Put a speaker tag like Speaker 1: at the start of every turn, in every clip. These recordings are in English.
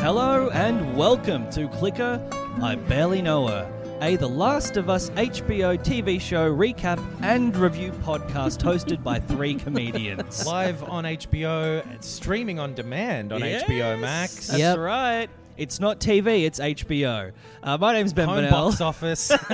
Speaker 1: Hello and welcome to Clicker I Barely Know Her, a The Last of Us HBO TV show recap and review podcast hosted by three comedians.
Speaker 2: live on HBO and streaming on demand on
Speaker 1: Yes.
Speaker 2: HBO Max.
Speaker 1: That's
Speaker 3: Yep.
Speaker 1: right. It's not TV, it's HBO. Uh, my name's Ben
Speaker 2: Home
Speaker 1: Bonnell.
Speaker 2: box office.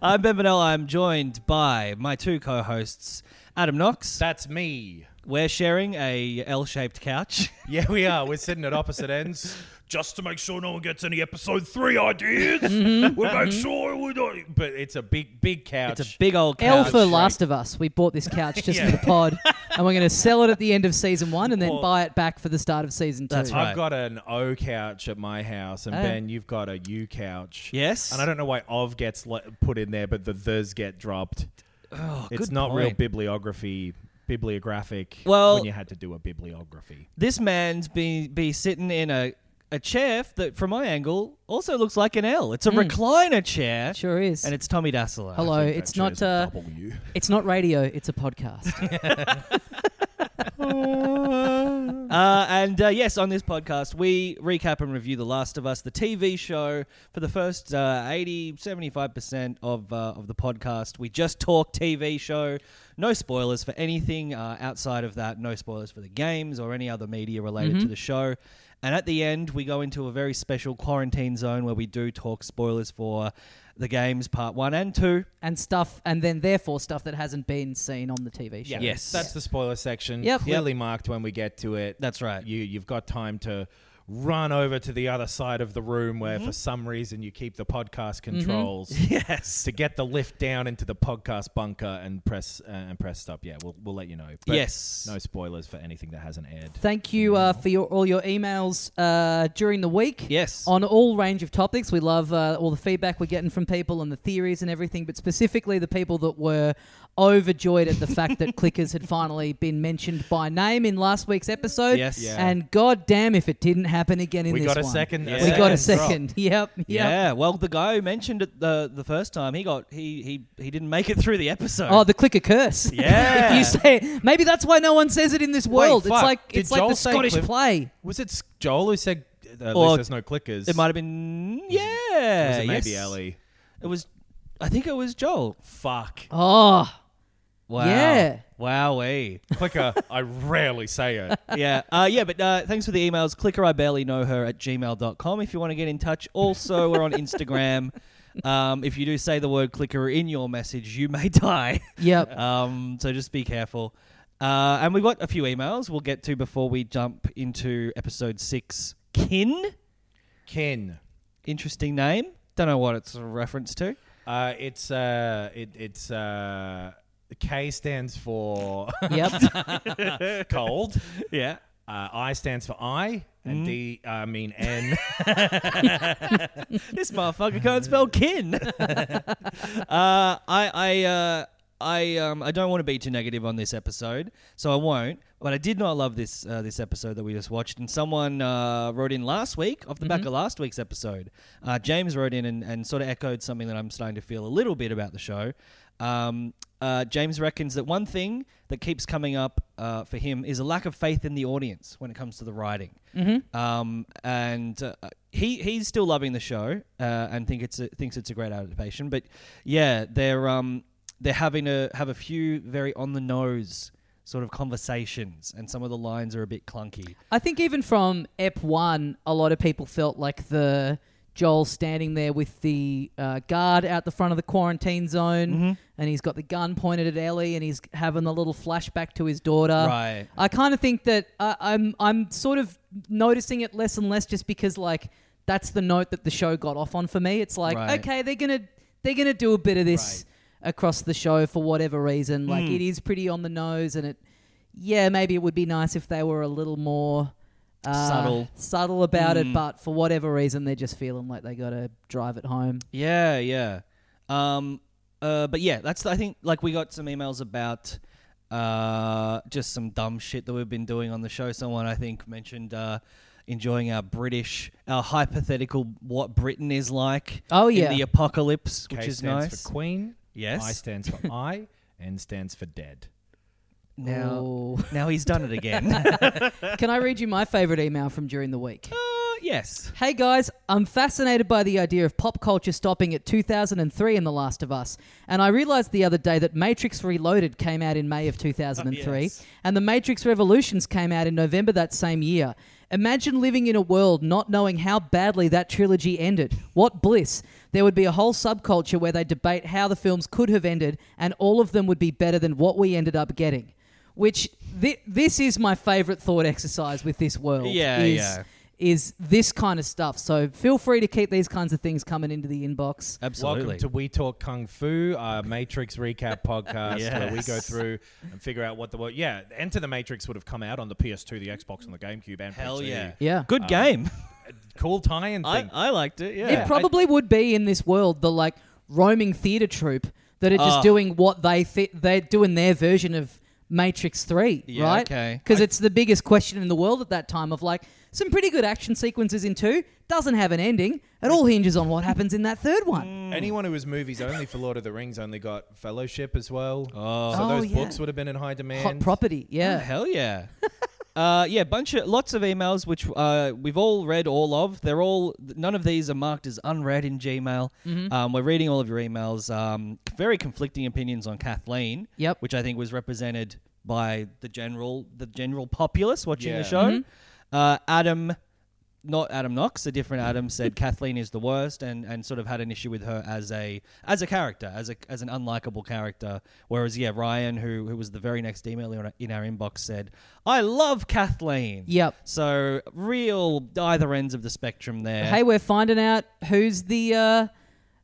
Speaker 1: I'm Ben Bonnell. I'm joined by my two co hosts, Adam Knox.
Speaker 2: That's me.
Speaker 1: We're sharing a L shaped couch.
Speaker 2: Yeah, we are. We're sitting at opposite ends.
Speaker 4: just to make sure no one gets any episode three ideas.
Speaker 1: Mm-hmm.
Speaker 4: we'll make sure we don't.
Speaker 2: But it's a big, big couch.
Speaker 1: It's a big old
Speaker 3: L
Speaker 1: couch.
Speaker 3: for Last of Us. We bought this couch just for the pod, and we're going to sell it at the end of season one, and then buy it back for the start of season two.
Speaker 1: That's right. Ah.
Speaker 2: I've got an O couch at my house, and
Speaker 3: Oh.
Speaker 2: Ben, you've got a U couch.
Speaker 1: Yes.
Speaker 2: And I don't know why of gets le- put in there, but the the's get dropped.
Speaker 1: Oh,
Speaker 2: It's
Speaker 1: good
Speaker 2: not real
Speaker 1: point.
Speaker 2: bibliography, bibliographic.
Speaker 1: Well-
Speaker 2: when you had to do a bibliography.
Speaker 1: this man's be be sitting in a a chair that, from my angle, also looks like an L. It's a recliner chair.
Speaker 3: Hmm. Sure is.
Speaker 1: And it's Tommy Dassler.
Speaker 3: Hello, it's not uh,
Speaker 2: W.
Speaker 3: it's not radio. It's a podcast.
Speaker 1: Uh, and uh, yes, on this podcast, we recap and review The Last of Us, the TV show, for the first uh, 80, 75% of, uh, of the podcast. We just talk TV show. No spoilers for anything uh, outside of that. No spoilers for the games or any other media related
Speaker 2: Mm-hmm.
Speaker 1: to the show. And at the end, we go into a very special quarantine zone where we do talk spoilers for the games, part one and two.
Speaker 3: and stuff, and then therefore stuff that hasn't been seen on the TV show.
Speaker 2: Yeah,
Speaker 1: Yes.
Speaker 2: That's the spoiler section.
Speaker 3: Yep.
Speaker 2: Clearly marked when we get to it.
Speaker 1: That's right.
Speaker 2: You you've got time to run over to the other side of the room where
Speaker 3: Mm-hmm.
Speaker 2: for some reason you keep the podcast controls
Speaker 1: Yes.
Speaker 2: to get the lift down into the podcast bunker and press uh, and press stop. Yeah, we'll we'll let you know.
Speaker 1: Yes.
Speaker 2: No spoilers for anything that hasn't aired.
Speaker 3: Thank you uh, for your, all your emails uh, during the week.
Speaker 1: Yes.
Speaker 3: On all range of topics. We love uh, all the feedback we're getting from people and the theories and everything, but specifically the people that were overjoyed at the fact that clickers had finally been mentioned by name in last week's episode.
Speaker 1: Yes. Yeah.
Speaker 3: And god damn if it didn't happen again in
Speaker 2: We
Speaker 3: this
Speaker 2: got a
Speaker 3: one.
Speaker 2: second- a
Speaker 3: we got a
Speaker 2: second
Speaker 3: second. Yep. Yep.
Speaker 1: Yeah, well, the guy who mentioned it the the first time, he got he he he didn't make it through the episode.
Speaker 3: Oh, the clicker curse.
Speaker 1: Yeah.
Speaker 3: if you say it, maybe that's why no one says it in this world. it's
Speaker 2: fuck.
Speaker 3: like
Speaker 2: Did
Speaker 3: it's like
Speaker 2: Joel
Speaker 3: the
Speaker 2: say
Speaker 3: Scottish
Speaker 2: Cliff-
Speaker 3: play.
Speaker 2: Was it S- Joel who said uh, at
Speaker 1: Or-
Speaker 2: least there's no clickers?
Speaker 1: it might have been yeah,
Speaker 2: Was it maybe
Speaker 1: yes.
Speaker 2: Ellie.
Speaker 1: It was, I think it was Joel.
Speaker 2: Fuck.
Speaker 3: Oh.
Speaker 1: Wow.
Speaker 3: Yeah.
Speaker 1: Wowee.
Speaker 2: Clicker, I rarely say it.
Speaker 1: yeah. Uh, yeah, but uh, thanks for the emails. Clicker I barely know her at gmail.com if you want to get in touch. Also, we're on Instagram. Um, if you do say the word clicker in your message, you may die.
Speaker 3: Yep.
Speaker 1: Um, so just be careful. Uh, and we've got a few emails we'll get to before we jump into episode six. Kin,
Speaker 2: Ken.
Speaker 1: interesting name. Don't know what it's a reference to.
Speaker 2: Uh, it's uh, it, it's uh, K stands for
Speaker 3: Yep.
Speaker 2: cold.
Speaker 1: Yeah.
Speaker 2: Uh, I stands for I,
Speaker 1: Mm.
Speaker 2: and D uh, I mean N.
Speaker 1: This motherfucker can't spell kin. uh, I I uh, I um, I don't want to be too negative on this episode, so I won't. But I did not love this uh, this episode that we just watched, and someone uh, wrote in last week off the back of last week's episode. Uh, James wrote in and, and sort of echoed something that I'm starting to feel a little bit about the show. Um, uh, James reckons that one thing that keeps coming up uh, for him is a lack of faith in the audience when it comes to the writing. Um, and uh, he he's still loving the show uh, and think it's a, thinks it's a great adaptation. But yeah, they're um, they're having to have a few very on the nose sort of conversations, and some of the lines are a bit clunky.
Speaker 3: I think even from Ep One, a lot of people felt like the Joel standing there with the uh, guard out the front of the quarantine zone, and he's got the gun pointed at Ellie, and he's having the little flashback to his daughter.
Speaker 1: Right.
Speaker 3: I kind of think that I I'm I'm sort of noticing it less and less just because like that's the note that the show got off on for me. It's like
Speaker 1: Right.
Speaker 3: okay, they're gonna they're gonna do a bit of this across the show for whatever reason. Like
Speaker 1: Hmm.
Speaker 3: it is pretty on the nose, and it yeah maybe it would be nice if they were a little more. Uh,
Speaker 1: Subtle. Hmm.
Speaker 3: subtle about it, but for whatever reason, they're just feeling like they got to drive it home.
Speaker 1: Yeah, yeah. Um, uh, but yeah, that's I think like we got some emails about uh, just some dumb shit that we've been doing on the show. Someone I think mentioned uh, enjoying our British, our hypothetical what Britain is like.
Speaker 3: Oh,
Speaker 1: in
Speaker 3: yeah.
Speaker 1: the apocalypse,
Speaker 2: K
Speaker 1: which is
Speaker 2: stands
Speaker 1: nice.
Speaker 2: for Queen.
Speaker 1: Yes.
Speaker 2: I stands for I. N stands for dead.
Speaker 1: now,
Speaker 3: Oh.
Speaker 1: now he's done it again.
Speaker 3: Can I read you my favorite email from during the week?
Speaker 1: Uh, yes.
Speaker 3: Hey guys, I'm fascinated by the idea of pop culture stopping at 2003 in The Last of Us. And I realized the other day that Matrix Reloaded came out in May of 2003,
Speaker 1: Oh, Yes.
Speaker 3: and The Matrix Revolutions came out in November that same year. Imagine living in a world not knowing how badly that trilogy ended. What bliss! There would be a whole subculture where they debate how the films could have ended, and all of them would be better than what we ended up getting. Which thi- this is my favorite thought exercise with this world.
Speaker 1: Yeah,
Speaker 3: is-
Speaker 1: yeah.
Speaker 3: is this kind of stuff. So feel free to keep these kinds of things coming into the inbox.
Speaker 1: Absolutely.
Speaker 2: Welcome to We Talk Kung Fu, our Matrix recap podcast, where we
Speaker 1: Yes.
Speaker 2: go through and figure out what the world. Yeah, Enter the Matrix would have come out on the PS2, the Xbox, and the GameCube, and
Speaker 1: Hell
Speaker 2: PC.
Speaker 1: yeah.
Speaker 3: Yeah.
Speaker 1: Good game.
Speaker 2: Cool tie-in
Speaker 1: Uh, I,
Speaker 2: thing.
Speaker 1: I liked it. Yeah.
Speaker 3: It probably would be in this world the like roaming theater troupe that are just
Speaker 1: Ah.
Speaker 3: doing what they thi- they're doing their version of Matrix Three,
Speaker 1: Yeah,
Speaker 3: right?
Speaker 1: okay.
Speaker 3: Because it's the biggest question in the world at that time of like some pretty good action sequences in two doesn't have an ending. It all hinges on what happens in that third one.
Speaker 1: Hmm.
Speaker 2: Anyone who was movies only for Lord of the Rings only got Fellowship as well. Oh.
Speaker 3: Oh,
Speaker 2: So those
Speaker 3: yeah.
Speaker 2: books would have been in high demand.
Speaker 3: Hot property,
Speaker 1: Oh,
Speaker 3: yeah.
Speaker 1: hell yeah. uh, yeah, bunch of lots of emails which uh, we've all read all of. They're all none of these are marked as unread in Gmail.
Speaker 3: Mm-hmm.
Speaker 1: Um, we're reading all of your emails. Um, very conflicting opinions on Kathleen.
Speaker 3: Yep.
Speaker 1: which I think was represented by the general the general populace watching
Speaker 2: Yeah.
Speaker 1: the show.
Speaker 3: Mm-hmm.
Speaker 1: Uh, Adam. Not Adam Knox, a different Adam said Kathleen is the worst, and, and sort of had an issue with her as a as a character, as a as an unlikable character. Whereas yeah, Ryan, who who was the very next email in our, in our inbox, said I love Kathleen.
Speaker 3: Yep.
Speaker 1: So real either ends of the spectrum there.
Speaker 3: Hey, we're finding out who's the uh,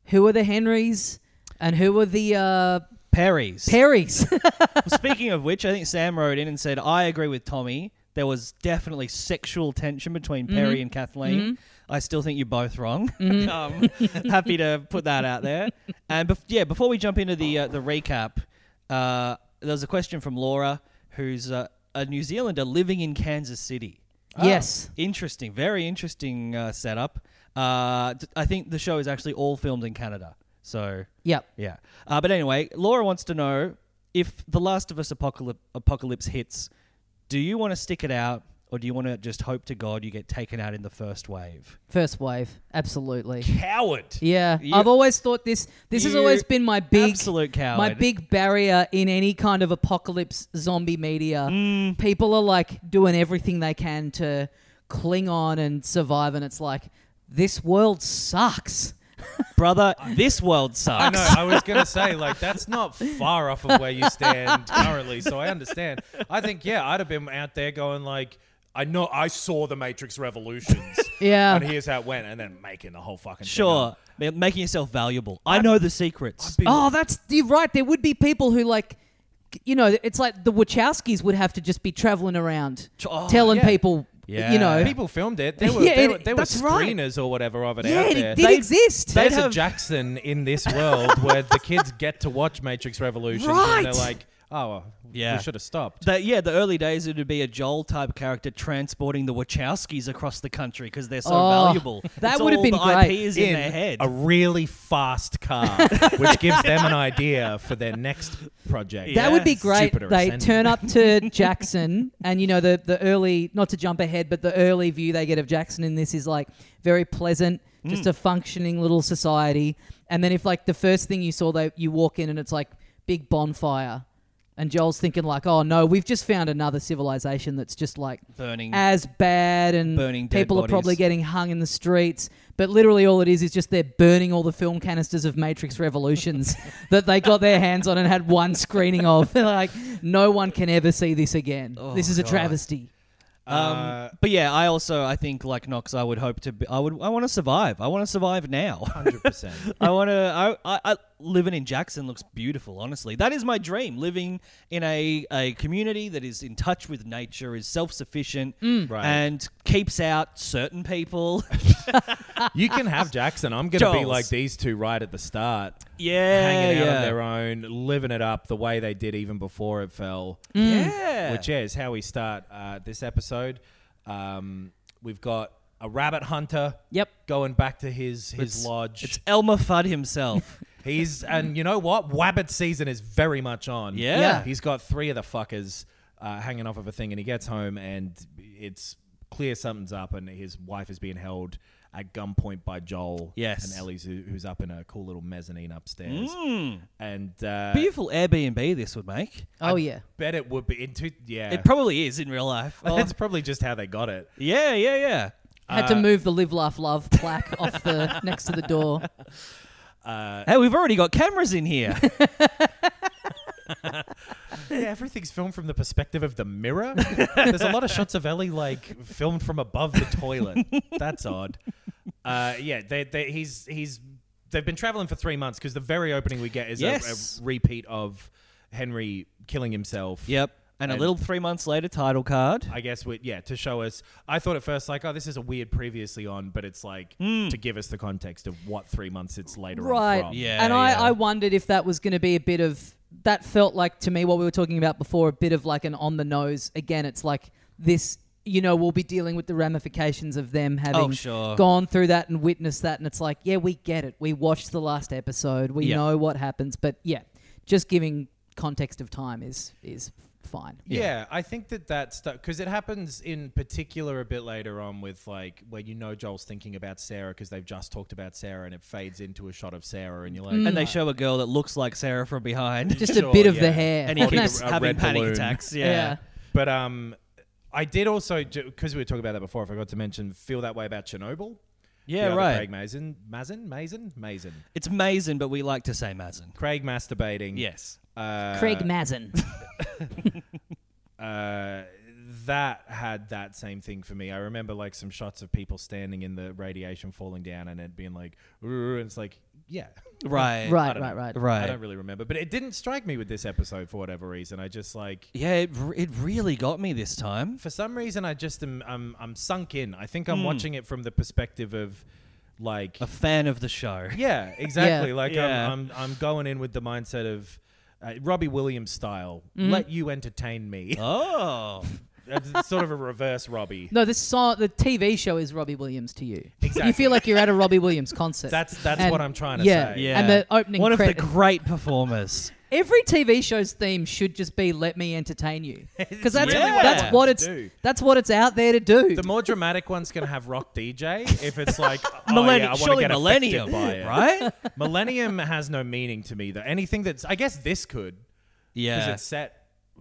Speaker 3: who are the Henrys and who are the uh,
Speaker 1: Perry's.
Speaker 3: Perrys.
Speaker 1: Speaking of which, I think Sam wrote in and said, I agree with Tommy. There was definitely sexual tension between Perry and Kathleen. I still think you're both wrong. um, happy to put that out there. And bef- yeah, before we jump into the uh, the recap, uh, there was a question from Laura, who's uh, a New Zealander living in Kansas City.
Speaker 3: Yes.
Speaker 1: Interesting, very interesting uh, setup. Uh, d- I think the show is actually all filmed in Canada. So
Speaker 3: Yep.
Speaker 1: yeah. Uh, but anyway, Laura wants to know if The Last of Us apocalypse, apocalypse hits, do you want to stick it out or do you want to just hope to God you get taken out in the first wave?
Speaker 3: First wave. Absolutely.
Speaker 2: Coward.
Speaker 3: Yeah.
Speaker 1: You-
Speaker 3: I've always thought this this has
Speaker 1: You
Speaker 3: always been my big
Speaker 1: absolute coward.
Speaker 3: my big barrier in any kind of apocalypse zombie media.
Speaker 1: Mm.
Speaker 3: People are like doing everything they can to cling on and survive and it's like this world sucks.
Speaker 1: Brother, this world
Speaker 2: I
Speaker 1: sucks.
Speaker 2: know. I was gonna say like that's not far off of where you stand currently, so I understand. I think yeah, I'd have been out there going like, I know I saw the Matrix Revolutions,
Speaker 3: Yeah.
Speaker 2: and here's how it went, and then making the whole fucking
Speaker 1: Sure. ma- Making yourself valuable. I know the secrets.
Speaker 2: Thing up.
Speaker 3: Oh, that's you're right. There would be people who like, you know, it's like the Wachowskis would have to just be traveling around
Speaker 1: Oh,
Speaker 3: telling
Speaker 1: yeah.
Speaker 3: people
Speaker 1: Yeah.
Speaker 3: you know,
Speaker 2: People filmed it. There were,
Speaker 3: Yeah,
Speaker 2: there
Speaker 3: it-
Speaker 2: were, there were
Speaker 3: that's right.
Speaker 2: screeners or whatever of it
Speaker 3: yeah,
Speaker 2: out
Speaker 3: it
Speaker 2: there.
Speaker 3: did
Speaker 1: They-
Speaker 3: exist.
Speaker 1: they-
Speaker 2: There's
Speaker 1: They'd
Speaker 2: a
Speaker 1: have-
Speaker 2: Jackson in this world where the kids get to watch Matrix Revolutions
Speaker 3: Right.
Speaker 2: and they're like, oh, well,
Speaker 1: Yeah.
Speaker 2: we should have stopped.
Speaker 1: That, yeah, the early days it would be a Joel type character transporting the Wachowskis across the country because they're so
Speaker 3: Oh,
Speaker 1: valuable.
Speaker 3: that
Speaker 1: It's
Speaker 3: would have
Speaker 1: all
Speaker 3: been
Speaker 1: the
Speaker 3: great.
Speaker 1: IP is in, their head.
Speaker 2: a really fast car, which gives them an idea for their next project.
Speaker 3: That would be
Speaker 1: Yes.
Speaker 3: great.
Speaker 2: Jupiter
Speaker 3: they
Speaker 2: ascending.
Speaker 3: turn up to Jackson, and you know the the early not to jump ahead, but the early view they get of Jackson in this is like very pleasant,
Speaker 2: Hmm.
Speaker 3: just a functioning little society. And then if like the first thing you saw, they you walk in and it's like big bonfire, and Joel's thinking like, oh no, we've just found another civilization that's just like
Speaker 1: burning.
Speaker 3: as bad and
Speaker 1: Burning dead
Speaker 3: people are
Speaker 1: bodies.
Speaker 3: probably getting hung in the streets but literally all it is is just they're burning all the film canisters of matrix revolutions that they got their hands on and had one screening of They're like no one can ever see this again this is
Speaker 1: Oh,
Speaker 3: a
Speaker 1: God.
Speaker 3: travesty
Speaker 1: um,
Speaker 2: Uh,
Speaker 1: but yeah, I also I think like Knox, I would hope to. Be, I would. I want to survive. I want to survive
Speaker 3: um,
Speaker 1: now.
Speaker 2: 100%.
Speaker 1: I want to. I, I, I living in Jackson looks beautiful. Honestly, that is my dream. Living in a, a community that is in touch with nature, is self sufficient,
Speaker 2: Right.
Speaker 1: and keeps out certain people.
Speaker 2: You can have Jackson. I'm going to be
Speaker 1: Joel's.
Speaker 2: like these two right at the start,
Speaker 1: yeah,
Speaker 2: hanging out
Speaker 1: yeah.
Speaker 2: on their own, living it up the way they did even before it fell.
Speaker 3: Mm.
Speaker 1: Yeah.
Speaker 2: Which yeah, is how we start uh, this episode. Um, we've got a rabbit hunter.
Speaker 3: Yep.
Speaker 2: Going back to his his
Speaker 1: It's-
Speaker 2: lodge.
Speaker 1: It's Elmer Fudd himself.
Speaker 2: He's and you know what? Wabbit season is very much on.
Speaker 1: Yeah. Yeah.
Speaker 2: He's got three of the fuckers uh, hanging off of a thing, and he gets home, and it's clear something's up, and his wife is being held at gunpoint by Joel.
Speaker 1: Yes.
Speaker 2: and Ellie's who, who's up in a cool little mezzanine upstairs, and uh,
Speaker 1: Beautiful Airbnb this would make.
Speaker 3: oh yeah
Speaker 2: bet it would be into yeah.
Speaker 1: It probably is in real life. Oh,
Speaker 2: That's probably just how they got it.
Speaker 1: yeah, yeah, yeah.
Speaker 3: had
Speaker 1: uh,
Speaker 3: to move the live laugh love plaque off the next to the door
Speaker 2: Uh,
Speaker 1: Hey, we've already got cameras in here.
Speaker 2: Yeah, everything's filmed from the perspective of the mirror. There's a lot of shots of Ellie like filmed from above the toilet. That's odd. Uh, yeah, they, they, he's he's they've been traveling for three months because the very opening we get is a-
Speaker 1: Yes.
Speaker 2: a, repeat of Henry killing himself.
Speaker 1: yep. And, a
Speaker 2: And-
Speaker 1: little three months later title card.
Speaker 2: I guess we yeah to show us. I thought at first like oh this is a weird previously on, but it's like
Speaker 1: Hmm.
Speaker 2: to give us the context of what three months it's later on.
Speaker 3: right
Speaker 2: from.
Speaker 1: Yeah,
Speaker 3: and I,
Speaker 1: yeah.
Speaker 3: I wondered if that was going to be a bit of that felt like to me what we were talking about before a bit of like an on the nose again it's like this you know we'll be dealing with the ramifications of them having
Speaker 1: Oh, sure.
Speaker 3: gone through that and witnessed that and it's like yeah we get it we watched the last episode we
Speaker 1: Yeah.
Speaker 3: know what happens but yeah just giving context of time is is fine
Speaker 2: Yeah. I think that that stuff because it happens in particular a bit later on with like where you know Joel's thinking about Sarah because they've just talked about Sarah and it fades into a shot of Sarah and you're like,
Speaker 1: And they show a girl that looks like Sarah from behind.
Speaker 3: Mm. just a
Speaker 2: Sure,
Speaker 3: bit of the
Speaker 2: yeah.
Speaker 3: hair
Speaker 1: and he
Speaker 2: Holding
Speaker 1: keeps
Speaker 2: a- a
Speaker 1: having
Speaker 2: red
Speaker 1: panic
Speaker 2: balloon.
Speaker 1: attacks. Yeah.
Speaker 3: yeah
Speaker 2: but um, I did also because we were talking about that before. I forgot to mention feel that way about Chernobyl.
Speaker 1: Yeah,
Speaker 2: The other
Speaker 1: right.
Speaker 2: Craig Mazin, Mazin, Mazin, Mazin.
Speaker 1: It's Mazin, but we like to say Mazin.
Speaker 2: Craig masturbating.
Speaker 1: Yes.
Speaker 2: Uh,
Speaker 3: Craig Mazin
Speaker 2: uh, that had that same thing for me. I remember like some shots of people standing in the radiation falling down and it being like, "Ooh," and it's like, yeah,
Speaker 1: Right.
Speaker 3: right
Speaker 2: don't
Speaker 3: right
Speaker 2: know.
Speaker 3: right
Speaker 1: Right.
Speaker 2: I don't really remember, but it didn't strike me with this episode for whatever reason. I just like
Speaker 1: yeah, it, r- it really got me this time.
Speaker 2: for some reason I just am I'm, I'm sunk in. I think I'm watching it from the perspective of like
Speaker 1: Hmm. A fan of the show.
Speaker 2: yeah, exactly. Like
Speaker 1: Yeah.
Speaker 2: I'm, I'm I'm going in with the mindset of uh, Robbie Williams style.
Speaker 1: Mm-hmm.
Speaker 2: Let you entertain me.
Speaker 1: Oh.
Speaker 2: That's sort of a reverse Robbie.
Speaker 3: No, the song, the TV show is Robbie Williams to you. You
Speaker 2: Exactly.
Speaker 3: feel like you're at a Robbie Williams concert.
Speaker 2: That's that's
Speaker 3: And-
Speaker 2: what I'm trying to
Speaker 3: yeah.
Speaker 2: say.
Speaker 1: Yeah.
Speaker 3: And the opening
Speaker 1: One
Speaker 3: credit-
Speaker 1: of the great performers.
Speaker 3: Every TV show's theme should just be "Let me entertain you," because that's
Speaker 1: really what
Speaker 3: that's
Speaker 1: it's
Speaker 3: what
Speaker 2: to
Speaker 3: it's
Speaker 2: do.
Speaker 3: that's what it's out there to do.
Speaker 2: The more dramatic ones can have rock DJ if it's like oh,
Speaker 1: Millenni-
Speaker 2: yeah, I wanna
Speaker 1: surely
Speaker 2: get affected
Speaker 1: Millennium,
Speaker 2: by it.
Speaker 1: right?
Speaker 2: Millennium has no meaning to me. Though anything that's, I guess this could because
Speaker 1: yeah.
Speaker 2: it's set.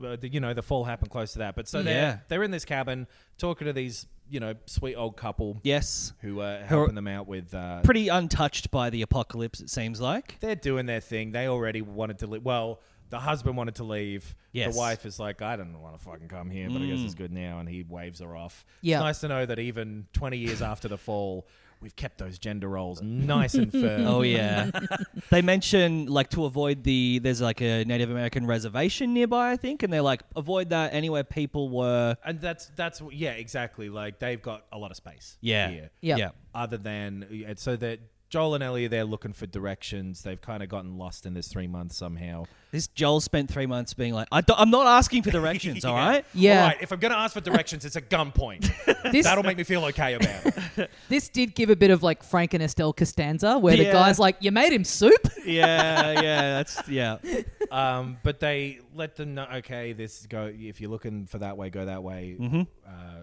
Speaker 2: Uh, the, you know, the fall happened close to that. But so they're
Speaker 1: Yeah.
Speaker 2: they're in this cabin talking to these you know sweet old couple
Speaker 1: yes.
Speaker 2: who are helping them out with. Uh,
Speaker 1: Pretty untouched by the apocalypse, it seems like.
Speaker 2: they're doing their thing. They already wanted to leave. Well, the husband wanted to leave.
Speaker 1: Yes. Mm.
Speaker 2: The wife is like, I don't want to fucking come here, but I guess it's good now. And he waves her off.
Speaker 3: Yeah.
Speaker 2: It's nice to know that even 20 years after the fall, we We've kept those gender roles nice and firm.
Speaker 1: Oh yeah, they mention like to avoid the there's like a Native American reservation nearby, I think, and they're like avoid that anywhere people were.
Speaker 2: and that's that's yeah, exactly. Like they've got a lot of space.
Speaker 1: Yeah,
Speaker 2: here.
Speaker 3: Yeah.
Speaker 1: yeah.
Speaker 2: Other than and so that Joel and Ellie, they're looking for directions. They've kind of gotten lost in this three months somehow.
Speaker 1: This Joel spent three months being like, I am not asking for directions, all right?
Speaker 3: Yeah.
Speaker 2: All right. If I'm gonna ask for directions, it's at gunpoint.
Speaker 3: This
Speaker 2: That'll make me feel okay about it.
Speaker 3: this did give a bit of like Frank and Estelle Costanza, where the
Speaker 1: Yeah.
Speaker 3: guy's like, "You made him soup."
Speaker 1: yeah, yeah, that's yeah.
Speaker 2: um, but they let them know. Okay, this go. If you're looking for that way, go that way. Uh,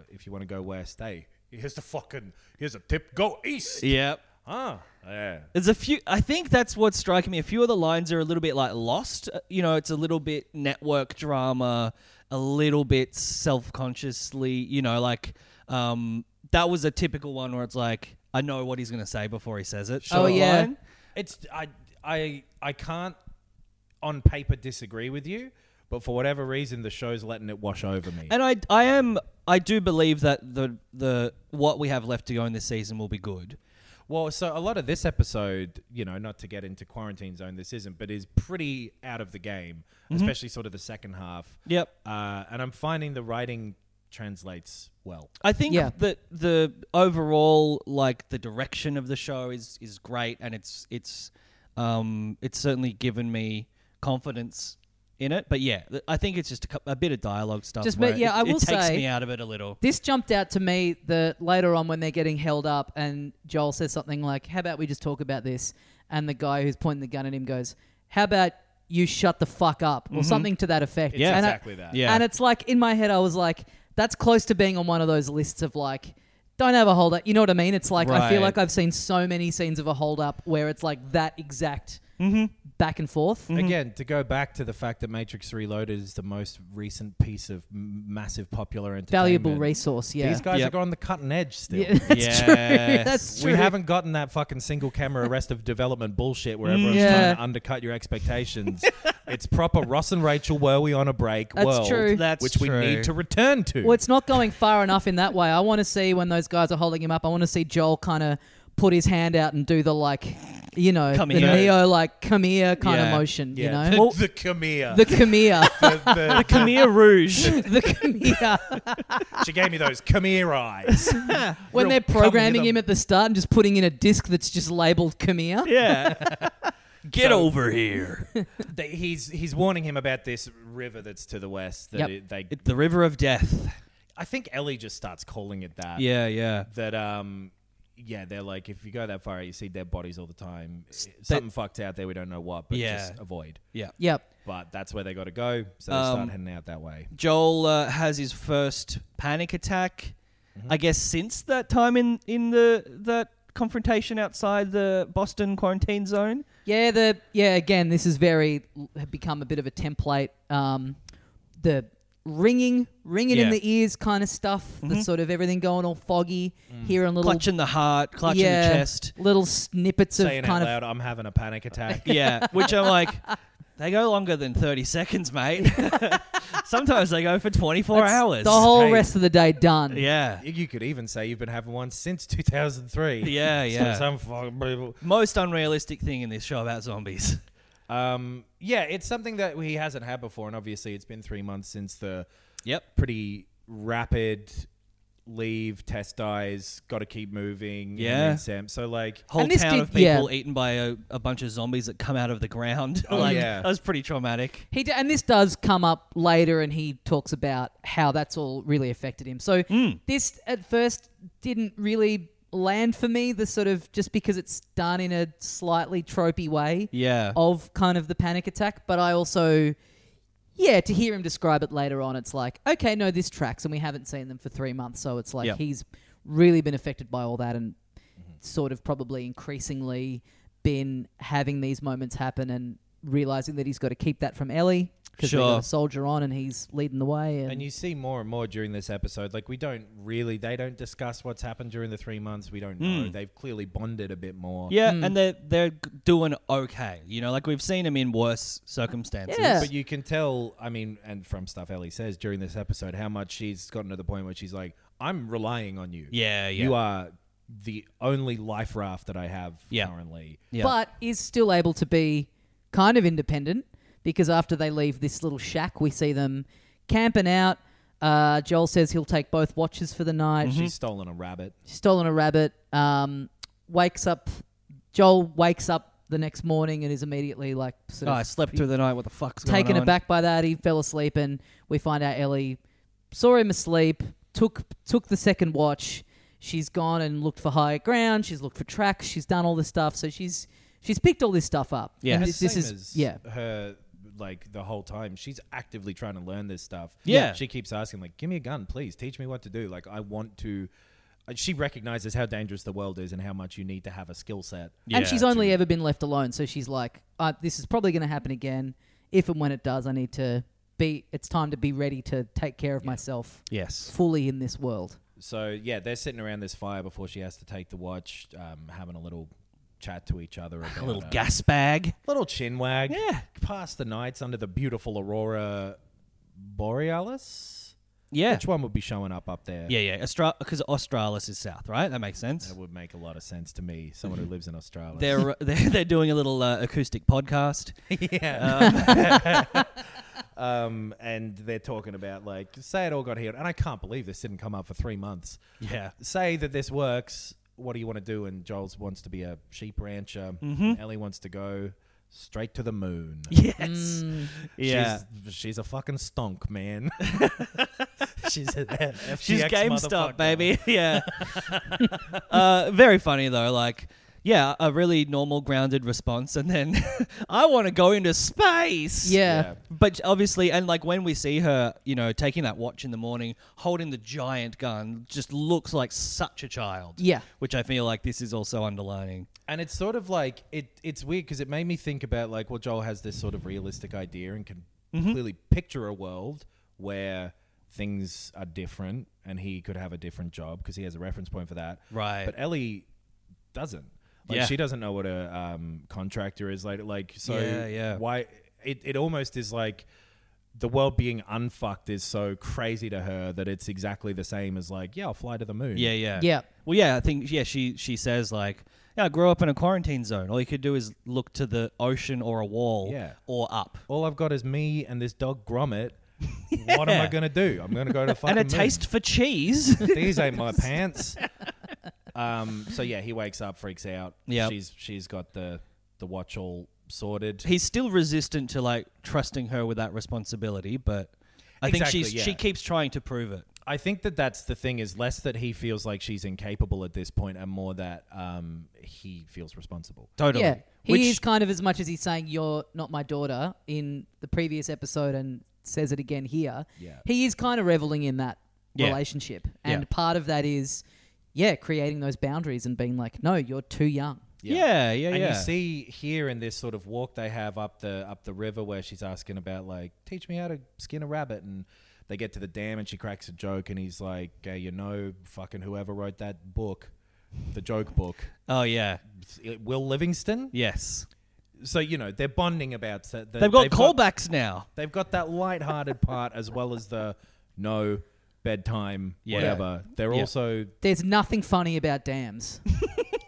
Speaker 2: if you want to go west, hey, here's the fucking here's a tip. Go east.
Speaker 1: Yeah.
Speaker 2: Ah, yeah.
Speaker 1: There's a few. I think that's what's striking me. A few of the lines are a little bit like lost. Uh, You know, it's a little bit network drama, a little bit self-consciously. You know, like um, that was a typical one where it's like, I know what he's gonna say before he says it.
Speaker 3: Oh,
Speaker 1: sort of
Speaker 3: yeah.
Speaker 1: line.
Speaker 2: It's I I I can't on paper disagree with you, but for whatever reason, the show's letting it wash over me.
Speaker 1: And I, I am, I do believe that the the what we have left to go in this season will be good.
Speaker 2: Well, so a lot of this episode, you know, not to get into quarantine zone, this isn't, but is pretty out of the game,
Speaker 3: Mm-hmm.
Speaker 2: especially sort of the second half.
Speaker 1: Yep.
Speaker 2: Uh, and I'm finding the writing translates well.
Speaker 1: I think
Speaker 3: Yeah.
Speaker 1: that the overall like the direction of the show is is great, and it's it's um it's certainly given me confidence in it. But yeah, th- I think it's just a, cou- a bit of dialogue stuff.
Speaker 3: Just ma-
Speaker 1: where
Speaker 3: yeah,
Speaker 1: it,
Speaker 3: I will
Speaker 1: it takes
Speaker 3: say-
Speaker 1: me out of it a little.
Speaker 3: This jumped out to me that later on when they're getting held up and Joel says something like, How about we just talk about this? And the guy who's pointing the gun at him goes, How about you shut the fuck up?
Speaker 2: Mm-hmm.
Speaker 3: Or something to that effect.
Speaker 2: Yeah,
Speaker 3: And I-
Speaker 2: exactly that.
Speaker 1: Yeah.
Speaker 3: And it's like in my head I was like, That's close to being on one of those lists of like don't have a hold up. You know what I mean? It's like I feel
Speaker 1: Right.
Speaker 3: like I've seen so many scenes of a hold up where it's like that exact
Speaker 1: Mm-hmm.
Speaker 3: back and forth.
Speaker 2: Again, to go back to the fact that Matrix Reloaded is the most recent piece of m- massive popular entertainment.
Speaker 3: Valuable resource, yeah.
Speaker 2: These guys
Speaker 1: Yep.
Speaker 2: are on the cutting edge still.
Speaker 3: yeah, that's true.
Speaker 1: Yes.
Speaker 3: That's true.
Speaker 2: We haven't gotten that fucking single camera arrest of development bullshit where everyone's
Speaker 3: Yeah.
Speaker 2: trying to undercut your expectations. it's proper Ross and Rachel, were we on a break?
Speaker 3: That's
Speaker 2: world,
Speaker 3: true.
Speaker 1: That's
Speaker 2: which we
Speaker 1: true.
Speaker 2: need to return to.
Speaker 3: Well, it's not going far enough in that way. I want to see when those guys are holding him up. I want to see Joel kind of put his hand out and do the like, you know,
Speaker 1: Come
Speaker 3: the
Speaker 1: here.
Speaker 3: Neo like come here kind
Speaker 1: Yeah.
Speaker 3: of motion.
Speaker 2: yeah,
Speaker 3: You
Speaker 2: the,
Speaker 3: know,
Speaker 2: the Khmer.
Speaker 3: the come here,
Speaker 2: The- the-
Speaker 1: Khmer Rouge.
Speaker 3: the come here.
Speaker 2: she gave me those Khmer eyes.
Speaker 3: When
Speaker 2: Real
Speaker 3: they're
Speaker 2: come here
Speaker 3: programming him
Speaker 2: them.
Speaker 3: at the start and just putting in a disc that's just labeled come here.
Speaker 1: yeah. Get over here.
Speaker 2: They- he's he's warning him about this river that's to the west. That
Speaker 3: Yep.
Speaker 2: it, they,
Speaker 1: It's the river of death.
Speaker 2: I think Ellie just starts calling it that.
Speaker 1: Yeah, yeah.
Speaker 2: That um. Yeah, they're like if you go that far, out, you see dead bodies all the time. Something fucked out there, we don't know what, but
Speaker 1: Yeah.
Speaker 2: just avoid.
Speaker 1: Yeah.
Speaker 3: Yep.
Speaker 2: But that's where they got to go, so they
Speaker 1: Um,
Speaker 2: start heading out that way.
Speaker 1: Joel uh, has his first panic attack,
Speaker 2: Mm-hmm.
Speaker 1: I guess, since that time in in the that confrontation outside the Boston quarantine zone.
Speaker 3: Yeah, the yeah. Again, this is very have become a bit of a template. Um, the ringing, ringing in
Speaker 1: Yeah.
Speaker 3: the ears kind of stuff. The sort of everything going all foggy, hearing little
Speaker 1: Clutching the heart, clutching
Speaker 3: yeah,
Speaker 1: the chest.
Speaker 3: little snippets of
Speaker 2: Saying out
Speaker 3: kind of.
Speaker 2: loud, I'm having a panic attack.
Speaker 1: Yeah, which I'm like, they go longer than thirty seconds, mate. Sometimes they go for twenty four
Speaker 3: That's
Speaker 1: hours.
Speaker 3: The whole
Speaker 2: Hey.
Speaker 3: rest of the day done.
Speaker 1: yeah,
Speaker 2: you could even say you've been having one since 2003.
Speaker 1: yeah, yeah.
Speaker 2: Some fucking people.
Speaker 1: Most unrealistic thing in this show about zombies.
Speaker 2: Um, yeah, it's something that he hasn't had before, and obviously it's been three months since the
Speaker 1: Yep.
Speaker 2: pretty rapid leave test dies. Got to keep moving. and
Speaker 1: Yeah.
Speaker 2: then Sam. So like,
Speaker 1: Whole
Speaker 3: And this
Speaker 1: town
Speaker 3: did-
Speaker 1: of people
Speaker 3: yeah.
Speaker 1: eaten by a, a bunch of zombies that come out of the ground.
Speaker 2: Oh,
Speaker 1: like,
Speaker 2: yeah.
Speaker 1: that was pretty traumatic.
Speaker 3: He d- and this does come up later, and he talks about how that's all really affected him. So this at first didn't really land for me. The sort of just because it's done in a slightly tropey way
Speaker 1: Yeah.
Speaker 3: of kind of the panic attack, but I also. Yeah, to hear him describe it later on, it's like, okay, no, this tracks, and we haven't seen them for three months, so it's like
Speaker 1: Yeah.
Speaker 3: he's really been affected by all that, and sort of probably increasingly been having these moments happen and realizing that he's got to keep that from Ellie because
Speaker 1: Sure.
Speaker 3: they got a soldier on and he's leading the way. And,
Speaker 2: and you see more and more during this episode. Like we don't really, they don't discuss what's happened during the three months. We don't know.
Speaker 1: Hmm.
Speaker 2: They've clearly bonded a bit more.
Speaker 1: Yeah, and they're they're g- doing okay. You know, like we've seen them in worse circumstances.
Speaker 3: Yeah.
Speaker 2: But you can tell, I mean, and from stuff Ellie says during this episode, how much she's gotten to the point where she's like, I'm relying on you.
Speaker 1: Yeah, yeah.
Speaker 2: You are the only life raft that I have
Speaker 1: Yeah.
Speaker 2: currently.
Speaker 1: Yeah.
Speaker 3: but is still able to be kind of independent because after they leave this little shack, we see them camping out. Uh, Joel says he'll take both watches for the night.
Speaker 1: Mm-hmm.
Speaker 2: She's stolen a rabbit.
Speaker 3: She's stolen a rabbit. Um, wakes up. Joel wakes up the next morning and is immediately like, sort
Speaker 1: oh,
Speaker 3: of
Speaker 1: I slept through the night. What the fuck's going
Speaker 3: taken
Speaker 1: on?
Speaker 3: aback by that. He fell asleep, and we find out Ellie saw him asleep, took took the second watch. She's gone and looked for higher ground. She's looked for tracks. She's done all this stuff. So she's she's picked all this stuff up.
Speaker 1: Yeah.
Speaker 3: And
Speaker 1: And
Speaker 3: this,
Speaker 2: Same
Speaker 3: this is
Speaker 2: as
Speaker 3: yeah.
Speaker 2: her like the whole time. She's actively trying to learn this stuff.
Speaker 1: Yeah.
Speaker 2: she keeps asking like, "Give me a gun, please. Teach me what to do. Like, I want to." uh, She recognizes how dangerous the world is and how much you need to have a skill set.
Speaker 3: and she's only ever been left alone. So she's like, uh, this is probably going to happen again. If and when it does, I need to be. It's time to be ready to take care of myself
Speaker 1: Yes.
Speaker 3: fully in this world.
Speaker 2: So yeah, they're sitting around this fire before she has to take the watch, um, having a little chat to each other. About,
Speaker 1: A little
Speaker 2: uh,
Speaker 1: gas bag.
Speaker 2: little chin wag.
Speaker 1: Yeah.
Speaker 2: Past the nights under the beautiful aurora borealis.
Speaker 1: Yeah.
Speaker 2: Which one would be showing up up there?
Speaker 1: Yeah, yeah. Austra- because Australis is south, right? That makes sense.
Speaker 2: That would make a lot of sense to me, someone who lives in
Speaker 1: Mm-hmm.
Speaker 2: Australia.
Speaker 1: They're, uh, they're they're doing a little uh, acoustic podcast.
Speaker 2: um, and they're talking about like, say it all got healed, and I can't believe this didn't come up for three months.
Speaker 1: Yeah.
Speaker 2: Say that this works. What do you want to do? And Joel's wants to be a sheep rancher. Ellie wants to go straight to the moon.
Speaker 1: Yes. Mm-hmm. Yeah.
Speaker 2: Yeah. She's, she's a fucking stonk, man. she's a FTX
Speaker 1: She's
Speaker 2: motherfucker.
Speaker 1: GameStop, baby. yeah. uh, very funny though. Like, yeah, a really normal, grounded response, and then I want to go into space.
Speaker 3: Yeah.
Speaker 1: But obviously, and like when we see her, you know, taking that watch in the morning, holding the giant gun, just looks like such a child.
Speaker 3: Yeah.
Speaker 1: Which I feel like this is also underlining.
Speaker 2: and it's sort of like it it's weird because it made me think about like well joel has this sort of realistic idea and can
Speaker 1: Mm-hmm.
Speaker 2: clearly picture a world where things are different and he could have a different job because he has a reference point for that
Speaker 1: Right.
Speaker 2: but ellie doesn't like
Speaker 1: Yeah.
Speaker 2: she doesn't know what a um, contractor is like like so
Speaker 1: Yeah, yeah.
Speaker 2: why it, it almost is like the world being unfucked is so crazy to her that it's exactly the same as like yeah i'll fly to the moon
Speaker 1: Yeah, yeah.
Speaker 3: Yeah.
Speaker 1: Well, yeah, I think yeah, she she says like, yeah, I grew up in a quarantine zone. All you could do is look to the ocean or a wall
Speaker 2: Yeah.
Speaker 1: or up.
Speaker 2: all I've got is me and this dog Gromit. What am I gonna do? I'm gonna go to fucking
Speaker 1: And a
Speaker 2: moon.
Speaker 1: taste for cheese.
Speaker 2: These ain't my pants. Um. So yeah, he wakes up, freaks out.
Speaker 1: Yep.
Speaker 2: She's she's got the the watch all sorted.
Speaker 1: He's still resistant to like trusting her with that responsibility, but I
Speaker 2: Exactly,
Speaker 1: think she's
Speaker 2: yeah.
Speaker 1: she keeps trying to prove it.
Speaker 2: I think that that's the thing is less that he feels like she's incapable at this point, and more that um he feels responsible.
Speaker 1: Totally.
Speaker 3: Yeah. He
Speaker 1: Which
Speaker 3: is kind of as much as he's saying, You're not my daughter in the previous episode and says it again here.
Speaker 2: Yeah.
Speaker 3: He is kind of reveling in that
Speaker 1: Yeah.
Speaker 3: relationship. And
Speaker 1: Yeah.
Speaker 3: part of that is, yeah, creating those boundaries and being like, No, you're too young.
Speaker 1: yeah, yeah, yeah.
Speaker 2: and you see here in this sort of walk they have up the up the river where she's asking about like teach me how to skin a rabbit and they get to the dam and she cracks a joke and he's like uh, you know fucking whoever wrote that book the joke book
Speaker 1: oh yeah.
Speaker 2: will livingston
Speaker 1: Yes.
Speaker 2: so you know they're bonding about so
Speaker 1: They've got callbacks now.
Speaker 2: they've got that light-hearted part as well as the no bedtime
Speaker 1: Yeah.
Speaker 2: whatever they're
Speaker 1: Yeah.
Speaker 2: also
Speaker 3: There's nothing funny about dams.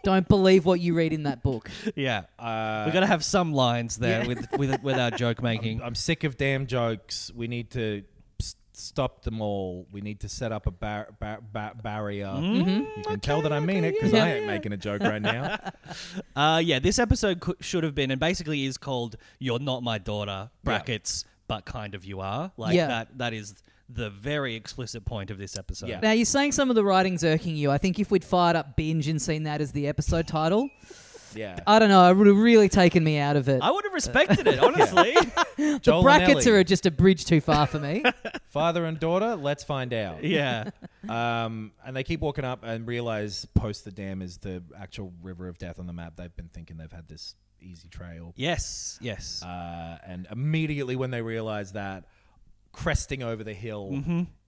Speaker 3: Don't believe what you read in that book.
Speaker 1: Yeah.
Speaker 2: uh,
Speaker 1: we got to have some lines there with with with our joke making.
Speaker 2: I'm sick of damn jokes. We need to s- stop them all. We need to set up a bar- bar- bar- barrier.
Speaker 1: Mm-hmm.
Speaker 2: You can tell that I mean it 'cause it because I ain't making a joke right now.
Speaker 1: Uh, yeah, this episode cou- should have been, and basically is called "You're Not My Daughter" brackets, but kind of you are. Like
Speaker 3: Yeah.
Speaker 1: that. That is the very explicit point of this episode.
Speaker 2: Yeah.
Speaker 3: Now, you're saying some of the writing's irking you. I think if we'd fired up Binge and seen that as the episode title,
Speaker 2: Yeah.
Speaker 1: Uh,
Speaker 3: I don't know, it would have really taken me out of it.
Speaker 1: I would have respected it honestly.
Speaker 2: Joel
Speaker 3: Brackets
Speaker 2: and Ellie,
Speaker 3: are just a bridge too far for me.
Speaker 2: father and daughter. Let's find out.
Speaker 1: yeah.
Speaker 2: Um, and they keep walking up and realize post the dam is the actual river of death on the map. They've been thinking they've had this easy trail.
Speaker 1: Yes. Yes.
Speaker 2: Uh, and immediately when they realize that, cresting over the hill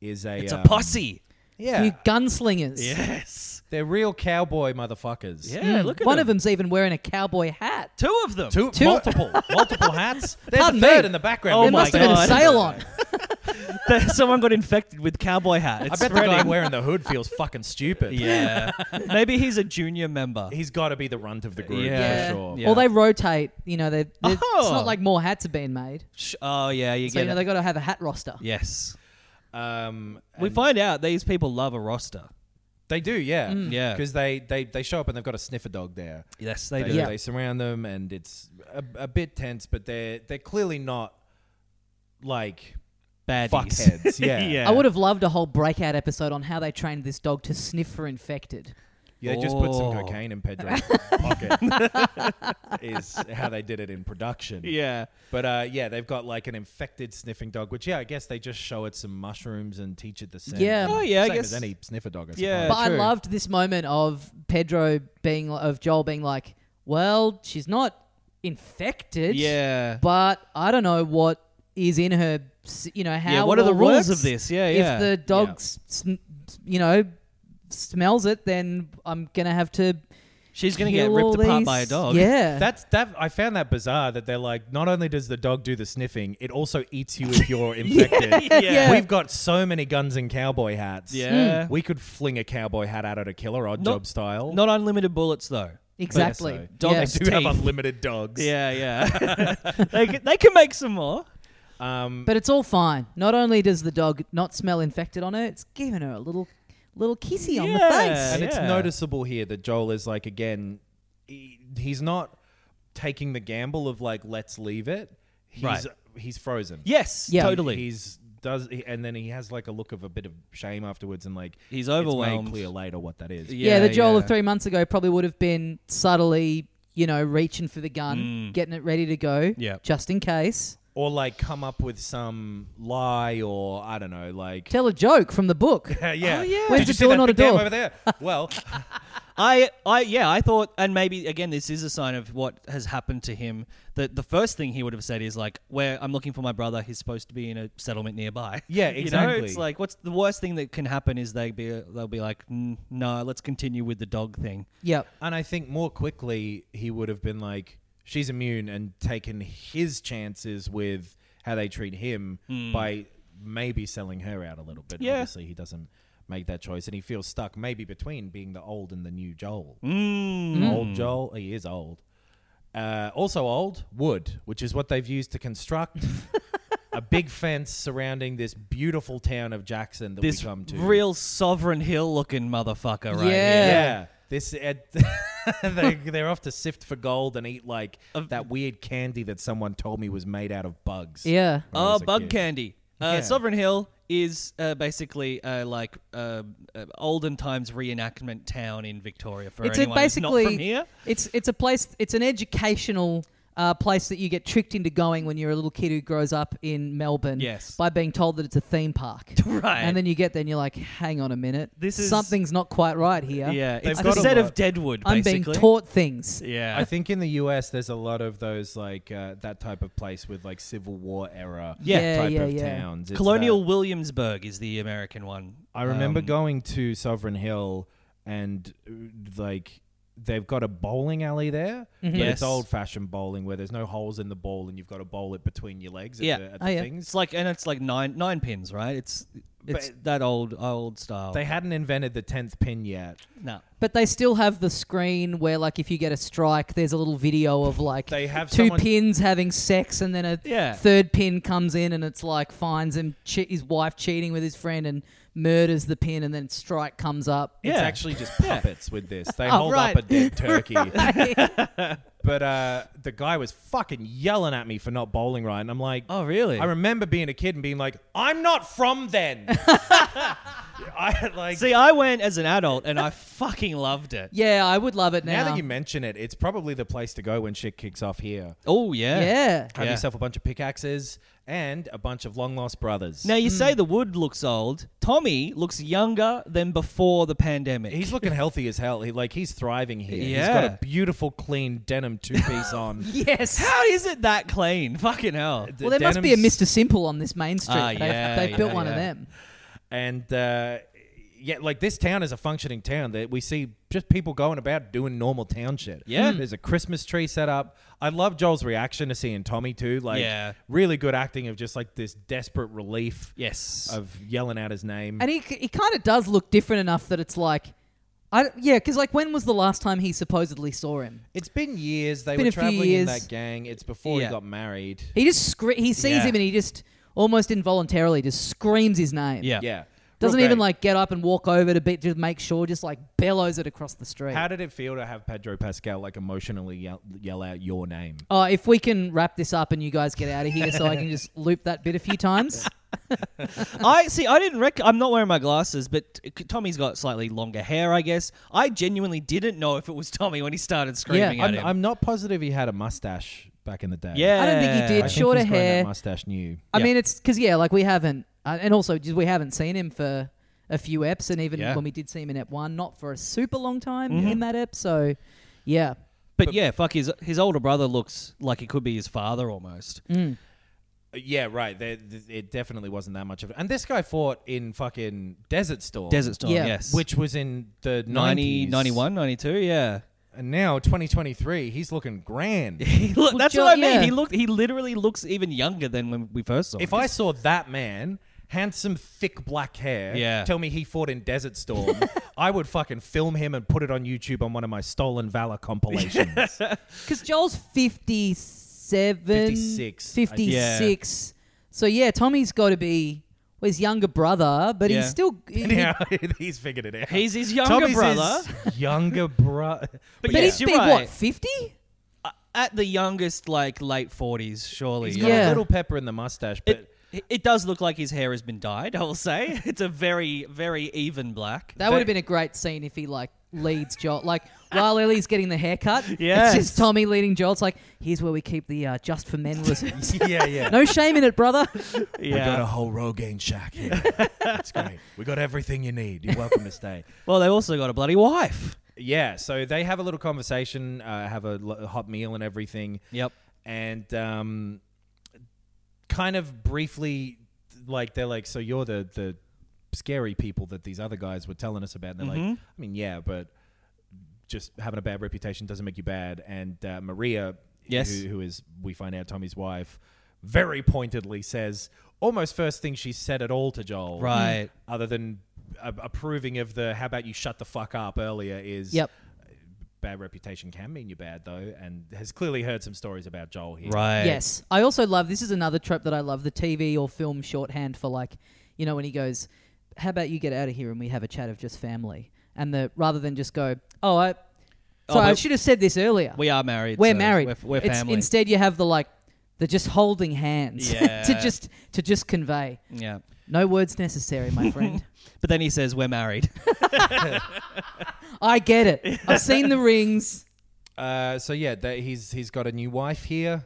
Speaker 2: is a
Speaker 1: Mm-hmm. it's
Speaker 2: um,
Speaker 1: a posse.
Speaker 2: Yeah,
Speaker 3: You gunslingers.
Speaker 1: Yes.
Speaker 2: they're real cowboy motherfuckers.
Speaker 1: Yeah. Hmm, Look at
Speaker 3: Hmm, One
Speaker 1: them.
Speaker 3: of them's even wearing a cowboy hat.
Speaker 1: Two of them.
Speaker 2: Two, multiple, multiple hats. There's
Speaker 3: Pardon
Speaker 2: a third
Speaker 3: me.
Speaker 2: in the background.
Speaker 1: Oh
Speaker 3: there
Speaker 1: my
Speaker 3: must have been a
Speaker 1: God.
Speaker 3: sail on.
Speaker 1: that someone got infected with cowboy hat. It's
Speaker 2: I bet the guy
Speaker 1: spreading.
Speaker 2: wearing the hood feels fucking stupid.
Speaker 1: Yeah. Maybe he's a junior member.
Speaker 2: He's got to be the runt of the group
Speaker 1: Yeah.
Speaker 2: for sure.
Speaker 1: Yeah.
Speaker 3: Or they rotate. You know, they. they- It's
Speaker 1: Oh.
Speaker 3: not like more hats are being made.
Speaker 1: Sh- Oh yeah, you
Speaker 3: So
Speaker 1: get
Speaker 3: you know
Speaker 1: it.
Speaker 3: they got to have a hat roster.
Speaker 1: yes.
Speaker 2: Um,
Speaker 1: We
Speaker 2: and
Speaker 1: find out these people love a roster.
Speaker 2: they do, yeah,
Speaker 1: Mm. Yeah.
Speaker 2: because they, they they show up and they've got a sniffer dog there.
Speaker 1: Yes, they
Speaker 2: They,
Speaker 1: do.
Speaker 3: Yeah.
Speaker 2: they surround them, and it's a, a bit tense, but they're they're clearly not like
Speaker 1: Baddies.
Speaker 2: fuckheads. Yeah,
Speaker 1: Yeah.
Speaker 3: I would have loved a whole breakout episode on how they trained this dog to sniff for infected.
Speaker 2: Yeah, they just put some
Speaker 1: Oh.
Speaker 2: cocaine in Pedro's pocket. is how they did it in production.
Speaker 1: Yeah.
Speaker 2: But uh, yeah, they've got like an infected sniffing dog, which yeah, I guess they just show it some mushrooms and teach it the scent.
Speaker 3: Yeah.
Speaker 1: Oh, yeah, I
Speaker 2: same as
Speaker 1: guess-
Speaker 2: any sniffer dog. I
Speaker 1: Yeah.
Speaker 2: suppose.
Speaker 3: but I
Speaker 1: true.
Speaker 3: loved this moment of Pedro being of Joel being like, "Well, she's not infected,
Speaker 1: Yeah.
Speaker 3: but I don't know what is in her. s- You know how?
Speaker 1: Yeah, what
Speaker 3: it
Speaker 1: are the
Speaker 3: all
Speaker 1: rules
Speaker 3: works.
Speaker 1: of this? Yeah, yeah.
Speaker 3: If the dog,
Speaker 2: Yeah.
Speaker 3: s- sm- you know, smells it, then I'm gonna have to.
Speaker 1: She's gonna
Speaker 3: kill
Speaker 1: get ripped
Speaker 3: all
Speaker 1: apart
Speaker 3: these-
Speaker 1: by a dog.
Speaker 3: Yeah,
Speaker 2: That's that. I found that bizarre that they're like, not only does the dog do the sniffing, it also eats you if you're infected.
Speaker 1: Yeah.
Speaker 3: Yeah.
Speaker 2: We've got so many guns and cowboy hats.
Speaker 1: Yeah.
Speaker 3: Mm.
Speaker 2: we could fling a cowboy hat out at a killer, odd
Speaker 1: Not-
Speaker 2: job style.
Speaker 1: Not unlimited bullets though.
Speaker 3: exactly.
Speaker 2: so.
Speaker 1: Dog
Speaker 3: yeah.
Speaker 2: they do have
Speaker 1: teeth.
Speaker 2: unlimited dogs.
Speaker 1: Yeah, yeah. they, c- they can make some more.
Speaker 2: Um,
Speaker 3: But it's all fine. Not only does the dog not smell infected on her, it's giving her a little little kissy on the
Speaker 1: Yeah.
Speaker 3: face.
Speaker 2: And it's
Speaker 1: Yeah.
Speaker 2: noticeable here that Joel is like again, he, he's not taking the gamble of like let's leave it. He's
Speaker 1: Right.
Speaker 2: he's frozen.
Speaker 1: Yes,
Speaker 3: Yeah.
Speaker 1: totally.
Speaker 2: He's does he, and then he has like a look of a bit of shame afterwards and like
Speaker 1: He's
Speaker 2: it's made
Speaker 1: overwhelmed.
Speaker 2: clear later what that is.
Speaker 3: Yeah, the Joel
Speaker 1: yeah.
Speaker 3: of three months ago probably would have been subtly, you know, reaching for the gun, getting it ready to go,
Speaker 1: Mm. Yep.
Speaker 3: just in case.
Speaker 2: Or like come up with some lie or I don't know like
Speaker 3: Tell a joke from the book.
Speaker 2: yeah. yeah. Did
Speaker 3: Where's the
Speaker 2: you see
Speaker 3: door,
Speaker 2: that
Speaker 3: not a
Speaker 2: big dam
Speaker 3: door?
Speaker 2: over there? Well,
Speaker 1: I, I, yeah, I thought, and maybe again, this is a sign of what has happened to him. That the first thing he would have said is like, "Where I'm looking for my brother. He's supposed to be in a settlement nearby."
Speaker 2: Yeah,
Speaker 1: You know,
Speaker 2: exactly.
Speaker 1: it's like, what's the worst thing that can happen is they be they'll be like, "N- "No, let's continue with the dog thing."
Speaker 3: yep.
Speaker 2: And I think more quickly he would have been like, she's immune and taken his chances with how they treat him by maybe selling her out a little bit.
Speaker 1: Hmm. Yeah.
Speaker 2: Obviously, he doesn't make that choice and he feels stuck maybe between being the old and the new Joel.
Speaker 1: Hmm.
Speaker 2: Old Joel, he is old. Uh, also, old wood, which is what they've used to construct. A big fence surrounding this beautiful town of Jackson that
Speaker 1: This
Speaker 2: we come to.
Speaker 1: real sovereign hill looking motherfucker, right?
Speaker 3: Yeah.
Speaker 1: here.
Speaker 2: Yeah. This at, they, they're off to sift for gold and eat like that weird candy that someone told me was made out of bugs.
Speaker 3: Yeah.
Speaker 2: when I
Speaker 1: Oh,
Speaker 2: was a
Speaker 1: bug
Speaker 2: kid.
Speaker 1: candy. Uh,
Speaker 2: Yeah.
Speaker 1: Sovereign Hill is uh, basically uh, like uh, uh, olden times reenactment town in Victoria for
Speaker 3: It's a
Speaker 1: anyone who's
Speaker 3: basically
Speaker 1: not from here.
Speaker 3: it's it's a place it's an educational uh, place that you get tricked into going when you're a little kid who grows up in Melbourne
Speaker 1: Yes.
Speaker 3: by being told that it's a theme park.
Speaker 1: Right.
Speaker 3: And then you get there and you're like, hang on a minute.
Speaker 1: This is-
Speaker 3: something's not quite right here.
Speaker 1: Yeah,
Speaker 2: They've
Speaker 1: it's the
Speaker 2: got a
Speaker 1: set of
Speaker 2: lot.
Speaker 1: Deadwood.
Speaker 3: I'm
Speaker 1: Basically.
Speaker 3: being taught things.
Speaker 1: Yeah,
Speaker 2: I think in the US there's a lot of those like uh, that type of place with like Civil War era
Speaker 1: Yeah.
Speaker 3: Yeah,
Speaker 2: type
Speaker 3: yeah,
Speaker 2: of
Speaker 3: yeah.
Speaker 2: towns. It's
Speaker 1: Colonial
Speaker 2: that-
Speaker 1: Williamsburg is the American one.
Speaker 2: I remember
Speaker 1: Um,
Speaker 2: going to Sovereign Hill and uh, like they've got a bowling alley there,
Speaker 3: Mm-hmm.
Speaker 2: but
Speaker 1: Yes.
Speaker 2: it's old fashioned bowling where there's no holes in the ball and you've got to bowl it between your legs at
Speaker 1: Yeah.
Speaker 2: the, at
Speaker 3: Oh,
Speaker 2: the
Speaker 3: yeah.
Speaker 2: things.
Speaker 1: It's like and it's like nine nine pins, right? It's it's
Speaker 2: But-
Speaker 1: that old old style.
Speaker 2: They hadn't invented the 10th pin yet.
Speaker 1: no.
Speaker 3: But they still have the screen where, like, if you get a strike, there's a little video of like
Speaker 2: They have
Speaker 3: two
Speaker 2: someone-
Speaker 3: pins having sex, and then a
Speaker 1: Yeah.
Speaker 3: third pin comes in and it's like finds him che- his wife cheating with his friend and murders the pin, and then strike comes up.
Speaker 1: Yeah.
Speaker 2: It's actually just puppets with this. They
Speaker 3: Oh,
Speaker 2: hold
Speaker 3: right.
Speaker 2: up a dead turkey. But uh, the guy was fucking yelling at me for not bowling right, and I'm like,
Speaker 1: Oh really?
Speaker 2: I remember being a kid and being like, I'm not from then. I like
Speaker 1: See, I went as an adult and I fucking loved it.
Speaker 3: yeah, I would love it
Speaker 2: now
Speaker 3: now.
Speaker 2: that you mention it, it's probably the place to go when shit kicks off here.
Speaker 1: Oh yeah.
Speaker 3: yeah,
Speaker 2: Have
Speaker 1: Yeah.
Speaker 2: yourself a bunch of pickaxes and a bunch of long lost brothers.
Speaker 1: Now you
Speaker 3: Mm.
Speaker 1: say the wood looks old. Tommy looks younger than before the pandemic.
Speaker 2: He's looking healthy as hell. He like he's thriving here. He's
Speaker 1: Yeah.
Speaker 2: got a beautiful clean denim two piece on.
Speaker 3: yes.
Speaker 1: How is it that clean? Fucking hell.
Speaker 2: The
Speaker 3: well, there must be a
Speaker 2: denim's-
Speaker 3: Mr. Simple on this main street.
Speaker 1: Ah,
Speaker 3: they've
Speaker 1: yeah,
Speaker 3: they've built
Speaker 1: yeah,
Speaker 3: one of
Speaker 1: yeah.
Speaker 3: them.
Speaker 2: and uh, yeah, like this town is a functioning town that we see just people going about doing normal town shit.
Speaker 1: Yeah.
Speaker 3: Hmm.
Speaker 1: Mm.
Speaker 2: there's a Christmas tree set up. I love Joel's reaction to seeing Tommy too. Like,
Speaker 1: Yeah.
Speaker 2: really good acting of just like this desperate relief
Speaker 1: Yes.
Speaker 2: of yelling out his name.
Speaker 3: And he he kind of does look different enough that it's like, I yeah, because like when was the last time he supposedly saw him?
Speaker 2: It's been years. They
Speaker 3: Been
Speaker 2: were
Speaker 3: a few
Speaker 2: traveling in
Speaker 3: years.
Speaker 2: that gang. It's before
Speaker 1: Yeah.
Speaker 2: he got married.
Speaker 3: He just scre- he sees
Speaker 1: Yeah.
Speaker 3: him and he just almost involuntarily just screams his name.
Speaker 1: yeah.
Speaker 2: Yeah.
Speaker 3: Doesn't
Speaker 2: Real
Speaker 3: even
Speaker 2: great.
Speaker 3: like get up and walk over to be, to make sure, just like bellows it across the street.
Speaker 2: How did it feel to have Pedro Pascal like emotionally yell, yell out your name?
Speaker 3: Oh, if we can wrap this up and you guys get out of here, so I can just loop that bit a few times.
Speaker 1: I see. I didn't rec. I'm not wearing my glasses, but Tommy's got slightly longer hair. I guess I genuinely didn't know if it was Tommy when he started screaming
Speaker 3: Yeah,
Speaker 1: at
Speaker 2: I'm,
Speaker 1: him.
Speaker 2: I'm not positive he had a mustache back in the day.
Speaker 1: yeah,
Speaker 3: I don't think he
Speaker 2: I
Speaker 3: did.
Speaker 2: think
Speaker 3: Shorter
Speaker 2: he's grown that
Speaker 3: hair.
Speaker 2: mustache new.
Speaker 3: I
Speaker 1: Yeah.
Speaker 3: mean, it's because yeah, like we haven't, uh, and also just we haven't seen him for a few eps, and even
Speaker 1: Yeah. Mm-hmm.
Speaker 3: when we did see him in ep one, not for a super long time in that ep. So, yeah,
Speaker 1: But, yeah, fuck his his older brother looks like he could be his father almost.
Speaker 3: Mm,
Speaker 2: Yeah, right. There, th- it definitely wasn't that much of it. And this guy fought in fucking Desert Storm.
Speaker 1: Desert Storm,
Speaker 3: Yeah.
Speaker 1: yes.
Speaker 2: Which was in the
Speaker 1: 90,
Speaker 2: 90s.
Speaker 1: 91, 92, yeah.
Speaker 2: And now 2023, he's looking grand.
Speaker 1: He look, that's
Speaker 3: Jo-
Speaker 1: what I mean.
Speaker 3: yeah.
Speaker 1: He looked he literally looks even younger than when we first saw him.
Speaker 2: If I saw that man, handsome, thick black hair,
Speaker 1: Yeah.
Speaker 2: tell me he fought in Desert Storm, I would fucking film him and put it on YouTube on one of my Stolen Valor compilations.
Speaker 3: because Joel's 57,
Speaker 2: 56, I think.
Speaker 3: 56. So yeah, Tommy's got to be well, his younger brother, but
Speaker 1: Yeah.
Speaker 3: he's still he- he-
Speaker 2: now he's figured it out.
Speaker 1: He's his younger
Speaker 2: Tommy's
Speaker 1: brother.
Speaker 2: his younger brother.
Speaker 1: But
Speaker 3: but
Speaker 1: yeah.
Speaker 3: he's
Speaker 1: you're
Speaker 3: been
Speaker 1: right.
Speaker 3: what fifty?
Speaker 1: at the youngest like late 40s surely.
Speaker 2: He's
Speaker 1: yeah.
Speaker 2: got
Speaker 3: Yeah.
Speaker 2: a little pepper in the mustache, but
Speaker 1: It, it does look like his hair has been dyed, I will say. It's a very very even black.
Speaker 3: That would have been a great scene if he like leads Joel, like while Ellie's getting the haircut.
Speaker 1: Yes.
Speaker 3: it's just Tommy leading Joel. It's like here's where we keep the uh, just for men reserves.
Speaker 2: yeah, yeah.
Speaker 3: no shame in it, brother.
Speaker 1: yeah.
Speaker 2: We got a whole Rogaine shack here. That's great. We got everything you need. You're welcome to stay.
Speaker 1: well, they also got a bloody wife.
Speaker 2: Yeah, so they have a little conversation, uh, have a l- hot meal and everything.
Speaker 1: Yep.
Speaker 2: And um, kind of briefly, like, they're like, so you're the, the scary people that these other guys were telling us about. And they're
Speaker 1: Mm-hmm.
Speaker 2: like, I mean, yeah, but just having a bad reputation doesn't make you bad. And uh, Maria,
Speaker 1: Yes.
Speaker 2: who, who is, we find out, Tommy's wife, very pointedly says, almost first thing she said at all to
Speaker 1: Mm.
Speaker 2: Joel.
Speaker 1: Right.
Speaker 2: Other than uh, approving of the, how about you shut the fuck up earlier is
Speaker 3: Yep.
Speaker 2: bad reputation can mean you're bad though, and has clearly heard some stories about Joel here.
Speaker 1: Right.
Speaker 3: Yes. I also love this is another trope that I love the TV or film shorthand for like, you know, when he goes, "How about you get out of here and we have a chat of just family," and the rather than just go, "Oh, I, sorry, I
Speaker 1: but-
Speaker 3: should have said this earlier."
Speaker 1: We are married.
Speaker 3: we're
Speaker 1: so
Speaker 3: married.
Speaker 1: We're, we're
Speaker 3: It's-
Speaker 1: family.
Speaker 3: instead, you have the like, they're just holding hands
Speaker 1: Yeah.
Speaker 3: to just to just convey.
Speaker 1: yeah.
Speaker 3: No words necessary, my friend.
Speaker 1: But then he says we're married.
Speaker 3: I get it. I've seen the rings.
Speaker 2: Uh, so yeah, that he's he's got a new wife here.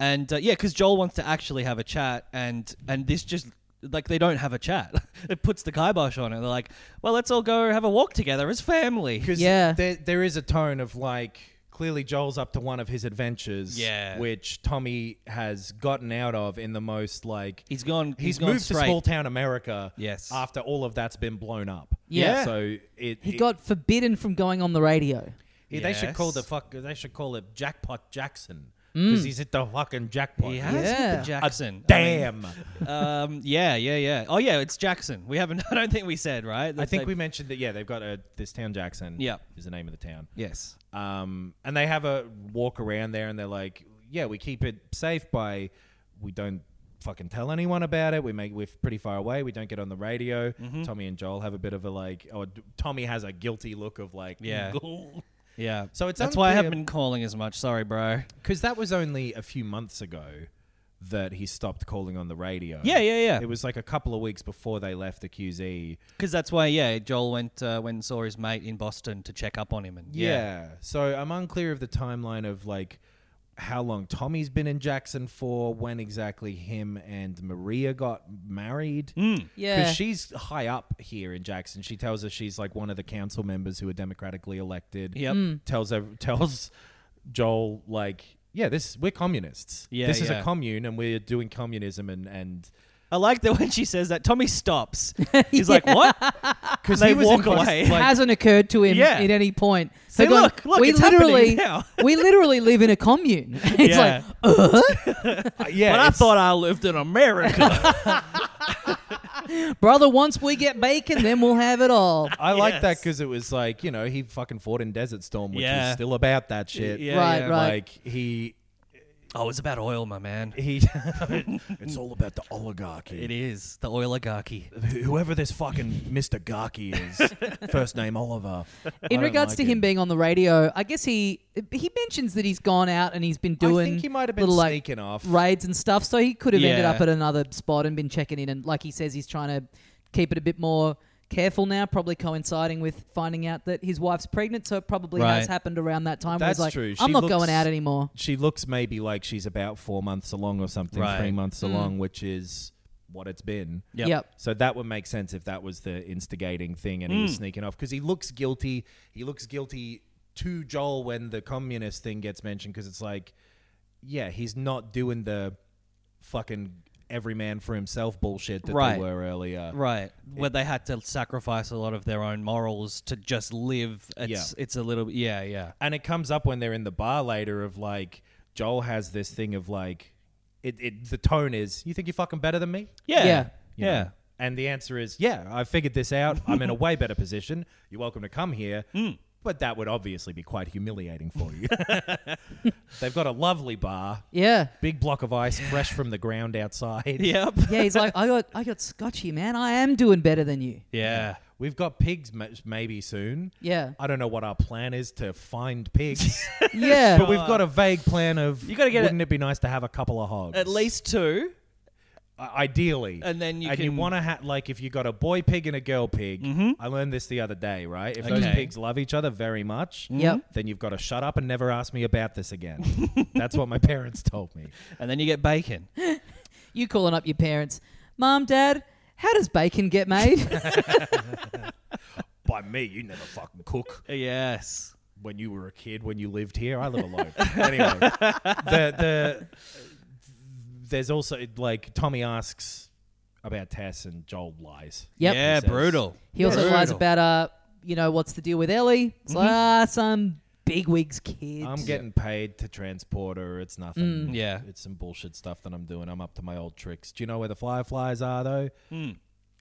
Speaker 1: and uh, yeah, because Joel wants to actually have a chat, and and this just like they don't have a chat. it puts the kibosh on it. They're like, well, let's all go have a walk together as family.
Speaker 2: Because
Speaker 3: Yeah.
Speaker 2: there, there is a tone of like clearly Joel's up to one of his adventures.
Speaker 1: Yeah.
Speaker 2: Which Tommy has gotten out of in the most like
Speaker 1: He's gone.
Speaker 2: he's,
Speaker 1: gone
Speaker 2: moved
Speaker 1: straight.
Speaker 2: to small town America.
Speaker 1: Yes.
Speaker 2: After all of that's been blown up.
Speaker 3: Yeah.
Speaker 2: So it
Speaker 3: He
Speaker 2: it-
Speaker 3: got forbidden from going on the radio.
Speaker 2: he- they should call
Speaker 1: Yes.
Speaker 2: the fuck they should call it jackpot Jackson
Speaker 3: Mm.
Speaker 2: because he's at the fucking jackpot.
Speaker 1: He has hit
Speaker 3: Yeah.
Speaker 1: the
Speaker 3: A
Speaker 1: Jackson. I
Speaker 2: Damn.
Speaker 1: mean, Uh, um. Yeah. Yeah. Yeah. Oh yeah. It's Jackson. We haven't. I don't think we said right.
Speaker 2: I
Speaker 1: That
Speaker 2: think
Speaker 1: they-
Speaker 2: we mentioned that. Yeah, they've got a this town Jackson.
Speaker 1: Yeah.
Speaker 2: is the name of the town.
Speaker 1: Yes.
Speaker 2: Um, and they have a walk around there, and they're like, "Yeah, we keep it safe by we don't fucking tell anyone about it. We make we're pretty far away. We don't get on the radio."
Speaker 1: Mm-hmm.
Speaker 2: Tommy and Joel have a bit of a like. Oh, d- Tommy has a guilty look of like,
Speaker 1: Yeah. Yeah.
Speaker 2: So it's
Speaker 1: that's why I
Speaker 2: unclear-
Speaker 1: haven't been calling as much. Sorry, bro.
Speaker 2: because that was only a few months ago that he stopped calling on the radio.
Speaker 1: Yeah. Yeah. Yeah.
Speaker 2: It was like a couple of weeks before they left the QZ.
Speaker 1: Because that's why, yeah, Joel went uh, went and saw his mate in Boston to check up on him, and
Speaker 2: Yeah. So I'm unclear of the timeline of like how long Tommy's been in Jackson for, when exactly him and Maria got married.
Speaker 1: Hmm.
Speaker 3: Yeah.
Speaker 2: she's high up here in Jackson. She tells us she's like one of the council members who are democratically elected.
Speaker 1: Yep.
Speaker 2: Tells ev- tells Joel like, yeah, this we're communists.
Speaker 1: Yeah,
Speaker 2: this is
Speaker 1: yeah.
Speaker 2: a commune, and we're doing communism and and
Speaker 1: I like that when she says that, Tommy stops. He's like, "What?" Because they
Speaker 2: he was
Speaker 1: walk
Speaker 2: in-
Speaker 1: away.
Speaker 2: like-
Speaker 3: hasn't occurred to him
Speaker 1: Yeah.
Speaker 3: at any point.
Speaker 1: Say,
Speaker 3: They're going,
Speaker 1: "Look, look,
Speaker 3: we
Speaker 1: it's happening
Speaker 3: literally,
Speaker 1: now."
Speaker 3: we literally live in a commune. it's
Speaker 1: Yeah.
Speaker 3: like, uh,
Speaker 2: Uh, yeah,
Speaker 1: but I
Speaker 2: it's-
Speaker 1: thought I lived in America.
Speaker 3: brother, once we get bacon, then we'll have it all. Right.
Speaker 2: I like that
Speaker 1: Yes.
Speaker 2: because it was like you know he fucking fought in Desert Storm, which
Speaker 1: Yeah.
Speaker 2: was still about that shit.
Speaker 1: Yeah, yeah.
Speaker 3: right.
Speaker 2: Like he
Speaker 1: oh, it's about oil, my man.
Speaker 2: he, it's all about the oligarchy.
Speaker 1: It is the oligarchy.
Speaker 2: Whoever this fucking Mister Garkey is, first name Oliver.
Speaker 3: in regards to him being on the radio, I guess he he mentions that he's gone out and he's been doing
Speaker 2: I think he might have been
Speaker 3: little like
Speaker 2: sneaking off.
Speaker 3: raids and stuff, so he could have ended
Speaker 1: Yeah.
Speaker 3: up at another spot and been checking in. And like he says, he's trying to keep it a bit more careful now, probably coinciding with finding out that his wife's pregnant, so it probably has
Speaker 1: Right.
Speaker 3: happened around that time. where he's
Speaker 2: That's
Speaker 3: like,
Speaker 2: true.
Speaker 3: I'm
Speaker 2: She
Speaker 3: not
Speaker 2: looks-
Speaker 3: going out anymore.
Speaker 2: She looks maybe like she's about four months along or something,
Speaker 1: Right.
Speaker 2: three months along, which is what it's been.
Speaker 1: Yep.
Speaker 2: So that would make sense if that was the instigating thing and he
Speaker 1: Hmm.
Speaker 2: was sneaking off because he looks guilty. He looks guilty to Joel when the communist thing gets mentioned because it's like, yeah, he's not doing the fucking every man for himself bullshit that
Speaker 1: Right.
Speaker 2: they were earlier.
Speaker 1: Right, where they had to sacrifice a lot of their own morals to just live. It's it's a little yeah yeah
Speaker 2: And it comes up when they're in the bar later of like, Joel has this thing of like, it, it the tone is, you think you're fucking better than me?
Speaker 1: yeah
Speaker 3: Yeah.
Speaker 2: you know? And the answer is, yeah, I figured this out. I'm in a way better position. You're welcome to come here.
Speaker 1: Hmm.
Speaker 2: But that would obviously be quite humiliating for you. They've got a lovely bar,
Speaker 3: Yeah.
Speaker 2: big block of ice fresh from the ground outside.
Speaker 1: Yep.
Speaker 3: Yeah, he's like, I got, I got scotchy, man. I am doing better than you.
Speaker 1: Yeah.
Speaker 2: We've got pigs ma- maybe soon.
Speaker 3: Yeah,
Speaker 2: I don't know what our plan is to find pigs,
Speaker 3: yeah.
Speaker 2: but we've got a vague plan of
Speaker 1: You gotta get a-
Speaker 2: wouldn't it be nice to have a couple of hogs?
Speaker 1: At least two.
Speaker 2: I- ideally.
Speaker 1: And then you
Speaker 2: and you
Speaker 1: can- Mm-hmm.
Speaker 2: want to ha- like if you got a boy pig and a girl pig. I learned this the other day, right? If those
Speaker 1: Okay.
Speaker 2: pigs love each other very much,
Speaker 3: Yep.
Speaker 2: then you've got to shut up and never ask me about this again. That's what my parents told me.
Speaker 1: And then you get bacon.
Speaker 3: you calling up your parents, mom, dad. How does bacon get made?
Speaker 2: By me, you never fucking cook
Speaker 1: yes.
Speaker 2: when you were a kid when you lived here. I live alone. anyway, the the there's also like Tommy asks about Tess and Joel lies.
Speaker 3: yep.
Speaker 1: Yeah,
Speaker 2: He says-
Speaker 1: brutal.
Speaker 3: He also
Speaker 1: Brutal.
Speaker 3: lies about uh, you know, what's the deal with Ellie? It's like ah, some bigwig's kid.
Speaker 2: I'm getting paid to transport her. It's nothing.
Speaker 1: Yeah.
Speaker 2: Uh, It's some bullshit stuff that I'm doing. I'm up to my old tricks. Do you know where the Fireflies are though?
Speaker 1: Hmm.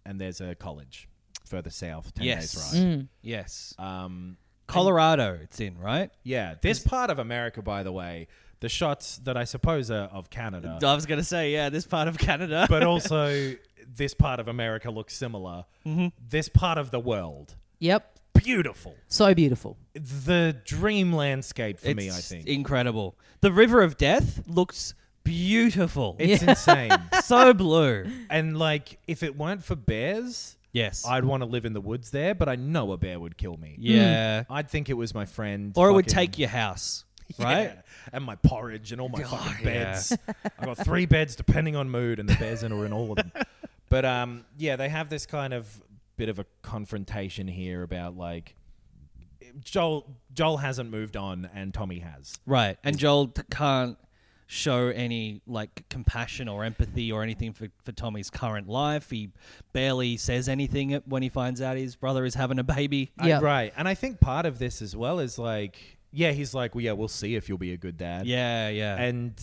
Speaker 2: And there's a college further south, ten
Speaker 1: Yes.
Speaker 2: days ride.
Speaker 1: Yes.
Speaker 2: Um,
Speaker 1: Colorado, it's in, right?
Speaker 2: yeah, this part of America, by the way, the shots that I suppose are of Canada,
Speaker 1: I was going to say, yeah, this part of Canada.
Speaker 2: Uh, but also this part of America looks similar.
Speaker 1: Mm-hmm.
Speaker 2: This part of the world,
Speaker 3: Yep.
Speaker 2: beautiful.
Speaker 3: So beautiful.
Speaker 2: The dream landscape for me, I
Speaker 1: It's e-
Speaker 2: think.
Speaker 1: incredible. The River of Death looks beautiful.
Speaker 2: it's insane.
Speaker 1: so blue.
Speaker 2: And like, if it weren't for bears,
Speaker 1: Yes.
Speaker 2: I'd want to live in the woods there, but I know a bear would kill me.
Speaker 1: yeah.
Speaker 2: I'd think it was my friend.
Speaker 1: Or it would
Speaker 2: fucking-
Speaker 1: take your house,
Speaker 2: Yeah,
Speaker 1: right? Oh,
Speaker 2: And my porridge and all my fucking beds. I got three beds depending on mood, and the bears in are in all of them. But um, yeah, they have this kind of bit of a confrontation here about like Joel. Joel hasn't moved on, and Tommy has.
Speaker 1: Right. And Joel t- can't show any like compassion or empathy or anything for, for Tommy's current life. He barely says anything when he finds out his brother is having a baby.
Speaker 2: I-
Speaker 3: Yeah.
Speaker 2: right. And I think part of this as well is like, yeah, he's like, well, yeah, we'll see if you'll be a good dad.
Speaker 1: Yeah, yeah.
Speaker 2: and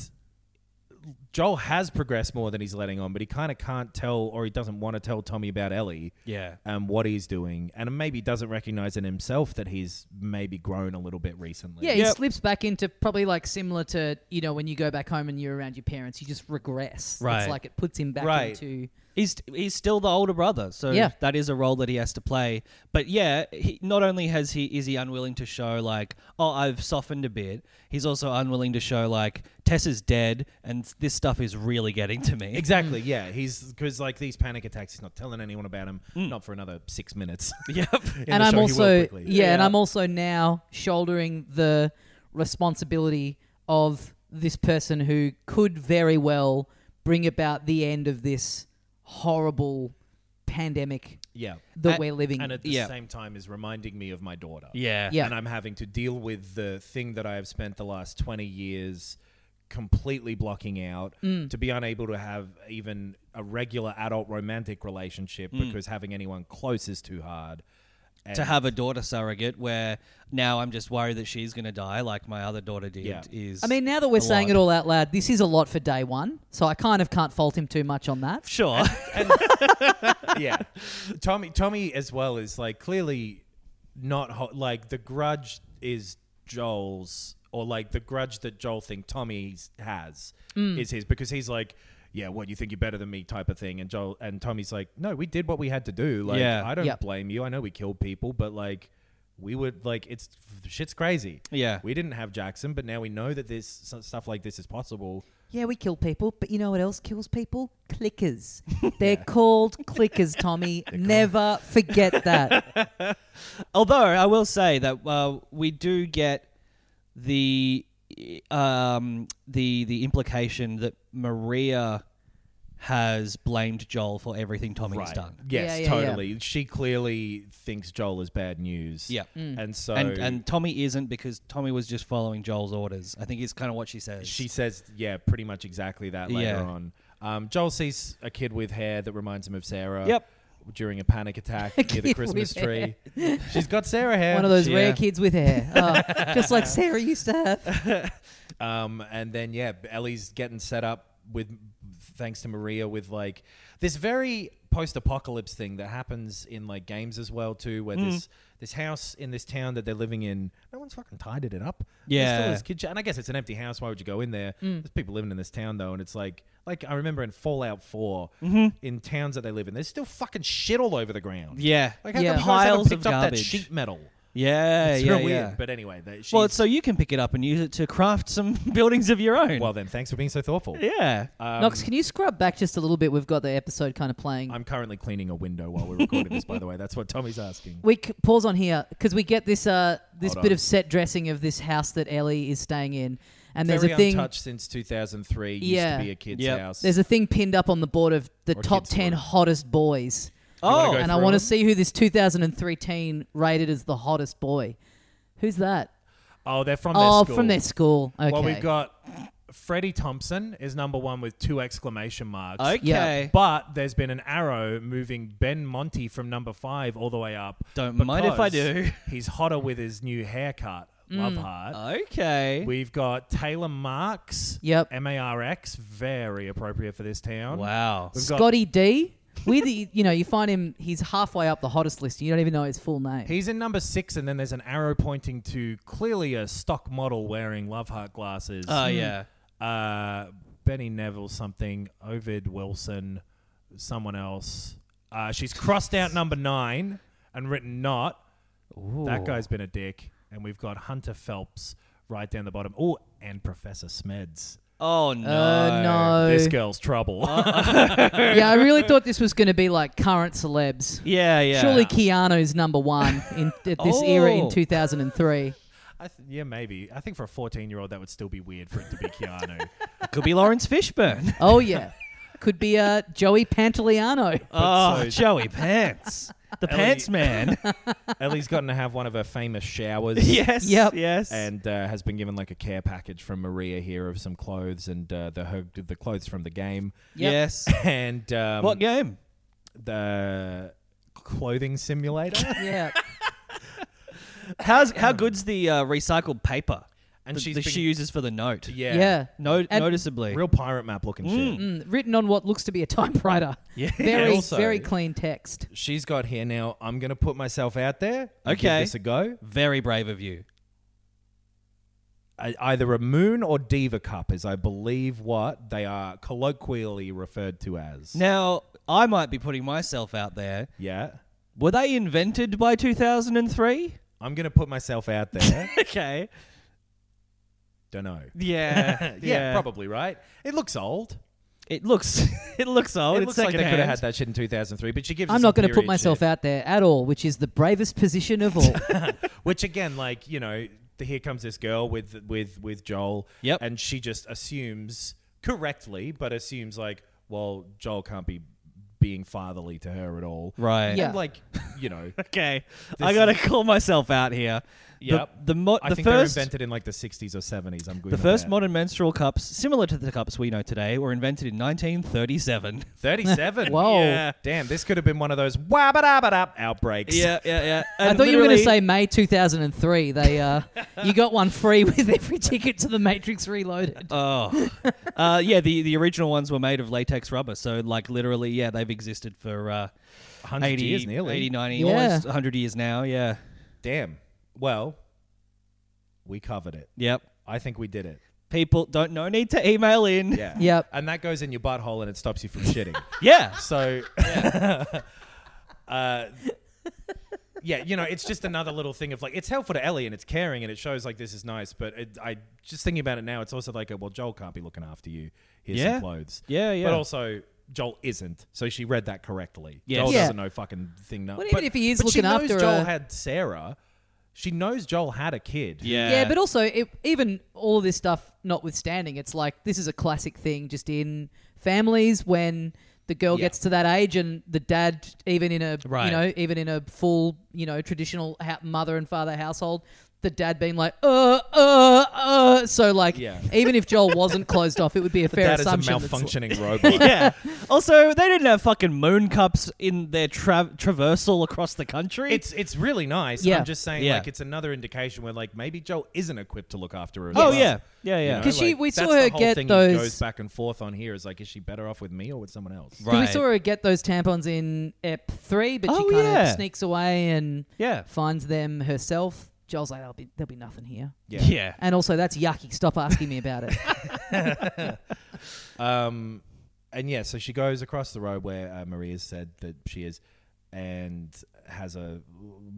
Speaker 2: Joel has progressed more than he's letting on, but he kind of can't tell, or he doesn't want to tell Tommy about Ellie
Speaker 1: yeah.
Speaker 2: and what he's doing, and maybe doesn't recognize in himself that he's maybe grown a little bit recently.
Speaker 3: Yeah, he
Speaker 1: Yep.
Speaker 3: slips back into probably like similar to you know when you go back home and you're around your parents, you just regress.
Speaker 1: Right.
Speaker 3: It's like it puts him back
Speaker 2: Right.
Speaker 3: into
Speaker 1: He's he's still the older brother, so
Speaker 3: Yeah.
Speaker 1: that is a role that he has to play. But yeah, he, not only has he is he unwilling to show like, oh, I've softened a bit. He's also unwilling to show like Tess is dead, and this stuff is really getting to me.
Speaker 2: Exactly. Yeah, he's because like these panic attacks, he's not telling anyone about him, not for another six minutes.
Speaker 1: Yep.
Speaker 2: In
Speaker 3: and
Speaker 2: the
Speaker 3: I'm
Speaker 2: show, he will
Speaker 3: also yeah,
Speaker 2: quickly.
Speaker 3: and
Speaker 1: Yeah.
Speaker 3: I'm also now shouldering the responsibility of this person who could very well bring about the end of this horrible pandemic
Speaker 2: yeah,
Speaker 3: that
Speaker 1: And-
Speaker 3: we're living.
Speaker 2: and at the
Speaker 1: Yeah.
Speaker 2: same time is reminding me of my daughter.
Speaker 1: Yeah.
Speaker 3: Yeah.
Speaker 2: and I'm having to deal with the thing that I have spent the last 20 years completely blocking out,
Speaker 3: Mm.
Speaker 2: to be unable to have even a regular adult romantic relationship
Speaker 3: Mm.
Speaker 2: because having anyone close is too hard. And
Speaker 1: to have a daughter surrogate where now I'm just worried that she's going to die like my other daughter did
Speaker 2: Yeah.
Speaker 1: is.
Speaker 3: I mean, now that we're
Speaker 1: a
Speaker 3: saying
Speaker 1: lot.
Speaker 3: it all out loud, this is a lot for day one, so I kind of can't fault him too much on that.
Speaker 1: Sure.
Speaker 2: yeah, Tommy. Tommy as well is like clearly not ho- like the grudge is Joel's, or like the grudge that Joel think Tommy has
Speaker 1: Mm.
Speaker 2: is his because he's like, yeah, what you think you're better than me type of thing, and Joel and Tommy's like, no, we did what we had to do. Like,
Speaker 1: Yeah.
Speaker 2: I don't
Speaker 3: Yep.
Speaker 2: blame you. I know we killed people, but like. We would like it's shit's crazy.
Speaker 1: Yeah.
Speaker 2: we didn't have Jackson, but now we know that this stuff like this is possible.
Speaker 3: Yeah, we kill people, but you know what else kills people? Clickers. They're called clickers, Tommy. Never forget that.
Speaker 1: Although I will say that uh, we do get the um, the the implication that Maria has blamed Joel for everything Tommy has done.
Speaker 2: Yes,
Speaker 3: Yeah, yeah, Mm. yeah.
Speaker 2: totally. She clearly thinks Joel is bad news.
Speaker 1: Yeah.
Speaker 2: And so
Speaker 1: And and Tommy isn't because Tommy was just following Joel's orders. I think is kind of what she says.
Speaker 2: she says, yeah, pretty much exactly that later
Speaker 1: Yeah.
Speaker 2: on. Um, Joel sees a kid with hair that reminds him of Sarah.
Speaker 1: Yep.
Speaker 2: During a panic attack near
Speaker 3: kid
Speaker 2: the
Speaker 3: with
Speaker 2: Christmas tree. She's got Sarah hair.
Speaker 3: One of those
Speaker 1: Yeah.
Speaker 3: rare kids with hair. Oh, just like Sarah used to have.
Speaker 2: Um, and then yeah, Ellie's getting set up with thanks to Maria with like this very post-apocalypse thing that happens in like games as well too, where
Speaker 1: Hmm.
Speaker 2: this this house in this town that they're living in, no one's fucking tidied it up. There's still
Speaker 1: Yeah. Hmm.
Speaker 2: this kid- and I guess it's an empty house. Why would you go in there? There's people living in this town though, and it's like. Like I remember in Fallout 4, in towns that they live in, there's still fucking shit all over the ground.
Speaker 1: Mm-hmm. Yeah.
Speaker 2: like how
Speaker 3: Yeah.
Speaker 2: come you guys haven't
Speaker 1: Piles of
Speaker 2: picked up that
Speaker 1: garbage.
Speaker 2: sheet metal?
Speaker 1: Yeah.
Speaker 2: It's
Speaker 1: yeah.
Speaker 2: real
Speaker 1: yeah.
Speaker 2: weird. But anyway, they, she's,
Speaker 1: well, it's so you can pick it up and use it to craft some buildings of your own.
Speaker 2: well uh, then, thanks for being so thoughtful.
Speaker 1: yeah.
Speaker 3: Knox, can you scrub back just a little bit? We've got the episode kind of playing.
Speaker 2: I'm currently cleaning a window while we're recording this, by the way. That's what Tommy's asking.
Speaker 3: we c- pause on here because we get this uh, this
Speaker 2: Hold
Speaker 3: bit
Speaker 2: on.
Speaker 3: of set dressing of this house that Ellie is staying in, and there's
Speaker 2: Very
Speaker 3: a thing.
Speaker 2: untouched since 2003. Used
Speaker 3: Yeah.
Speaker 2: to be a kid's
Speaker 1: Yep.
Speaker 2: house.
Speaker 3: There's a thing pinned up on the board of the
Speaker 2: Or
Speaker 3: top
Speaker 2: kids'
Speaker 3: 10
Speaker 2: room.
Speaker 3: hottest boys.
Speaker 1: oh.
Speaker 2: go
Speaker 3: and I
Speaker 2: through
Speaker 3: want to
Speaker 2: them?
Speaker 3: see who this 2003 teen rated as the hottest boy. Who's that?
Speaker 2: oh, they're from
Speaker 3: oh,
Speaker 2: their school.
Speaker 3: from their school. Okay.
Speaker 2: Well, we've got Freddie Thompson is number one with two exclamation marks.
Speaker 1: okay.
Speaker 2: But there's been an arrow moving Ben Monty from number five all the way up.
Speaker 1: Don't mind if I
Speaker 2: because
Speaker 1: do.
Speaker 2: He's hotter with his new haircut.
Speaker 3: Mm.
Speaker 2: Love heart.
Speaker 1: Okay.
Speaker 2: We've got Taylor Marks.
Speaker 3: Yep.
Speaker 2: M A R X. Very appropriate for this town.
Speaker 1: wow.
Speaker 2: We've got-
Speaker 3: Scotty D. We, the, you know, you find him. He's halfway up the hottest list. You don't even know his full name.
Speaker 2: He's in number six, and then there's an arrow pointing to clearly a stock model wearing love heart glasses.
Speaker 1: Oh yeah.
Speaker 2: Uh, Benny Neville, something, Ovid Wilson, someone else. Uh, she's crossed out number nine and written not. That guy's been a dick. And we've got Hunter Phelps right down the bottom. Oh, and Professor Smeds.
Speaker 1: Oh no.
Speaker 3: uh, no.
Speaker 2: This girl's trouble.
Speaker 3: yeah, I really thought this was going to be like current celebs.
Speaker 1: Yeah, yeah.
Speaker 3: Surely Keanu's number one in at this era in
Speaker 1: Oh.
Speaker 3: 2003.
Speaker 2: I th- yeah, maybe. I think for a 14 year old, that would still be weird for it to be Keanu.
Speaker 1: it could be Lawrence Fishburne.
Speaker 3: Oh yeah, could be uh, Joey Pantoliano.
Speaker 1: oh,
Speaker 2: so-
Speaker 1: Joey Pants, the
Speaker 2: Ellie-
Speaker 1: Pants Man.
Speaker 2: Ellie's gotten to have one of her famous showers.
Speaker 1: yes.
Speaker 3: Yep.
Speaker 1: Yes.
Speaker 2: and uh, has been given like a care package from Maria here of some clothes and uh, the her, the clothes from the game
Speaker 3: Yep.
Speaker 1: yes.
Speaker 2: and um,
Speaker 1: what game?
Speaker 2: the clothing simulator
Speaker 3: Yeah.
Speaker 1: How's how good's the uh, recycled paper?
Speaker 2: And
Speaker 1: that
Speaker 2: she's
Speaker 1: that
Speaker 2: been-
Speaker 1: she uses for the note.
Speaker 2: yeah
Speaker 3: yeah.
Speaker 1: No,
Speaker 3: And-
Speaker 1: noticeably.
Speaker 2: real pirate map looking shit
Speaker 3: Mm, written on what looks to be a typewriter.
Speaker 1: Yeah.
Speaker 3: Very,
Speaker 2: Also-
Speaker 3: very clean text.
Speaker 2: she's got here now I'm gonna put myself out there and give
Speaker 1: Okay.
Speaker 2: this a go
Speaker 1: Very brave of you.
Speaker 2: I, either a moon or diva cup is I believe what they are colloquially referred to as
Speaker 1: Now I might be putting myself out there.
Speaker 2: yeah
Speaker 1: Were they invented by 2003?
Speaker 2: I'm gonna put myself out there
Speaker 1: Okay.
Speaker 2: don't know
Speaker 1: Yeah.
Speaker 2: yeah, probably right it looks old
Speaker 1: It looks it looks old.
Speaker 2: it
Speaker 1: it's
Speaker 2: looks like they could
Speaker 1: secondhand.
Speaker 2: have had that shit in 2003 but she gives
Speaker 3: I'm
Speaker 2: us
Speaker 3: not
Speaker 2: going
Speaker 3: going to put myself out there at all, which is the bravest position of all.
Speaker 2: Which again, like you know, the, here comes this girl with with with Joel.
Speaker 1: Yep.
Speaker 2: And she just assumes correctly, but assumes like, well, Joel can't be being fatherly to her at all.
Speaker 1: Right.
Speaker 2: And
Speaker 3: Yeah.
Speaker 2: like you know.
Speaker 1: Okay,
Speaker 2: This
Speaker 1: I gotta call myself out here. The-
Speaker 2: Yep.
Speaker 1: The mo-
Speaker 2: I
Speaker 1: the
Speaker 2: think
Speaker 1: first
Speaker 2: they're invented in like the 60s or 70s. I'm good.
Speaker 1: the
Speaker 2: on
Speaker 1: first
Speaker 2: that.
Speaker 1: modern menstrual cups, similar to the cups we know today, were invented in 1937.
Speaker 2: 37.
Speaker 3: Whoa.
Speaker 1: Yeah.
Speaker 2: Damn, this could have been one of those wabba outbreaks.
Speaker 1: Yeah, yeah, yeah.
Speaker 3: I
Speaker 1: And
Speaker 3: thought you were going to
Speaker 1: literally-
Speaker 3: say May 2003. They, uh, you got one free with every ticket to the Matrix Reloaded.
Speaker 1: Oh, uh, yeah. The, the original ones were made of latex rubber, so like literally, yeah, they've existed for uh,
Speaker 2: 100
Speaker 1: 80,
Speaker 2: years nearly.
Speaker 1: 80, 90,
Speaker 3: Yeah.
Speaker 1: almost 100 years now. Yeah,
Speaker 2: Damn. Well, we covered it.
Speaker 1: yep.
Speaker 2: I think we did it.
Speaker 1: People don't no need to email in.
Speaker 2: Yeah.
Speaker 3: Yep.
Speaker 2: And that goes in your butthole and it stops you from shitting.
Speaker 1: yeah.
Speaker 2: So, uh, yeah, you know, it's just another little thing of like, it's helpful to Ellie and it's caring and it shows like this is nice. But it, I just thinking about it now, it's also like, a, well, Joel can't be looking after you. Here's
Speaker 1: Yeah.
Speaker 2: some clothes.
Speaker 1: Yeah, yeah.
Speaker 2: But also, Joel isn't. So she read that correctly.
Speaker 1: Yes.
Speaker 2: Joel
Speaker 3: Yeah.
Speaker 2: doesn't know fucking thing. No,
Speaker 3: Well,
Speaker 2: but,
Speaker 3: even if he is
Speaker 2: but she
Speaker 3: looking
Speaker 2: knows
Speaker 3: after
Speaker 2: Joel
Speaker 3: her-
Speaker 2: had Sarah. She knows Joel had a kid.
Speaker 1: Yeah.
Speaker 3: Yeah, but also it, even all this stuff notwithstanding, it's like this is a classic thing just in families when the girl
Speaker 2: Yeah.
Speaker 3: gets to that age and the dad, even in a
Speaker 1: Right.
Speaker 3: you know even in a full you know traditional ha- mother and father household. The dad being like, uh, uh, uh. So, like,
Speaker 2: Yeah.
Speaker 3: even if Joel wasn't closed off, it would be a
Speaker 2: The
Speaker 3: fair
Speaker 2: dad is a
Speaker 3: assumption. that's like-
Speaker 2: malfunctioning robot.
Speaker 1: yeah. Also, they didn't have fucking moon cups in their tra- traversal across the country.
Speaker 2: It's it's really nice.
Speaker 3: Yeah.
Speaker 2: I'm just saying,
Speaker 1: Yeah.
Speaker 2: like, it's another indication where like maybe Joel isn't equipped to look after her. As
Speaker 1: oh
Speaker 2: well.
Speaker 1: yeah, yeah,
Speaker 2: You
Speaker 1: yeah.
Speaker 2: know,
Speaker 3: 'Cause she-
Speaker 2: like,
Speaker 3: we saw
Speaker 2: that's the
Speaker 3: her
Speaker 2: whole
Speaker 3: get
Speaker 2: thing
Speaker 3: those-
Speaker 2: He goes back and forth on here is like, is she better off with me or with someone else?
Speaker 1: Right.
Speaker 3: We saw her get those tampons in Ep three, but
Speaker 1: Oh,
Speaker 3: she kind of
Speaker 1: yeah.
Speaker 3: sneaks away and
Speaker 1: Yeah.
Speaker 3: finds them herself. Joel's like, there'll be, there'll be nothing here.
Speaker 2: Yeah.
Speaker 1: Yeah.
Speaker 3: And also, that's yucky. Stop asking me about it.
Speaker 2: Um, and yeah, so she goes across the road where uh, Maria's said that she is, and has a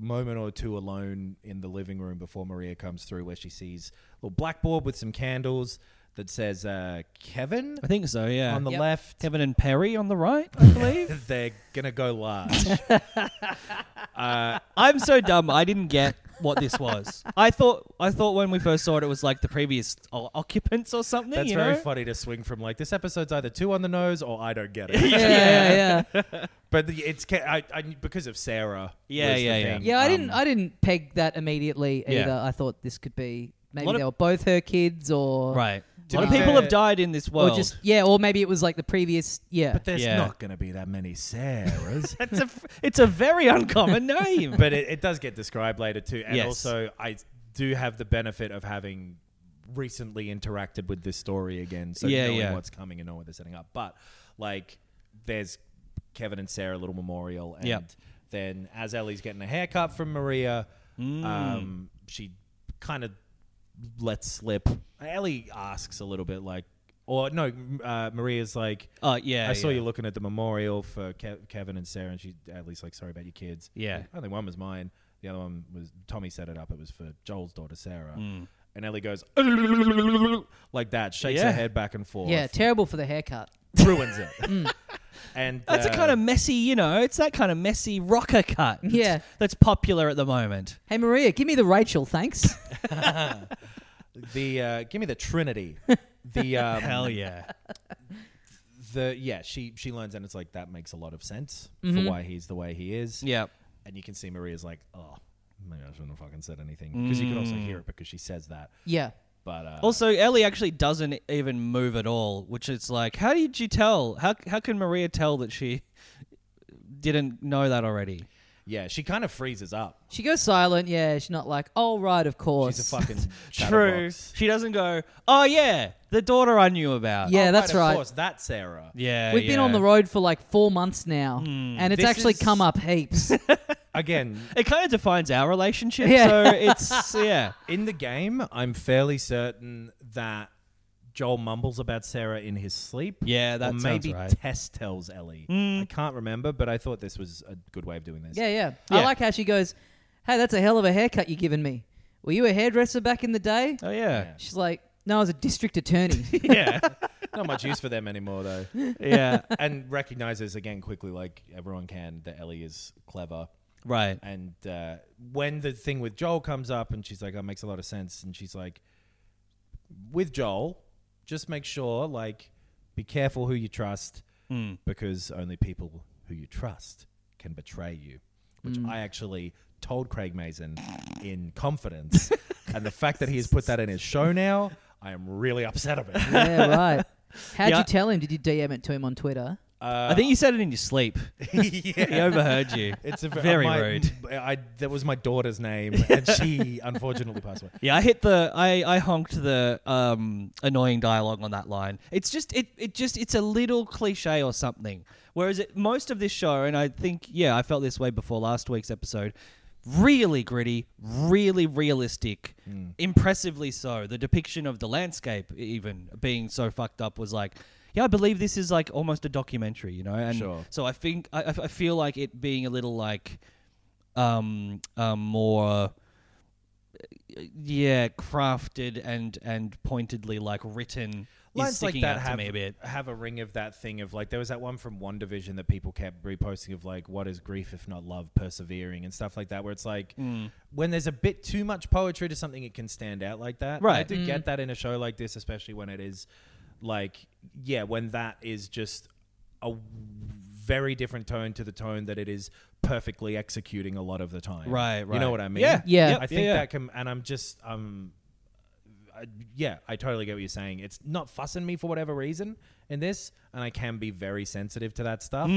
Speaker 2: moment or two alone in the living room before Maria comes through, where she sees a little blackboard with some candles that says uh, Kevin
Speaker 1: I think so. Yeah.
Speaker 2: on the
Speaker 3: Yep.
Speaker 2: left.
Speaker 1: Kevin and Perry on the right, I believe.
Speaker 2: They're gonna go large.
Speaker 1: I'm so dumb. I didn't get what this was. I thought I thought when we first saw it, it was like the previous o- occupants or something.
Speaker 2: That's
Speaker 1: you
Speaker 2: very
Speaker 1: know?
Speaker 2: funny to swing from like this episode's either two on the nose or I don't get it.
Speaker 3: yeah, yeah, yeah.
Speaker 2: But the, it's ca- I, I, because of Sarah.
Speaker 1: Yeah,
Speaker 2: was the
Speaker 1: yeah, yeah.
Speaker 2: thing.
Speaker 3: Yeah, I
Speaker 2: Um,
Speaker 3: didn't, I didn't peg that immediately either.
Speaker 1: Yeah.
Speaker 3: I thought this could be maybe
Speaker 1: Lot of-
Speaker 3: they were both her kids, or
Speaker 1: Right.
Speaker 2: To
Speaker 1: a lot of
Speaker 2: be
Speaker 1: people
Speaker 2: fair-
Speaker 1: have died in this
Speaker 3: or
Speaker 1: world.
Speaker 3: just yeah, or maybe it was like the previous yeah.
Speaker 2: But there's
Speaker 1: Yeah.
Speaker 2: not going to be that many Sarahs.
Speaker 1: it's a f- it's a very uncommon name.
Speaker 2: but it, it does get described later too. And
Speaker 1: Yes.
Speaker 2: also, I do have the benefit of having recently interacted with this story again, so
Speaker 1: Yeah,
Speaker 2: knowing
Speaker 1: yeah.
Speaker 2: what's coming and knowing what they're setting up. But like, there's Kevin and Sarah little memorial, and
Speaker 1: Yep.
Speaker 2: then as Ellie's getting a haircut from Maria,
Speaker 1: Mm.
Speaker 2: um, she kind of lets slip. Ellie asks a little bit like. Or no, m- uh, Maria's like,
Speaker 1: Oh yeah.
Speaker 2: I saw
Speaker 1: yeah.
Speaker 2: you looking at the memorial for Kev- Kevin and Sarah, and she at least like, sorry about your kids.
Speaker 1: Yeah.
Speaker 2: only one was mine. The other one was Tommy set it up. It was for Joel's daughter Sarah.
Speaker 1: Mm.
Speaker 2: And Ellie goes like that, shakes
Speaker 1: Yeah.
Speaker 2: her head back and forth.
Speaker 3: yeah, terrible for the haircut.
Speaker 2: ruins it. And
Speaker 1: That's a
Speaker 2: uh,
Speaker 1: kind of messy, you know. It's that kind of messy rocker cut. that's-
Speaker 3: Yeah.
Speaker 1: That's popular at the moment.
Speaker 3: Hey Maria, give me the Rachel, thanks.
Speaker 2: the uh, give me the Trinity. The um,
Speaker 1: yeah.
Speaker 2: the yeah. She she learns and it's like that makes a lot of sense for why he's the way he is.
Speaker 1: yeah.
Speaker 2: and you can see Maria's like, oh, maybe I shouldn't have fucking said anything because you could also hear it because she says that.
Speaker 3: yeah,
Speaker 2: But uh,
Speaker 1: Mm. Also, Ellie actually doesn't even move at all, which is like, how did you tell? How how can Maria tell that she didn't know that already?
Speaker 2: yeah, she kind of freezes up.
Speaker 3: she goes silent. Yeah, she's not like, oh right, of course.
Speaker 2: She's a fucking chatterbox.
Speaker 1: She doesn't go, "Oh yeah, the daughter I knew about."
Speaker 3: Yeah,
Speaker 2: Oh,
Speaker 3: that's
Speaker 2: of
Speaker 3: right.
Speaker 2: course, that's Sarah.
Speaker 1: Yeah.
Speaker 3: We've been on
Speaker 1: yeah.
Speaker 3: the road for like four months now, and it's
Speaker 2: Hmm, This
Speaker 3: actually
Speaker 2: is-
Speaker 3: come up heaps.
Speaker 2: Again,
Speaker 1: It kind of defines our relationship,
Speaker 3: Yeah.
Speaker 1: so it's yeah.
Speaker 2: in the game, I'm fairly certain that Joel mumbles about Sarah in his sleep.
Speaker 1: Yeah, that
Speaker 2: or
Speaker 1: sounds
Speaker 2: maybe
Speaker 1: right.
Speaker 2: Tess tells Ellie. I can't remember, but I thought this was a good way of doing this.
Speaker 3: yeah, yeah, I
Speaker 1: Yeah.
Speaker 3: like how she goes, "Hey, that's a hell of a haircut you given me. Were you a hairdresser back in the day?"
Speaker 1: Oh yeah.
Speaker 3: She's like, "No, I was a district attorney."
Speaker 1: Yeah.
Speaker 2: Not much use for them anymore, though.
Speaker 1: yeah.
Speaker 2: and recognizes again quickly, like everyone can, that Ellie is clever.
Speaker 1: Right.
Speaker 2: And uh, when the thing with Joel comes up, and she's like, "That makes a lot of sense," and she's like, "With Joel, just make sure, like, be careful
Speaker 1: Hmm.
Speaker 2: who you trust, because only people who you trust can betray you." which
Speaker 1: Hmm.
Speaker 2: I actually told Craig Mason in confidence. and the fact that he has put that in his show now, I am really upset about. it.
Speaker 3: Yeah, right. How'd
Speaker 1: Yeah.
Speaker 3: you tell him? Did you DM it to him on Twitter?
Speaker 1: I think you said it in your sleep. He
Speaker 2: yeah.
Speaker 1: overheard you.
Speaker 2: It's a, v-
Speaker 1: very
Speaker 2: my-
Speaker 1: rude.
Speaker 2: I, that was my daughter's name, and she unfortunately passed away.
Speaker 1: Yeah, I hit the I, I honked the um, annoying dialogue on that line. It's just it it just it's a little cliche or something. Whereas it, most of this show, and I think yeah, I felt this way before last week's episode. Really gritty, really realistic,
Speaker 2: Hmm.
Speaker 1: impressively so. The depiction of the landscape, e-, even being so fucked up, was like, yeah, I believe this is like almost a documentary, you know. And
Speaker 2: Sure.
Speaker 1: so I think I, I- I feel like it being a little like, um, um more yeah, crafted and and pointedly like written is
Speaker 2: Lines like
Speaker 1: sticking
Speaker 2: that
Speaker 1: out
Speaker 2: have,
Speaker 1: to me a bit.
Speaker 2: have a ring of that thing of like there was that one from One Division that people kept reposting of like what is grief if not love persevering and stuff like that where it's like
Speaker 1: Hmm.
Speaker 2: when there's a bit too much poetry to something it can stand out like that. And I
Speaker 1: Right.
Speaker 2: do get that in a show like this, especially when it is like yeah, when that is just a very different tone to the tone that it is perfectly executing a lot of the time.
Speaker 1: Right,
Speaker 2: You know
Speaker 1: right.
Speaker 2: what I mean?
Speaker 1: Yeah.
Speaker 3: Yeah.
Speaker 1: Yep.
Speaker 2: I think
Speaker 1: Yeah, yeah.
Speaker 2: that can and I'm just um I- yeah, I totally get what you're saying. It's not fussing me for whatever reason in this, and I can be very sensitive to that stuff.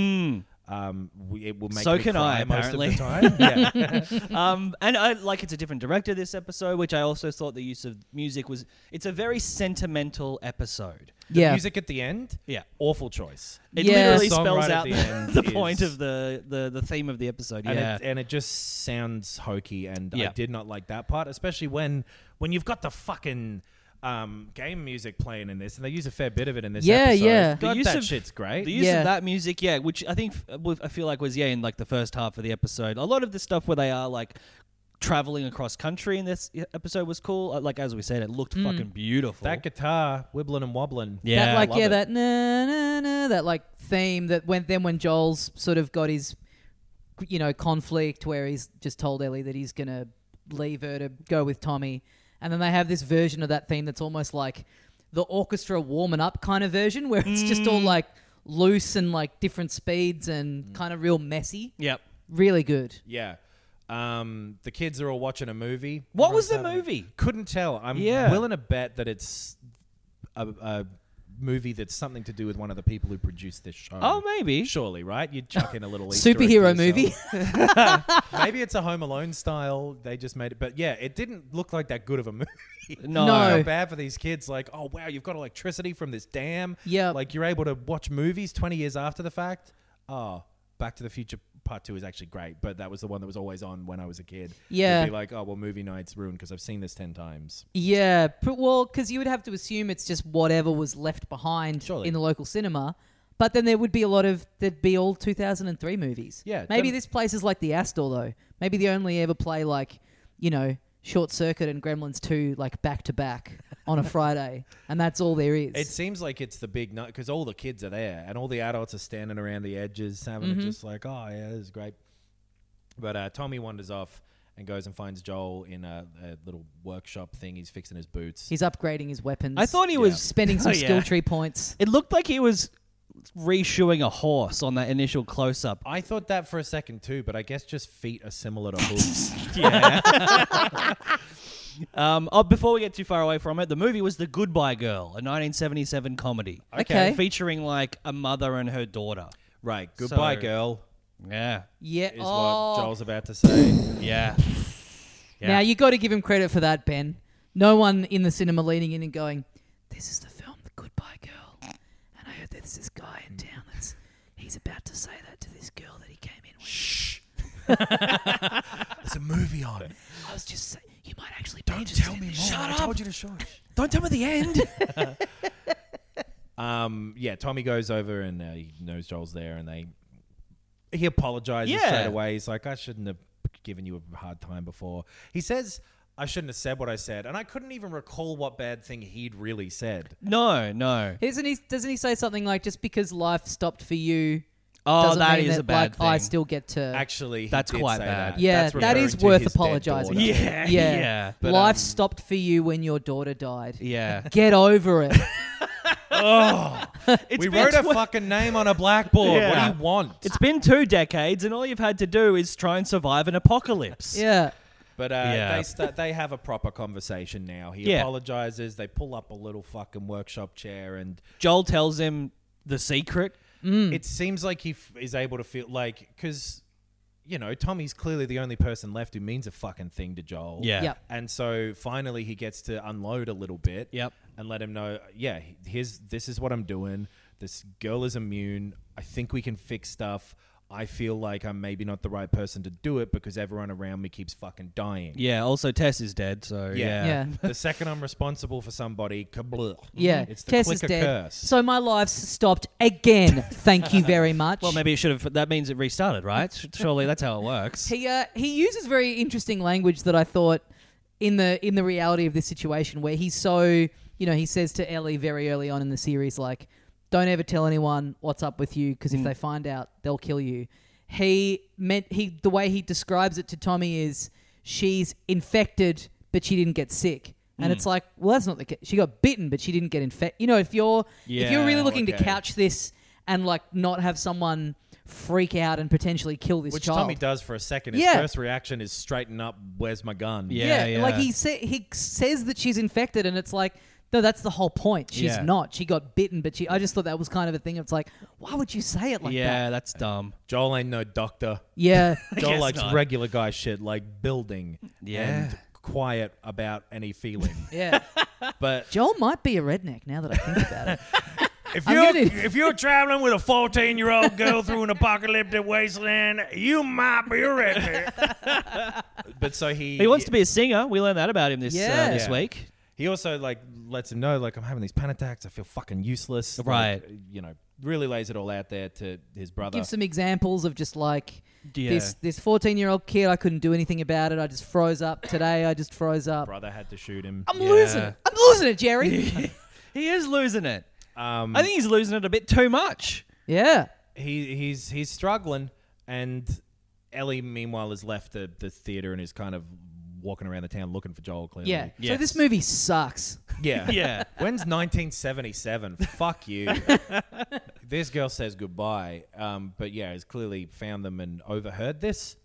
Speaker 2: Um, we- it will make
Speaker 1: Mm. So
Speaker 2: me
Speaker 1: can
Speaker 2: cry
Speaker 1: I,
Speaker 2: most of the time. yeah.
Speaker 1: um, and I like it's a different director this episode, which I also thought the use of music was. It's a very sentimental episode.
Speaker 3: Yeah.
Speaker 2: Music at the end,
Speaker 1: Yeah.
Speaker 2: awful choice,
Speaker 1: It
Speaker 3: Yeah.
Speaker 1: literally
Speaker 2: The song
Speaker 1: spells
Speaker 2: right at
Speaker 1: out
Speaker 2: the
Speaker 1: the,
Speaker 2: end
Speaker 1: the
Speaker 2: is-
Speaker 1: point of the, the the theme of the episode.
Speaker 2: and
Speaker 1: yeah,
Speaker 2: it and it just sounds hokey, and
Speaker 1: Yeah.
Speaker 2: I did not like that part, especially when when you've got the fucking. Um, game music playing in this, and they use a fair bit of it in this.
Speaker 3: Yeah,
Speaker 2: episode.
Speaker 3: yeah.
Speaker 1: The
Speaker 2: God,
Speaker 1: use
Speaker 2: that
Speaker 1: of-
Speaker 2: shit's great.
Speaker 1: The use
Speaker 3: Yeah.
Speaker 1: of that music, yeah, which I think f- was- I feel like was yeah in like the first half of the episode. A lot of the stuff where they are like traveling across country in this episode was cool. Uh, Like as we said, it looked fucking beautiful.
Speaker 2: Mm. that guitar wibbling and wobbling.
Speaker 1: yeah,
Speaker 3: that like
Speaker 1: love
Speaker 3: yeah,
Speaker 1: it.
Speaker 3: that na na na that like theme that when then when Joel's sort of got his you know conflict where he's just told Ellie that he's gonna leave her to go with Tommy, and then they have this version of that theme that's almost like the orchestra warming up kind of version where it's just
Speaker 1: Mm.
Speaker 3: all like loose and like different speeds and kind of real messy.
Speaker 1: Yep.
Speaker 3: Really good.
Speaker 2: Yeah. Um, the kids are all watching a movie.
Speaker 1: What was the
Speaker 2: Everyone's having-
Speaker 1: movie?
Speaker 2: Couldn't tell. I'm
Speaker 1: Yeah.
Speaker 2: willing to bet that it's a, a movie that's something to do with one of the people who produced this show.
Speaker 1: Oh, maybe.
Speaker 2: Surely, right? You'd chuck in a little Easter egg for
Speaker 3: Superhero
Speaker 2: yourself.
Speaker 3: movie.
Speaker 2: Maybe it's a Home Alone style. They just made it, but yeah, it didn't look like that good of a movie.
Speaker 1: No.
Speaker 3: No.
Speaker 2: I feel bad for these kids. Like, oh wow, you've got electricity from this dam.
Speaker 3: Yep.
Speaker 2: like you're able to watch movies twenty years after the fact. Oh, Back to the Future Part Two is actually great, but that was the one that was always on when I was a kid.
Speaker 3: Yeah.
Speaker 2: It'd be like, oh well, movie night's ruined because I've seen this ten times.
Speaker 3: Yeah, pr- well, because you would have to assume it's just whatever was left behind
Speaker 2: Surely.
Speaker 3: in the local cinema. But then there would be a lot of there'd be all 2003 movies.
Speaker 2: Yeah,
Speaker 3: maybe
Speaker 2: dem-
Speaker 3: this place is like the Astor though. Maybe they only ever play like you know Short Circuit and Gremlins 2 like back to back on a Friday, and that's all there is.
Speaker 2: It seems like it's the big night because all the kids are there and all the adults are standing around the edges, having
Speaker 3: Mm-hmm.
Speaker 2: it just like, oh yeah, this is great. But uh, Tommy wanders off and goes and finds Joel in a, a little workshop thing. He's fixing his boots.
Speaker 3: He's upgrading his weapons.
Speaker 1: I thought he was
Speaker 3: spending some
Speaker 1: Oh,
Speaker 3: skill
Speaker 1: yeah.
Speaker 3: tree points.
Speaker 1: It looked like he was reshoeing a horse on that initial close up.
Speaker 2: I thought that for a second too, but I guess just feet are similar to hooves.
Speaker 1: Um, oh, before we get too far away from it, the movie was The Goodbye Girl, a 1977 comedy.
Speaker 3: Okay. Okay.
Speaker 1: Featuring like a mother and her daughter.
Speaker 2: right, goodbye,
Speaker 1: So-
Speaker 2: girl.
Speaker 1: Yeah.
Speaker 3: Yeah.
Speaker 2: Is
Speaker 3: oh.
Speaker 2: what Joel's about to say.
Speaker 1: Yeah. Yeah.
Speaker 3: Now you got to give him credit for that, Ben. No one in the cinema leaning in and going, "This is the film, The Goodbye Girl," and I heard that there's this guy in town that's he's about to say that to this girl that he came in with. Shh!
Speaker 2: There's a movie on.
Speaker 3: I was just saying, you might actually be interested in this. Shut up!
Speaker 2: you to shush.
Speaker 1: Don't tell me the end.
Speaker 2: Um, yeah, Tommy goes over and uh, he knows Joel's there, and they he apologizes
Speaker 1: Yeah.
Speaker 2: straight away. He's like, "I shouldn't have given you a hard time before." He says, "I shouldn't have said what I said," and I couldn't even recall what bad thing he'd really said.
Speaker 1: no, no.
Speaker 3: Isn't he? Doesn't he say something like, "Just because life stopped for you,
Speaker 1: Oh,
Speaker 3: doesn't
Speaker 1: that
Speaker 3: mean
Speaker 1: is
Speaker 3: that,
Speaker 1: a bad
Speaker 3: like, I
Speaker 1: thing.
Speaker 3: still get to."
Speaker 2: Actually, he
Speaker 1: That's
Speaker 2: did
Speaker 1: quite
Speaker 2: say
Speaker 1: bad.
Speaker 2: That.
Speaker 3: yeah,
Speaker 2: That's
Speaker 3: that
Speaker 2: referring
Speaker 3: is
Speaker 2: to
Speaker 3: worth
Speaker 2: his dead
Speaker 3: apologizing.
Speaker 2: daughter.
Speaker 1: Yeah,
Speaker 3: yeah.
Speaker 1: yeah.
Speaker 2: But,
Speaker 3: life
Speaker 2: um,
Speaker 3: stopped for you when your daughter died.
Speaker 1: Yeah.
Speaker 3: Get over it.
Speaker 1: It's
Speaker 2: we
Speaker 1: been
Speaker 2: wrote a
Speaker 1: twe-
Speaker 2: fucking name on a blackboard.
Speaker 1: Yeah.
Speaker 2: What do you want?
Speaker 1: It's been two decades, and all you've had to do is try and survive an apocalypse.
Speaker 3: Yeah.
Speaker 2: But uh,
Speaker 1: Yeah.
Speaker 2: they sta they have a proper conversation now. He
Speaker 1: Yeah.
Speaker 2: apologizes. They pull up a little fucking workshop chair, and
Speaker 1: Joel tells him the secret. Hmm.
Speaker 2: it seems like he f- is able to feel like because you know Tommy's clearly the only person left who means a fucking thing to Joel.
Speaker 1: Yeah.
Speaker 3: Yep.
Speaker 2: And so finally he gets to unload a little bit.
Speaker 1: Yep.
Speaker 2: And let him know, yeah, here's this is what I'm doing. This girl is immune. I think we can fix stuff. I feel like I'm maybe not the right person to do it because everyone around me keeps fucking dying.
Speaker 1: Yeah. Also, Tess is dead, so yeah.
Speaker 3: Yeah.
Speaker 2: the second I'm responsible for somebody, kablooh.
Speaker 3: Yeah.
Speaker 2: It's the
Speaker 3: Tess is
Speaker 2: clicker
Speaker 3: dead.
Speaker 2: curse.
Speaker 3: So my life's stopped again. Thank you very much.
Speaker 1: Well, maybe it should have. That means it restarted, right? Sh- Surely that's how it works.
Speaker 3: He uh, he uses very interesting language that I thought in the in the reality of this situation where he's so you know he says to Ellie very early on in the series like don't ever tell anyone what's up with you because
Speaker 2: Mm.
Speaker 3: if they find out they'll kill you. He meant he the way he describes it to Tommy is she's infected but she didn't get sick. And
Speaker 2: Mm.
Speaker 3: it's like, well, that's not the case. She got bitten, but she didn't get infected. You know, if you're if you're really
Speaker 2: Yeah,
Speaker 3: looking to
Speaker 2: okay.
Speaker 3: couch this and like not have someone freak out and potentially kill this
Speaker 2: Which
Speaker 3: child,
Speaker 2: Tommy does for a second. His
Speaker 3: Yeah.
Speaker 2: first reaction is straighten up, where's my gun?
Speaker 3: yeah,
Speaker 1: Yeah,
Speaker 3: like
Speaker 1: yeah.
Speaker 3: he sa- he says that she's infected, and it's like no, that's the whole point. She's
Speaker 1: Yeah.
Speaker 3: not. She got bitten, but she. I just thought that was kind of a thing. It's like, why would you say it like
Speaker 1: yeah,
Speaker 3: that?
Speaker 1: that's dumb.
Speaker 2: Joel ain't no doctor.
Speaker 3: Yeah,
Speaker 2: Joel
Speaker 1: guess
Speaker 2: likes
Speaker 1: not.
Speaker 2: regular guy shit like building
Speaker 1: Yeah.
Speaker 2: and quiet about any feeling.
Speaker 3: yeah.
Speaker 2: but
Speaker 3: Joel might be a redneck now that I think about it.
Speaker 4: If
Speaker 3: I'm
Speaker 4: you're
Speaker 3: gonna-
Speaker 4: if you're traveling with a 14 year old girl through an apocalyptic wasteland, you might be a redneck.
Speaker 2: but so he
Speaker 1: He wants to be a singer. We learned that about him this
Speaker 3: Yeah.
Speaker 1: uh, this
Speaker 2: Yeah.
Speaker 1: week.
Speaker 2: He also like lets him know like I'm having these panic attacks. I feel fucking useless. Like,
Speaker 1: Right.
Speaker 2: you know, really lays it all out there to his brother.
Speaker 3: Give some examples of just like
Speaker 1: Yeah.
Speaker 3: this this fourteen year old kid. I couldn't do anything about it. I just froze up today. I just froze up.
Speaker 2: brother had to shoot him.
Speaker 3: I'm losing
Speaker 1: Yeah.
Speaker 3: it. I'm losing it, Jerry.
Speaker 1: He is losing it.
Speaker 2: Um,
Speaker 1: I think he's losing it a bit too much.
Speaker 3: yeah.
Speaker 2: he he's he's struggling, and Ellie meanwhile has left the the theater and is kind of walking around the town looking for Joel. Clearly,
Speaker 3: Yeah. So
Speaker 1: Yes.
Speaker 3: this movie sucks.
Speaker 2: yeah,
Speaker 1: Yeah.
Speaker 2: When's 1977? Fuck you. this girl says goodbye. Um, but yeah, has clearly found them and overheard this.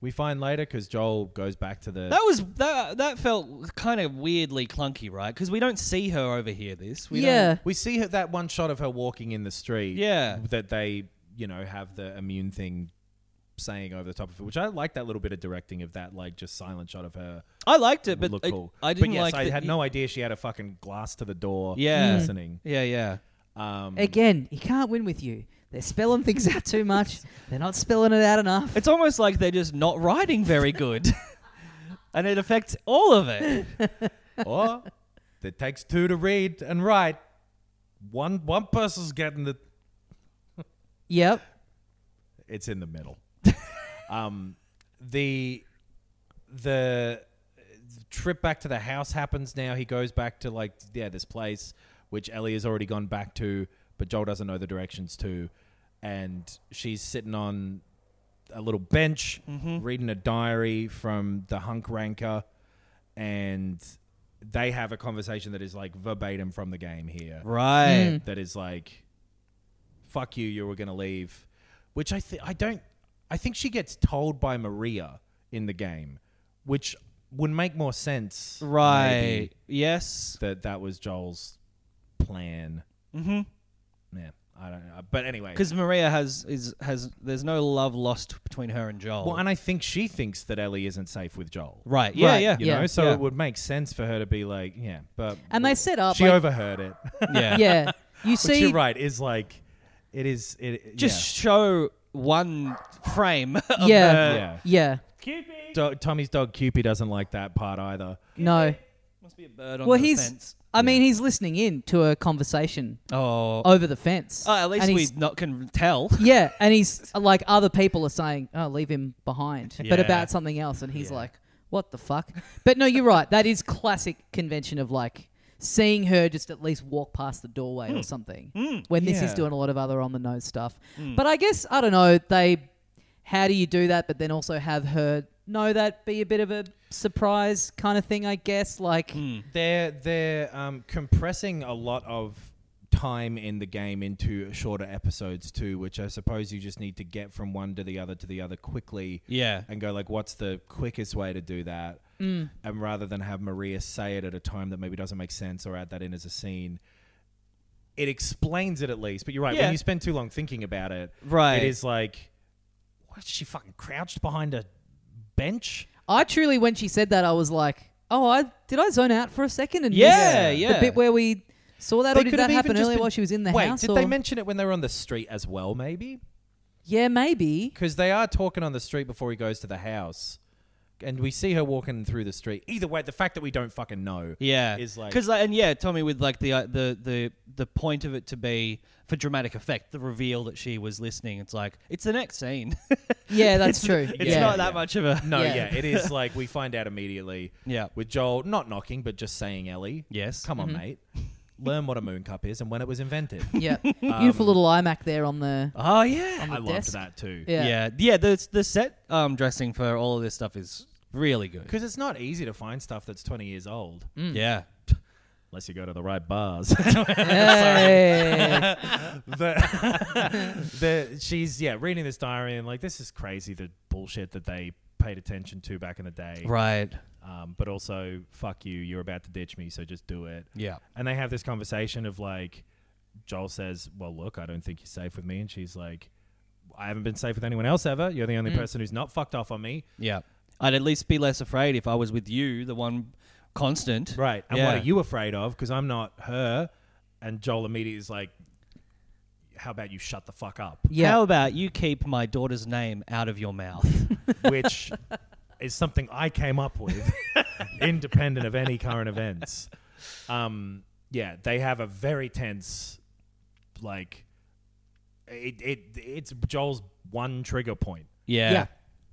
Speaker 2: We find later because Joel goes back to the.
Speaker 1: That was that. That felt kind of weirdly clunky, right? Because we don't see her overhear this. We
Speaker 3: yeah.
Speaker 1: Don't,
Speaker 2: We see her, that one shot of her walking in the street.
Speaker 1: Yeah.
Speaker 2: That they, you know, have the immune thing saying over the top of it, which I like that little bit of directing of that, like just silent shot of her.
Speaker 1: I liked it,
Speaker 2: It would
Speaker 1: but
Speaker 2: look
Speaker 1: I,
Speaker 2: cool.
Speaker 1: I didn't
Speaker 2: but yes,
Speaker 1: like.
Speaker 2: I
Speaker 1: that
Speaker 2: had
Speaker 1: you-
Speaker 2: no idea she had a fucking glass to the door.
Speaker 1: Yeah. Mm.
Speaker 2: Listening.
Speaker 1: Yeah, yeah.
Speaker 2: Um,
Speaker 3: Again, he can't win with you. They're spelling things out too much. They're not spelling it out enough.
Speaker 1: It's almost like they're just not writing very good, and it affects all of it.
Speaker 2: or it takes two to read and write. One one person's getting the
Speaker 3: Yep.
Speaker 2: it's in the middle. um, the the trip back to the house happens now. He goes back to like yeah this place which Ellie has already gone back to, but Joel doesn't know the directions to, and she's sitting on a little bench reading a diary from the hunk ranker, and they have a conversation that is like verbatim from the game here
Speaker 1: Right.
Speaker 3: Mm.
Speaker 2: that is like, "Fuck you, you were gonna leave," which I think I don't. I think she gets told by Maria in the game, which would make more sense,
Speaker 1: Hmm. Right.
Speaker 2: maybe,
Speaker 1: Yes.
Speaker 2: that that was Joel's plan. Mm-hmm. Yeah, I don't know, but anyway,
Speaker 1: Because Maria has is has there's no love lost between her and Joel.
Speaker 2: well, and I think she thinks that Ellie isn't safe with Joel.
Speaker 1: right. Yeah.
Speaker 3: Right,
Speaker 1: Yeah.
Speaker 2: You
Speaker 3: Yeah.
Speaker 2: know, so
Speaker 1: Yeah.
Speaker 2: it would make sense for her to be like, yeah, but
Speaker 3: And they set up.
Speaker 2: she
Speaker 3: like,
Speaker 2: overheard it.
Speaker 1: Yeah.
Speaker 3: yeah. You
Speaker 2: Which
Speaker 3: see.
Speaker 2: you're right is like, it is it
Speaker 1: Just show one frame. Of
Speaker 3: Yeah.
Speaker 1: her-
Speaker 2: yeah. yeah.
Speaker 3: Yeah.
Speaker 2: Do- Tommy's dog Cupid doesn't like that part either.
Speaker 3: No.
Speaker 1: Must be a bird on
Speaker 3: Well,
Speaker 1: the
Speaker 3: he's.
Speaker 1: fence.
Speaker 3: I mean, he's listening in to a conversation
Speaker 1: Oh.
Speaker 3: over the fence.
Speaker 1: Oh, at least
Speaker 3: and
Speaker 1: we
Speaker 3: he's-
Speaker 1: not can tell.
Speaker 3: Yeah, and he's like other people are saying, "Oh, leave him behind," but
Speaker 1: Yeah.
Speaker 3: about something else, and he's like, "What the fuck?" But no, you're right. That is classic convention of like seeing her just at least walk past the doorway
Speaker 1: Hmm.
Speaker 3: or something. when this is
Speaker 2: Yeah.
Speaker 3: doing a lot of other on the nose stuff.
Speaker 1: Hmm.
Speaker 3: But I guess I don't know. They, how do you do that? But then also have her know that be a bit of a surprise
Speaker 1: Hmm.
Speaker 3: kind of thing. I guess like
Speaker 2: They're they're um, compressing a lot of time in the game into shorter episodes too, which I suppose you just need to get from one to the other to the other quickly
Speaker 1: Yeah.
Speaker 2: and go like what's the quickest way to do that and rather than have maria say it at a time that maybe doesn't make sense or add that in as a scene it explains it at least but you're right
Speaker 1: Yeah.
Speaker 2: when you spend too long thinking about it
Speaker 1: Right.
Speaker 2: it is like what she fucking crouched behind a bench
Speaker 3: I truly, when she said that, I was like, "Oh, I did I zone out for a second and
Speaker 1: Yeah,
Speaker 3: miss
Speaker 1: yeah.
Speaker 3: the bit where we saw that, or did
Speaker 2: could have
Speaker 3: that
Speaker 2: even
Speaker 3: happen
Speaker 2: just
Speaker 3: earlier
Speaker 2: been-
Speaker 3: while she was in the
Speaker 2: wait,
Speaker 3: house?
Speaker 2: did
Speaker 3: or-
Speaker 2: they mention it when they were on the street as well? Maybe
Speaker 3: yeah, maybe.
Speaker 2: because they are talking on the street before he goes to the house, and we see her walking through the street. Either way, the fact that we don't fucking know,
Speaker 1: Yeah,
Speaker 2: is like
Speaker 1: because and yeah, Tommy with like the uh, the the the point of it to be for dramatic effect, the reveal that she was listening. It's like it's the next scene.
Speaker 3: Yeah, that's true.
Speaker 1: it's
Speaker 3: yeah.
Speaker 1: not that much of a
Speaker 2: No,
Speaker 3: Yeah.
Speaker 2: yeah. it is like we find out immediately.
Speaker 1: Yeah.
Speaker 2: With Joel not knocking, but just saying Ellie.
Speaker 1: Yes.
Speaker 2: Come on,
Speaker 3: Mm-hmm.
Speaker 2: mate. Learn what a moon cup is and when it was invented.
Speaker 3: yeah, beautiful little iMac there on the.
Speaker 1: Oh yeah,
Speaker 3: the
Speaker 2: I
Speaker 3: desk.
Speaker 2: loved that too.
Speaker 3: Yeah.
Speaker 1: yeah, yeah. the the set um, dressing for all of this stuff is really good.
Speaker 2: Because it's not easy to find stuff that's 20 years old
Speaker 3: Mm.
Speaker 1: Yeah,
Speaker 2: unless you go to the right bars.
Speaker 3: Hey.
Speaker 2: the, the, she's, yeah, reading this diary and like, this is crazy the bullshit that they paid attention to back in the day.
Speaker 1: right.
Speaker 2: Um, but also, fuck you, you're about to ditch me, so just do it.
Speaker 1: Yeah,
Speaker 2: And they have this conversation of like, Joel says, Well, look, I don't think you're safe with me. And she's like, I haven't been safe with anyone else ever. You're the only person who's not fucked off on me.
Speaker 1: yeah. I'd at least be less afraid if I was with you, the one constant.
Speaker 2: Right. And
Speaker 1: yeah.
Speaker 2: what are you afraid of? Because I'm not her. And Joel immediately is like, How about you shut the fuck up?
Speaker 3: yeah.
Speaker 1: How about you keep my daughter's name out of your mouth?
Speaker 2: Which is something I came up with, independent of any current events. Um, yeah, they have a very tense, like, it, it it's Joel's one trigger point.
Speaker 1: yeah.
Speaker 3: Yeah.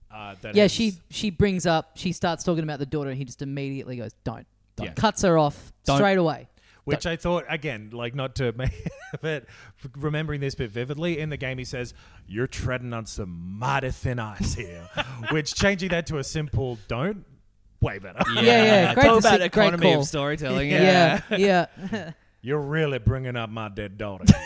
Speaker 2: Uh, that
Speaker 3: yeah,
Speaker 2: is-
Speaker 3: she she brings up, she starts talking about the daughter, and he just immediately goes, "Don't, don't."
Speaker 2: Yeah.
Speaker 3: cuts her off
Speaker 1: Don't.
Speaker 3: straight away.
Speaker 2: Which I thought again, like not to make, but remembering this bit vividly in the game, he says, "You're treading on some mighty thin ice here," which changing that to a simple "don't" way better.
Speaker 3: Yeah, yeah, great
Speaker 1: Talk
Speaker 3: to
Speaker 1: about
Speaker 3: see- great
Speaker 1: economy
Speaker 3: call.
Speaker 1: of storytelling. Yeah.
Speaker 3: Yeah, Mm. yeah.
Speaker 2: You're really bringing up my dead daughter.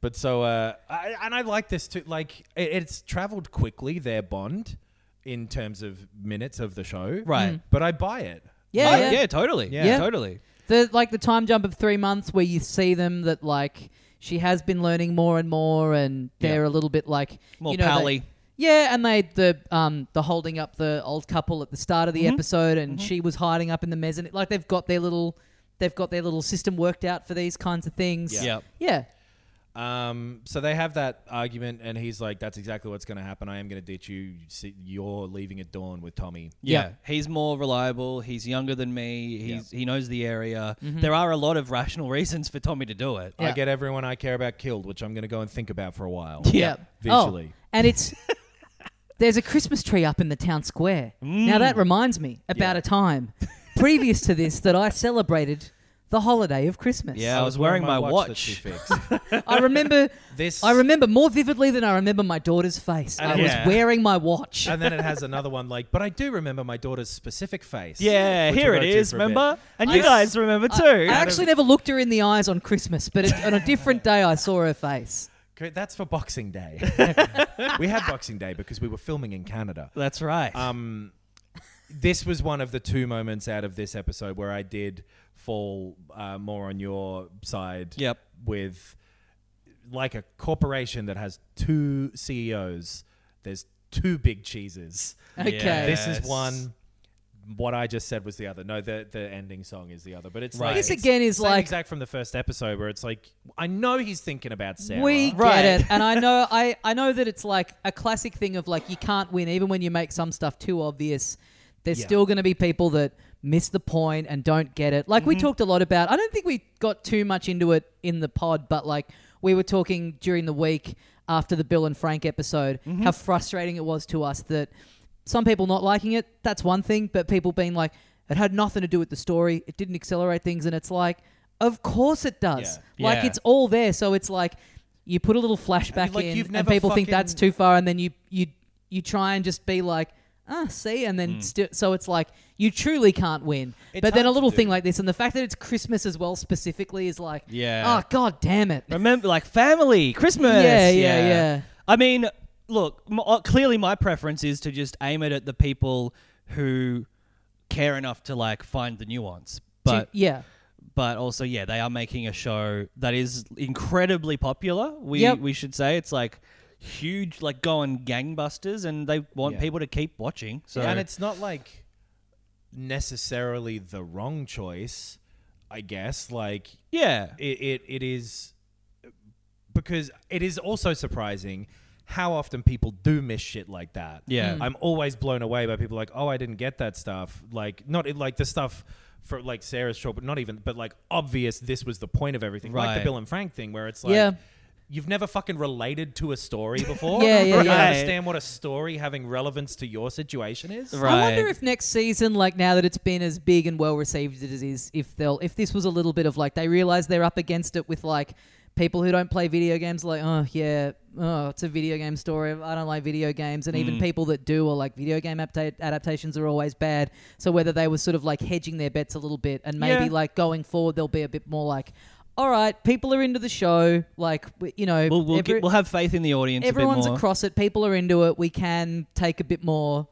Speaker 2: but so, uh, I, and I like this too. Like it, it's traveled quickly their bond in terms of minutes of the show,
Speaker 1: Right. Mm.
Speaker 2: But I buy it.
Speaker 3: Yeah,
Speaker 1: Oh,
Speaker 3: yeah.
Speaker 1: totally. Yeah,
Speaker 3: Yeah.
Speaker 1: totally.
Speaker 3: The like the time jump of three months where you see them that like she has been learning more and more, and they're a little bit like
Speaker 1: More
Speaker 3: you know,
Speaker 1: pally.
Speaker 3: they- yeah, and they the um the holding up the old couple at the start of the episode, and she was hiding up in the mezzanine. Like they've got their little they've got their little system worked out for these kinds of things.
Speaker 1: Yeah. Yep.
Speaker 3: yeah,
Speaker 2: Um, so they have that argument, and he's like, "That's exactly what's going to happen. I am going to ditch you. You see- You're leaving at dawn with Tommy."
Speaker 1: Yeah.
Speaker 3: Yeah.
Speaker 1: he's more reliable. He's younger than me. He's he knows the area.
Speaker 3: Mm-hmm.
Speaker 1: There are a lot of rational reasons for Tommy to do it.
Speaker 3: Yeah.
Speaker 2: I get everyone I care about killed, which I'm going to go and think about for a while.
Speaker 3: yeah.
Speaker 2: Visually.
Speaker 3: Oh, and it's there's a Christmas tree up in the town square. Now that reminds me about a time previous to this that I celebrated the holiday of Christmas.
Speaker 1: Yeah. I was wearing my
Speaker 2: that she
Speaker 1: watch.
Speaker 2: fixed.
Speaker 3: I remember
Speaker 2: this,
Speaker 3: I remember more vividly than I remember my daughter's face. I
Speaker 1: Yeah.
Speaker 3: was wearing my watch.
Speaker 2: and then it has another one like, but I do remember my daughter's specific face.
Speaker 1: Yeah,
Speaker 2: which
Speaker 1: here
Speaker 2: we'll
Speaker 1: it
Speaker 2: go to
Speaker 1: is.
Speaker 2: for a bit.
Speaker 1: Remember, and
Speaker 3: I
Speaker 1: you
Speaker 3: s-
Speaker 1: guys remember
Speaker 3: I-
Speaker 1: too.
Speaker 3: I, actually never looked her in the eyes on Christmas, but it, on a different day I saw her face.
Speaker 2: Okay, That's for Boxing Day. we had Boxing Day because we were filming in Canada.
Speaker 1: That's right.
Speaker 2: Um, this was one of the two moments out of this episode where I did fall uh, more on your side.
Speaker 1: Yep.
Speaker 2: With like a corporation that has two CEOs, there's two big cheeses.
Speaker 3: Okay.
Speaker 2: This is
Speaker 1: Yes.
Speaker 2: one. What I just said was the other. No, the the ending song is the other. But it's
Speaker 1: Right.
Speaker 2: like
Speaker 3: This
Speaker 2: it's
Speaker 3: again is
Speaker 2: same
Speaker 3: like
Speaker 2: exact from the first episode where it's like I know he's thinking about Sarah.
Speaker 3: We
Speaker 1: Right.
Speaker 3: get it, and I know I, I know that it's like a classic thing of like you can't win even when you make some stuff too obvious. There's
Speaker 2: Yeah.
Speaker 3: still going to be people that miss the point and don't get it. Like we talked a lot about. I don't think we got too much into it in the pod, but like we were talking during the week after the Bill and Frank episode, how frustrating it was to us that some people not liking it. That's one thing, but people being like, it had nothing to do with the story. It didn't accelerate things, and it's like. Of course it does.
Speaker 1: Yeah.
Speaker 3: Like
Speaker 1: Yeah.
Speaker 3: it's all there. So it's like you put a little flashback
Speaker 2: like,
Speaker 3: in,
Speaker 2: you've
Speaker 3: and
Speaker 2: never
Speaker 3: people think that's
Speaker 2: fucking-
Speaker 3: too far, and then you you you try and just be like, ah, see, and then sti- so it's like you truly can't win. but then
Speaker 2: hard
Speaker 3: a
Speaker 2: to
Speaker 3: little
Speaker 2: do.
Speaker 3: thing like this, and the fact that it's Christmas as well specifically is like,
Speaker 1: Yeah.
Speaker 3: oh god damn it,
Speaker 1: Remember, like family, Christmas.
Speaker 3: Yeah, yeah, yeah.
Speaker 1: I mean, look, m- uh, clearly my preference is to just aim it at the people who care enough to like find the nuance. But
Speaker 3: yeah,
Speaker 1: but also, yeah, they are making a show that is incredibly popular. We
Speaker 3: Yep.
Speaker 1: we should say it's like huge, like going gangbusters, and they want
Speaker 2: Yeah.
Speaker 1: people to keep watching. So
Speaker 2: and it's not like necessarily the wrong choice, I guess. Like
Speaker 1: yeah,
Speaker 2: it, it, it is because it is also surprising how often people do miss shit like that.
Speaker 1: Yeah. Mm.
Speaker 2: I'm always blown away by people like, oh, I didn't get that stuff. Like not it- like the stuff for like Sarah's show, but not even, but like obvious. This was the point of everything, like
Speaker 1: Right.
Speaker 2: the Bill and Frank thing, where it's like.
Speaker 3: Yeah.
Speaker 2: You've never fucking related to a story before.
Speaker 3: Yeah, yeah,
Speaker 2: You don't
Speaker 1: yeah.
Speaker 2: understand what a story having relevance to your situation is.
Speaker 1: right.
Speaker 3: I wonder if next season, like now that it's been as big and well received as it is, if they'll if this was a little bit of like they realize they're up against it with like people who don't play video games, like oh yeah, oh it's a video game story. I don't like video games, and
Speaker 1: Mm.
Speaker 3: even people that do are like video game apta- adaptations are always bad. So whether they were sort of like hedging their bets a little bit, and maybe
Speaker 1: Yeah.
Speaker 3: like going forward, they'll be a bit more like. All right, people are into the show. Like, w- you know,
Speaker 1: we'll we'll,
Speaker 3: every-
Speaker 1: get, we'll have faith in the audience. a
Speaker 3: everyone's
Speaker 1: bit more.
Speaker 3: across it. People are into it. We can take a bit more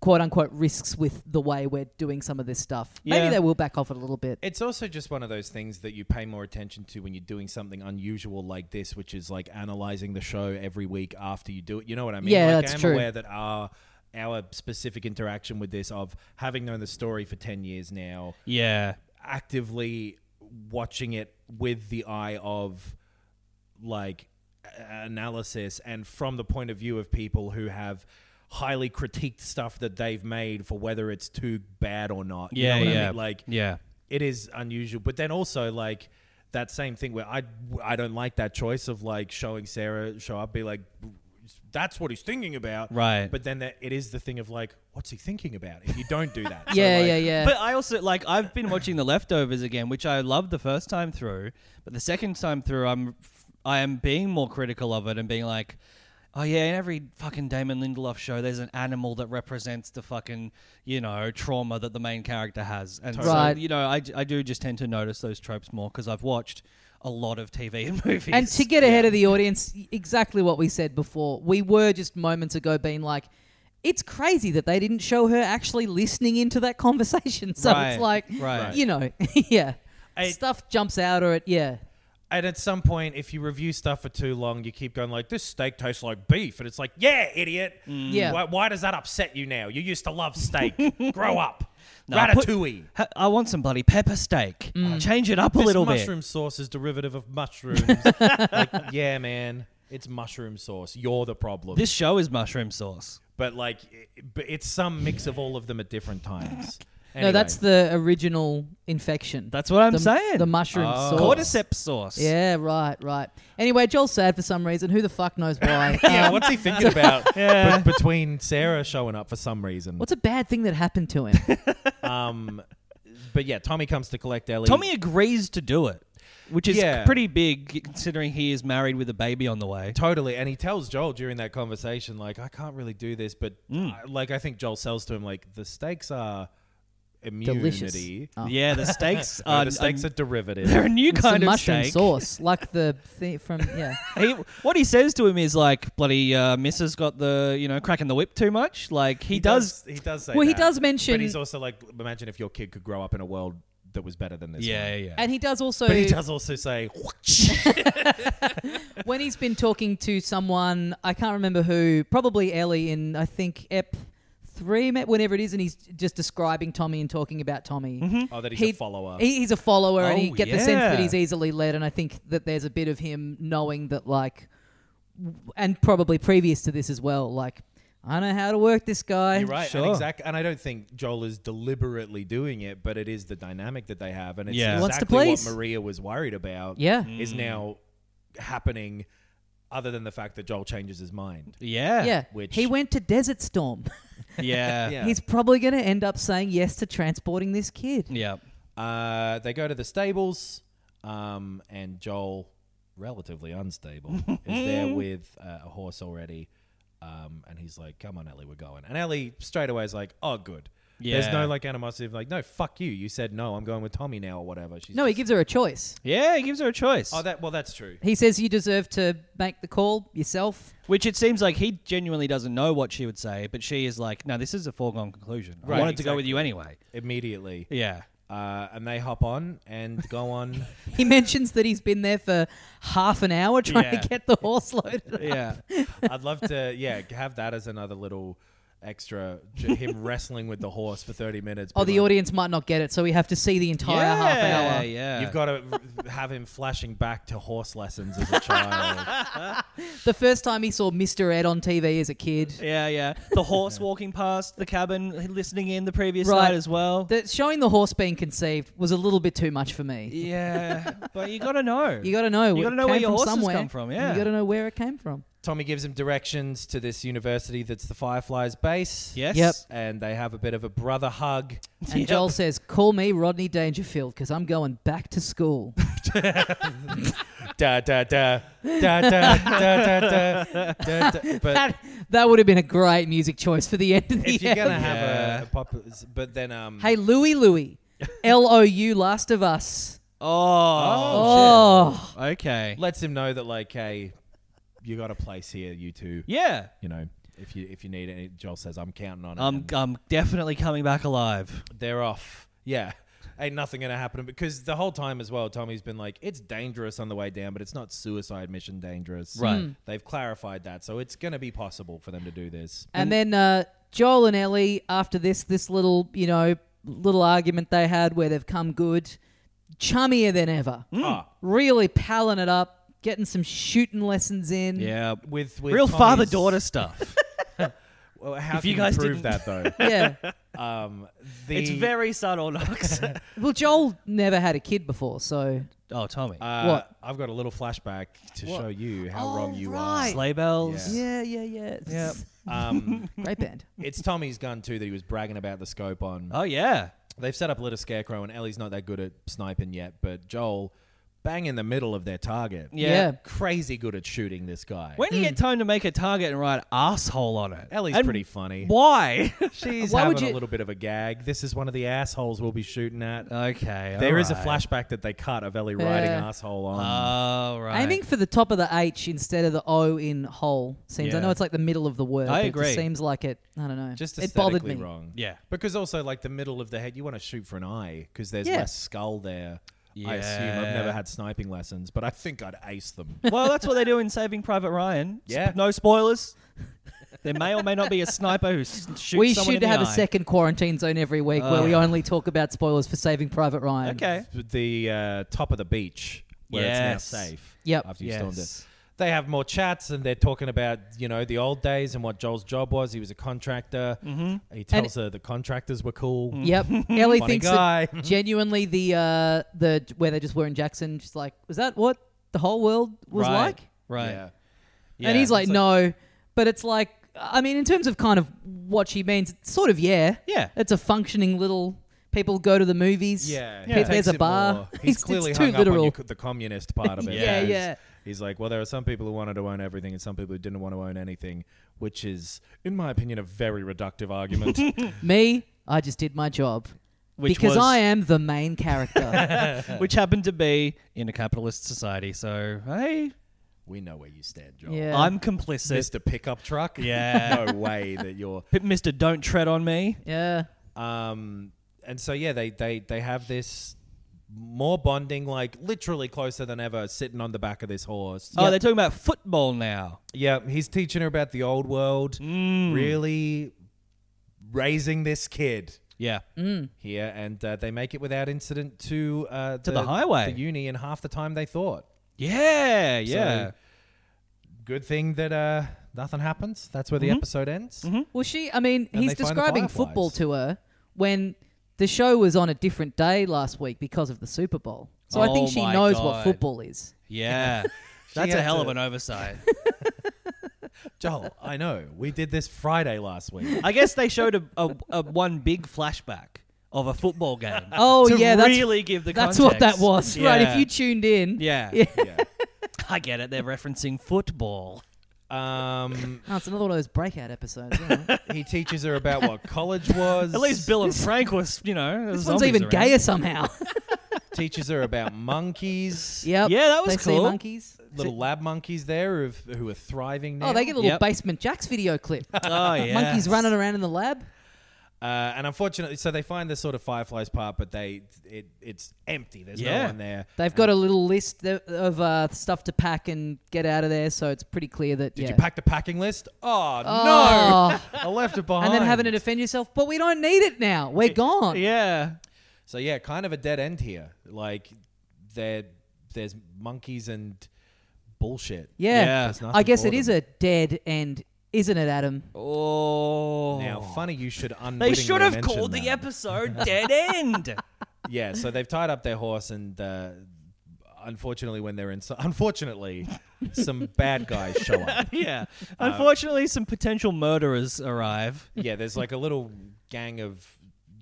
Speaker 3: quote unquote risks with the way we're doing some of this stuff.
Speaker 1: Yeah.
Speaker 3: Maybe they will back off it a little bit.
Speaker 2: It's also just one of those things that you pay more attention to when you're doing something unusual like this, which is like analyzing the show every week after you do it. You know what I mean?
Speaker 3: Yeah,
Speaker 2: like
Speaker 3: that's
Speaker 2: I'm
Speaker 3: true.
Speaker 2: aware that our our specific interaction with this of having known the story for 10 years now,
Speaker 1: Yeah,
Speaker 2: actively watching it with the eye of like a- analysis and from the point of view of people who have highly critiqued stuff that they've made for whether it's too bad or not. You
Speaker 1: yeah,
Speaker 2: know what I
Speaker 1: yeah.
Speaker 2: mean? Like
Speaker 1: yeah.
Speaker 2: it is unusual. But then also like that same thing where I I don't like that choice of like showing Sarah show up be like that's what he's thinking about,
Speaker 1: Right.
Speaker 2: But then that, it is the thing of like, what's he thinking about? If you don't do that, So,
Speaker 3: yeah,
Speaker 2: like,
Speaker 3: yeah, yeah,
Speaker 1: But I also like I've been watching The Leftovers again, which I loved the first time through, but the second time through I'm I am being more critical of it and being like Oh yeah, in every fucking Damon Lindelof show, there's an animal that represents the fucking you know trauma that the main character has, and
Speaker 3: Right.
Speaker 1: so you know I, I do just tend to notice those tropes more because I've watched a lot of TV and movies.
Speaker 3: and to get ahead of the audience, exactly what we said before. We were just moments ago being like, it's crazy that they didn't show her actually listening into that conversation. So
Speaker 1: Right,
Speaker 3: it's like,
Speaker 1: right.
Speaker 3: you know, yeah.
Speaker 2: I-
Speaker 3: Stuff jumps out or it, yeah.
Speaker 2: And at some point, if you review stuff for too long, you keep going like, "This steak tastes like beef," and it's like, "Yeah, idiot.
Speaker 3: Mm. Yeah.
Speaker 2: Why, why does that upset you now? You used to love steak. Grow up.
Speaker 1: No, I put-
Speaker 2: Ratatouille.
Speaker 1: Ha- I want some bloody pepper steak.
Speaker 3: Mm.
Speaker 1: Change it up a
Speaker 2: this
Speaker 1: little bit.
Speaker 2: mushroom sauce is derivative of mushrooms. like, yeah, man, it's mushroom sauce. You're the problem.
Speaker 1: This show is mushroom sauce.
Speaker 2: but like, it, but it's some mix of all of them at different times.
Speaker 3: No, that's the original infection.
Speaker 1: That's what I'm
Speaker 3: the,
Speaker 1: saying. Oh.
Speaker 3: The mushroom sauce.
Speaker 1: cordyceps sauce.
Speaker 3: Yeah, right, right. Anyway, Joel's sad for some reason. Who the fuck knows why?
Speaker 2: yeah.
Speaker 3: Um,
Speaker 2: What's he thinking about? yeah. between Sarah showing up for some reason.
Speaker 3: what's a bad thing that happened to him?
Speaker 2: um, but yeah, Tommy comes to collect Ellie.
Speaker 1: Tommy agrees to do it, which is
Speaker 2: Yeah.
Speaker 1: pretty big considering he is married with a baby on the way.
Speaker 2: Totally. And he tells Joel during that conversation, like, I can't really do this, but I- like, I think Joel sells to him, like, the stakes are immunity.
Speaker 3: Oh.
Speaker 1: Yeah, the stakes
Speaker 2: Uh,
Speaker 1: are
Speaker 2: the stakes
Speaker 1: are,
Speaker 2: are
Speaker 1: Uh, um, they're a
Speaker 2: derivative.
Speaker 1: new
Speaker 3: It's
Speaker 1: kind
Speaker 3: a
Speaker 1: of
Speaker 3: mushroom
Speaker 1: steak.
Speaker 3: sauce, like the thing from yeah.
Speaker 1: He, what he says to him is like, "Bloody uh, missus got the you know cracking the whip too much." Like he, does,
Speaker 2: He does say
Speaker 3: Well, he
Speaker 2: that.
Speaker 3: does mention-
Speaker 2: But he's also like, imagine if your kid could grow up in a world that was better than this.
Speaker 1: Yeah,
Speaker 2: one."
Speaker 1: yeah.
Speaker 3: And he does also
Speaker 2: But he does also say,
Speaker 3: when he's been talking to someone I can't remember who, probably Ellie in I think Ep three, ma- whenever it is, and he's just describing Tommy and talking about Tommy.
Speaker 2: oh, that he's a
Speaker 3: He'd-
Speaker 2: follower.
Speaker 3: He, he's a follower, and
Speaker 1: Oh,
Speaker 3: you get the sense that
Speaker 1: yeah.
Speaker 3: he's easily led. And I think that there's a bit of him knowing that, like, w- and probably previous to this as well, like, I know how to work this guy.
Speaker 2: You're right.
Speaker 1: Sure.
Speaker 2: And, exact, and I don't think Joel is deliberately doing it, but it is the dynamic that they have. And it's
Speaker 1: Yeah. Mm. He
Speaker 3: wants to
Speaker 2: exactly what
Speaker 3: please.
Speaker 2: Maria was worried about.
Speaker 3: Yeah.
Speaker 2: Is now happening, other than the fact that Joel changes his mind.
Speaker 1: yeah,
Speaker 3: Yeah.
Speaker 2: Which-
Speaker 3: he went to Desert Storm.
Speaker 1: yeah, yeah.
Speaker 3: He's probably going to end up saying yes to transporting this kid.
Speaker 2: Uh, they go to the stables, um, and Joel, relatively unstable, is there with uh, a horse already. Um, and he's like, "Come on, Ellie, we're going." And Ellie straight away is like, "Oh, good." There's
Speaker 1: Yeah.
Speaker 2: no like animosity of like, "No, fuck you." You said no. I'm going with Tommy now or whatever. She's
Speaker 3: No, he
Speaker 2: just-
Speaker 3: gives her a choice.
Speaker 1: Yeah, he gives her a choice.
Speaker 2: Oh, that well, that's true.
Speaker 3: He says you deserve to make the call yourself.
Speaker 1: Which it seems like he genuinely doesn't know what she would say, but she is like, no, this is a foregone conclusion. I
Speaker 2: Right,
Speaker 1: wanted to go with you anyway.
Speaker 2: Immediately,
Speaker 1: Yeah.
Speaker 2: uh, and they hop on and go on.
Speaker 3: He mentions that he's been there for half an hour trying
Speaker 1: Yeah.
Speaker 3: to get the horse loaded.
Speaker 1: Yeah.
Speaker 2: I'd love to, yeah, have that as another little extra. j- Him wrestling with the horse for thirty minutes.
Speaker 3: Oh,
Speaker 2: be
Speaker 3: the
Speaker 2: like,
Speaker 3: audience might not get it, so we have to see the entire
Speaker 1: yeah,
Speaker 3: half hour.
Speaker 1: Yeah.
Speaker 2: You've got to have him flashing back to horse lessons as a child.
Speaker 3: The first time he saw Mr. Ed on TV as a kid.
Speaker 1: yeah, yeah. The horse walking past the cabin, listening in the previous
Speaker 3: Right.
Speaker 1: night as well.
Speaker 3: That showing the horse being conceived was a little bit too much for me.
Speaker 1: yeah. But you got to know.
Speaker 3: You got to know.
Speaker 1: You
Speaker 3: it
Speaker 1: gotta know
Speaker 3: came
Speaker 1: where your
Speaker 3: from
Speaker 1: horses
Speaker 3: somewhere,
Speaker 1: come from,
Speaker 3: and
Speaker 1: yeah.
Speaker 3: You got to know where it came from.
Speaker 2: Tommy gives him directions to this university that's the Fireflies base.
Speaker 1: Yes.
Speaker 3: Yep.
Speaker 2: And they have a bit of a brother hug.
Speaker 3: And
Speaker 1: Yep.
Speaker 3: Joel says, "Call me Rodney Dangerfield because I'm going back to school."
Speaker 2: Da da da da da da da da. da, da. But
Speaker 3: that that would have been a great music choice for the end of the
Speaker 2: if you're
Speaker 3: episode.
Speaker 2: gonna have
Speaker 1: Yeah.
Speaker 2: a, a popular, but then um,
Speaker 3: Hey, Louie, Louie, L O U, Last of Us.
Speaker 1: Oh.
Speaker 3: Oh,
Speaker 1: Okay.
Speaker 2: lets him know that like, hey, you got a place here, you two.
Speaker 1: Yeah.
Speaker 2: You know, if you if you need any, Joel says I'm counting on it.
Speaker 1: I'm,
Speaker 2: and
Speaker 1: I'm definitely coming back alive.
Speaker 2: they're off. Yeah. Ain't nothing gonna happen because the whole time as well, Tommy's been like, it's dangerous on the way down, but it's not suicide mission dangerous.
Speaker 1: Right. Mm.
Speaker 2: They've clarified that, so it's gonna be possible for them to do this.
Speaker 3: and then uh, Joel and Ellie. After this, this little you know little argument they had where they've come good, chummier than ever.
Speaker 1: Hmm.
Speaker 2: Ah,
Speaker 3: Really palling it up, getting some shooting lessons in.
Speaker 1: Yeah.
Speaker 2: with, with
Speaker 1: Real
Speaker 2: Tommy's-
Speaker 1: father daughter stuff.
Speaker 2: Well, how
Speaker 1: If
Speaker 2: can
Speaker 1: you
Speaker 2: you
Speaker 1: guys
Speaker 2: prove
Speaker 1: didn't-
Speaker 2: that though?
Speaker 3: Yeah.
Speaker 2: um, the,
Speaker 1: it's very subtle, Knox.
Speaker 3: Well, Joel never had a kid before, so
Speaker 1: oh, Tommy.
Speaker 2: uh,
Speaker 3: what?
Speaker 2: I've got a little flashback to show you how
Speaker 3: Oh,
Speaker 2: wrong you
Speaker 3: right.
Speaker 1: Sleigh bells.
Speaker 3: yeah, yeah, yeah.
Speaker 1: Yep.
Speaker 2: are. Um,
Speaker 3: Great band.
Speaker 2: it's Tommy's gun too that he was bragging about the scope on.
Speaker 1: Oh, yeah.
Speaker 2: They've set up a little scarecrow, and Ellie's not that good at sniping yet, but Joel, bang in the middle of their target.
Speaker 1: Yeah.
Speaker 3: yeah.
Speaker 2: Crazy good at shooting this guy.
Speaker 1: When do you get time to make a target and write asshole on it?
Speaker 2: Mm. Ellie's
Speaker 1: And
Speaker 2: pretty funny.
Speaker 1: Why?
Speaker 2: She's
Speaker 3: Why would
Speaker 2: having a
Speaker 3: you-
Speaker 2: little bit of a gag. This is one of the assholes we'll be shooting at.
Speaker 1: okay.
Speaker 2: there is a
Speaker 1: alright.
Speaker 2: flashback that they cut of Ellie riding
Speaker 3: Uh, Yeah. Uh,
Speaker 2: asshole on.
Speaker 1: Oh, right.
Speaker 3: Aiming for the top of the H instead of the O in hole seems. I
Speaker 1: Yeah.
Speaker 3: know it's like the middle of the word.
Speaker 1: I
Speaker 3: but It
Speaker 1: agree.
Speaker 3: just seems like it. I don't know.
Speaker 2: just
Speaker 3: it bothered
Speaker 2: aesthetically
Speaker 3: me.
Speaker 2: wrong.
Speaker 1: Yeah.
Speaker 2: Because also, like the middle of the head, you want to shoot for an eye because there's
Speaker 3: Yeah.
Speaker 2: less skull there. I assume I've
Speaker 1: Yeah.
Speaker 2: never had sniping lessons, but I think I'd ace them.
Speaker 1: well, that's what they do in Saving Private Ryan. Sp-
Speaker 2: Yeah.
Speaker 1: no spoilers. There may or may not be a sniper who s- shoots
Speaker 3: we
Speaker 1: someone
Speaker 3: should
Speaker 1: in the
Speaker 3: have a
Speaker 1: eye.
Speaker 3: second quarantine zone every week where we only talk about spoilers for Saving Private Ryan.
Speaker 1: Okay.
Speaker 2: the uh, top of the beach where
Speaker 1: Yes.
Speaker 2: it's now safe.
Speaker 3: Yep.
Speaker 2: After you've stormed it.
Speaker 1: Yes.
Speaker 2: They have more chats and they're talking about, you know, the old days and what Joel's job was. He was a contractor. Mm-hmm. Mm. He tells her the contractors were cool.
Speaker 3: Yep. Ellie
Speaker 2: Funny
Speaker 3: thinks
Speaker 2: guy.
Speaker 3: that genuinely the uh the where they just were in Jackson. She's like, was that what the whole world was
Speaker 1: right.
Speaker 3: like?
Speaker 1: Right.
Speaker 2: Yeah.
Speaker 1: Yeah.
Speaker 3: and he's like,
Speaker 2: it's like-
Speaker 3: no. But it's like, I mean, in terms of kind of what she means, it's sort of yeah.
Speaker 1: Yeah.
Speaker 3: It's a functioning little. People go to the movies.
Speaker 2: Yeah,
Speaker 3: Pe-
Speaker 2: he
Speaker 3: There's
Speaker 2: takes
Speaker 3: a
Speaker 2: it
Speaker 3: bar.
Speaker 2: more-
Speaker 3: It's-
Speaker 2: He's
Speaker 3: it's
Speaker 2: clearly
Speaker 3: too
Speaker 2: hung
Speaker 3: literal.
Speaker 2: up on you, the communist part of it.
Speaker 3: Yeah,
Speaker 2: because
Speaker 3: yeah.
Speaker 2: He's like, well, there are some people who wanted to own everything, and some people who didn't want to own anything, which is, in my opinion, a very reductive argument.
Speaker 3: Me, I just did my job.
Speaker 1: Which
Speaker 3: because
Speaker 1: was-
Speaker 3: I am the main character.
Speaker 1: Which happened to be in a capitalist society. So, hey,
Speaker 2: we know where you stand, Joel.
Speaker 3: yeah.
Speaker 1: I'm complicit.
Speaker 2: Mr. Pickup Truck.
Speaker 1: Yeah.
Speaker 2: no way that you're.
Speaker 1: P- Mr. Don't tread on me.
Speaker 3: yeah.
Speaker 2: Um, and so yeah, they they they have this more bonding, like literally closer than ever, sitting on the back of this horse.
Speaker 1: Oh, they're talking about football now.
Speaker 2: Yeah, he's teaching her about the old world.
Speaker 1: Mm.
Speaker 2: Really raising this kid.
Speaker 1: Yeah.
Speaker 3: Mm.
Speaker 2: here, and uh, they make it without incident to uh,
Speaker 1: the highway.
Speaker 2: the uni in half the time they thought.
Speaker 1: Yeah. Yeah.
Speaker 2: So, good thing that uh, nothing happens. That's where the
Speaker 1: Mm-hmm.
Speaker 2: episode ends.
Speaker 3: Well, she, I mean,
Speaker 2: And
Speaker 3: he's
Speaker 2: they find the
Speaker 3: describing
Speaker 2: fireflies.
Speaker 3: football to her when the show was on a different day last week because of the Super Bowl. So I
Speaker 1: Oh
Speaker 3: think she
Speaker 1: my
Speaker 3: knows
Speaker 1: God.
Speaker 3: what football is.
Speaker 1: yeah. That's a
Speaker 2: had
Speaker 1: hell of
Speaker 2: to-
Speaker 1: an oversight.
Speaker 2: Joel, I know we did this Friday last week.
Speaker 1: I guess they showed a, a, a one big flashback of a football game.
Speaker 3: Oh,
Speaker 1: to
Speaker 3: yeah, that's-
Speaker 1: really give the
Speaker 3: That's what that
Speaker 1: context.
Speaker 3: was. Right.
Speaker 1: Yeah.
Speaker 3: If you tuned in.
Speaker 1: yeah.
Speaker 2: yeah.
Speaker 1: I get it. They're referencing football.
Speaker 2: Um,
Speaker 3: Oh, it's another one of those breakout episodes. yeah.
Speaker 2: he teaches her about what college was.
Speaker 1: At least Bill and Frank was, you know. there was
Speaker 3: this one's
Speaker 1: zombies
Speaker 3: even
Speaker 1: around.
Speaker 3: gayer somehow.
Speaker 2: teaches her about monkeys.
Speaker 3: yep.
Speaker 1: Yeah, that was
Speaker 3: they see
Speaker 1: cool.
Speaker 3: monkeys.
Speaker 2: Little lab monkeys there who've, who are thriving now.
Speaker 3: Oh, they get a little
Speaker 1: Yep.
Speaker 3: basement jacks video clip.
Speaker 1: Oh yeah,
Speaker 3: Monkeys running around in the lab.
Speaker 2: Uh, and unfortunately, so they find the sort of fireflies part, but they it it's empty. There's
Speaker 1: Yeah.
Speaker 2: no one there.
Speaker 3: They've got a little list th- of uh, stuff to pack and get out of there, so it's pretty clear that.
Speaker 2: Did
Speaker 3: yeah.
Speaker 2: you pack the packing list? Oh,
Speaker 3: Oh.
Speaker 2: no! I left it behind.
Speaker 3: and then having to defend yourself, but we don't need it now. We're gone.
Speaker 1: Yeah,
Speaker 2: So yeah, kind of a dead end here. Like there, there's monkeys and bullshit.
Speaker 3: Yeah.
Speaker 1: Yeah. There's
Speaker 2: nothing
Speaker 3: I guess
Speaker 2: for
Speaker 3: it is
Speaker 2: them.
Speaker 3: a dead end, isn't it, Adam?
Speaker 1: Oh.
Speaker 2: Now, funny you should.
Speaker 1: they
Speaker 2: unwittingly
Speaker 1: should have
Speaker 2: mention
Speaker 1: called the
Speaker 2: that.
Speaker 1: episode Dead End.
Speaker 2: Yeah. So they've tied up their horse, and uh, unfortunately, when they're in, unfortunately, some bad guys show up.
Speaker 1: yeah.
Speaker 2: Uh,
Speaker 1: Unfortunately, some potential murderers arrive.
Speaker 2: Yeah. There's like a little gang of,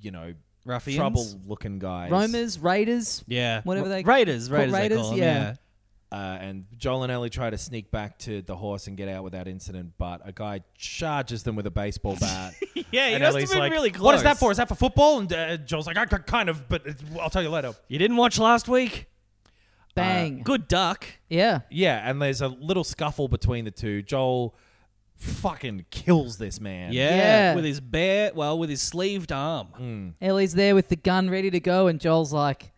Speaker 2: you know,
Speaker 1: Ruffians?
Speaker 2: trouble-looking guys.
Speaker 3: Raiders, Raiders.
Speaker 1: Yeah.
Speaker 3: Whatever they-
Speaker 1: Raiders,
Speaker 3: called
Speaker 1: Raiders, they
Speaker 3: Raiders,
Speaker 1: call them,
Speaker 3: yeah.
Speaker 1: yeah.
Speaker 2: Uh, and Joel and Ellie try to sneak back to the horse and get out without incident, but a guy charges them with a baseball bat.
Speaker 1: Yeah, he
Speaker 2: and
Speaker 1: must
Speaker 2: Ellie's
Speaker 1: have been
Speaker 2: like,
Speaker 1: really close.
Speaker 2: "What is that for? Is that for football?" And uh, Joel's like, "I c- kind of, but it's, I'll tell you later."
Speaker 1: You didn't watch last week?
Speaker 3: Bang.
Speaker 1: Good duck.
Speaker 3: Yeah.
Speaker 2: Yeah, and there's a little scuffle between the two. Joel fucking kills this man.
Speaker 1: Yeah.
Speaker 3: Yeah.
Speaker 1: With his bare, well, with his sleeved arm.
Speaker 3: Ellie's there with the gun ready to go, and Joel's like,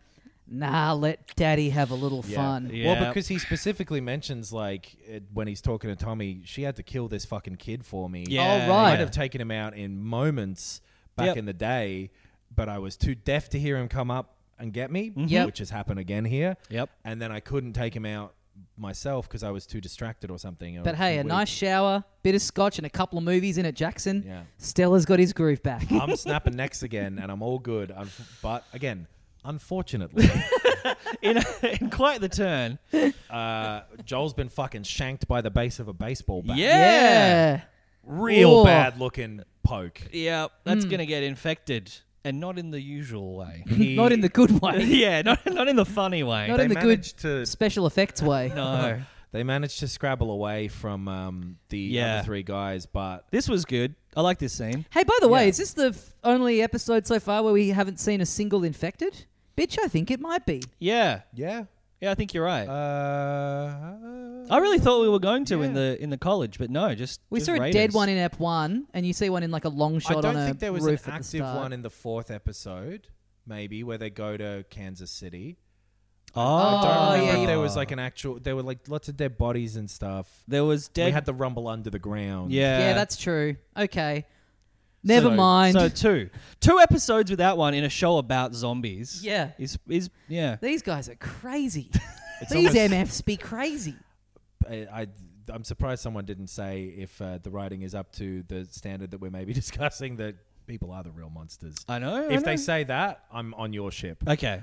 Speaker 3: nah, let daddy have a little
Speaker 2: Yeah.
Speaker 3: fun.
Speaker 1: Yeah.
Speaker 2: Well, because he specifically mentions like it, when he's talking to Tommy, she had to kill this fucking kid for me.
Speaker 1: Yeah.
Speaker 3: All
Speaker 2: I
Speaker 3: right.
Speaker 2: might have taken him out in moments back
Speaker 1: Yep.
Speaker 2: in the day, but I was too deaf to hear him come up and get me,
Speaker 3: Yep.
Speaker 2: which has happened again here.
Speaker 1: Mm-hmm. Yep.
Speaker 2: And then I couldn't take him out myself because I was too distracted or something. It
Speaker 3: But
Speaker 2: was
Speaker 3: hey, a
Speaker 2: weird.
Speaker 3: nice shower, bit of scotch, and a couple of movies in at Jackson.
Speaker 2: Yeah.
Speaker 3: Stella's got his groove back.
Speaker 2: I'm snapping necks again, and I'm all good. I'm, but again, unfortunately,
Speaker 1: in, in quite the turn.
Speaker 2: uh, Joel's been fucking shanked by the base of a baseball bat.
Speaker 3: yeah.
Speaker 2: real
Speaker 3: Ooh.
Speaker 2: bad looking poke.
Speaker 1: Yeah. That's
Speaker 3: Mm.
Speaker 1: going to get infected. And not in the usual way.
Speaker 2: He-
Speaker 3: Not in the good way.
Speaker 1: yeah, not, not in the funny way.
Speaker 3: Not
Speaker 2: they
Speaker 3: in the good
Speaker 2: managed to
Speaker 3: special effects way.
Speaker 1: no.
Speaker 2: They managed to scrabble away from um, the
Speaker 1: Yeah.
Speaker 2: other three guys, but
Speaker 1: This was good. I like this scene.
Speaker 3: Hey, by the way, is this the f- only episode so far where we haven't seen a single infected? Bitch, I think it might be.
Speaker 1: Yeah.
Speaker 2: yeah,
Speaker 1: Yeah, I think you're right.
Speaker 2: uh,
Speaker 1: I really thought we were going to in the in the college, but no, just
Speaker 3: We
Speaker 1: just
Speaker 3: saw a
Speaker 1: Raiders.
Speaker 3: dead one in Ep One, and you see one in like a long shot
Speaker 2: I don't
Speaker 3: on a
Speaker 2: think there was an
Speaker 3: roof at the
Speaker 2: active
Speaker 3: start.
Speaker 2: one in the fourth episode, maybe where they go to Kansas City.
Speaker 1: Oh,
Speaker 2: I don't
Speaker 3: Oh,
Speaker 2: remember
Speaker 3: yeah,
Speaker 2: if
Speaker 3: you-
Speaker 2: there was like an actual. There were like lots of dead bodies and stuff.
Speaker 1: there was dead.
Speaker 2: We had the rumble under the ground.
Speaker 1: yeah,
Speaker 3: yeah, that's true. Okay, never
Speaker 1: So-
Speaker 3: mind.
Speaker 1: So two, two episodes without one in a show about zombies.
Speaker 3: Yeah.
Speaker 1: is is yeah.
Speaker 3: These guys are crazy.
Speaker 2: It's
Speaker 3: These
Speaker 2: almost-
Speaker 3: MFs be crazy.
Speaker 2: I, I I'm surprised someone didn't say if uh, the writing is up to the standard that we're maybe discussing that people are the real monsters.
Speaker 1: I know. I
Speaker 2: if
Speaker 1: know.
Speaker 2: they say that, I'm on your ship.
Speaker 1: okay,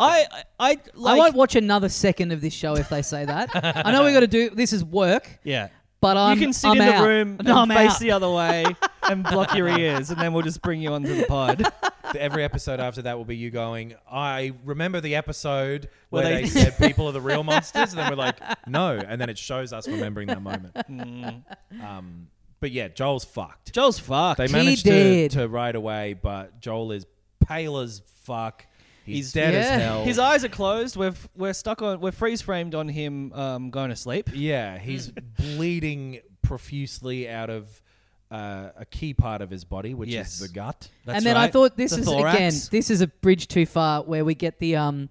Speaker 1: I I, I like
Speaker 3: I won't watch another second of this show if they say that. I know we got to do this is work,
Speaker 1: yeah.
Speaker 3: but I'm
Speaker 1: you can sit
Speaker 3: I'm
Speaker 1: in
Speaker 3: out.
Speaker 1: the room
Speaker 3: No,
Speaker 1: and
Speaker 3: I'm
Speaker 1: face
Speaker 3: out.
Speaker 1: the other way and block your ears, and then we'll just bring you onto the pod.
Speaker 2: Every episode after that will be you going, I remember the episode
Speaker 1: Well,
Speaker 2: where
Speaker 1: they-
Speaker 2: they, said people are the real monsters. And then we're like, no. And then it shows us remembering that moment.
Speaker 1: Mm.
Speaker 2: Um, but yeah, Joel's fucked.
Speaker 1: Joel's fucked.
Speaker 2: They
Speaker 3: He
Speaker 2: managed to,
Speaker 3: did.
Speaker 2: to ride away, but Joel is pale as fuck. He's,
Speaker 1: He's-
Speaker 2: dead as
Speaker 3: Yeah.
Speaker 2: hell.
Speaker 1: His eyes are closed. We're f- we're stuck on. We're freeze framed on him um, going to sleep.
Speaker 2: yeah, he's bleeding profusely out of uh, a key part of his body, which
Speaker 1: Yes.
Speaker 2: is the gut.
Speaker 1: That's
Speaker 3: and then I
Speaker 1: right.
Speaker 3: thought this
Speaker 1: The
Speaker 3: is
Speaker 1: thorax.
Speaker 3: again this is a bridge too far where we get the um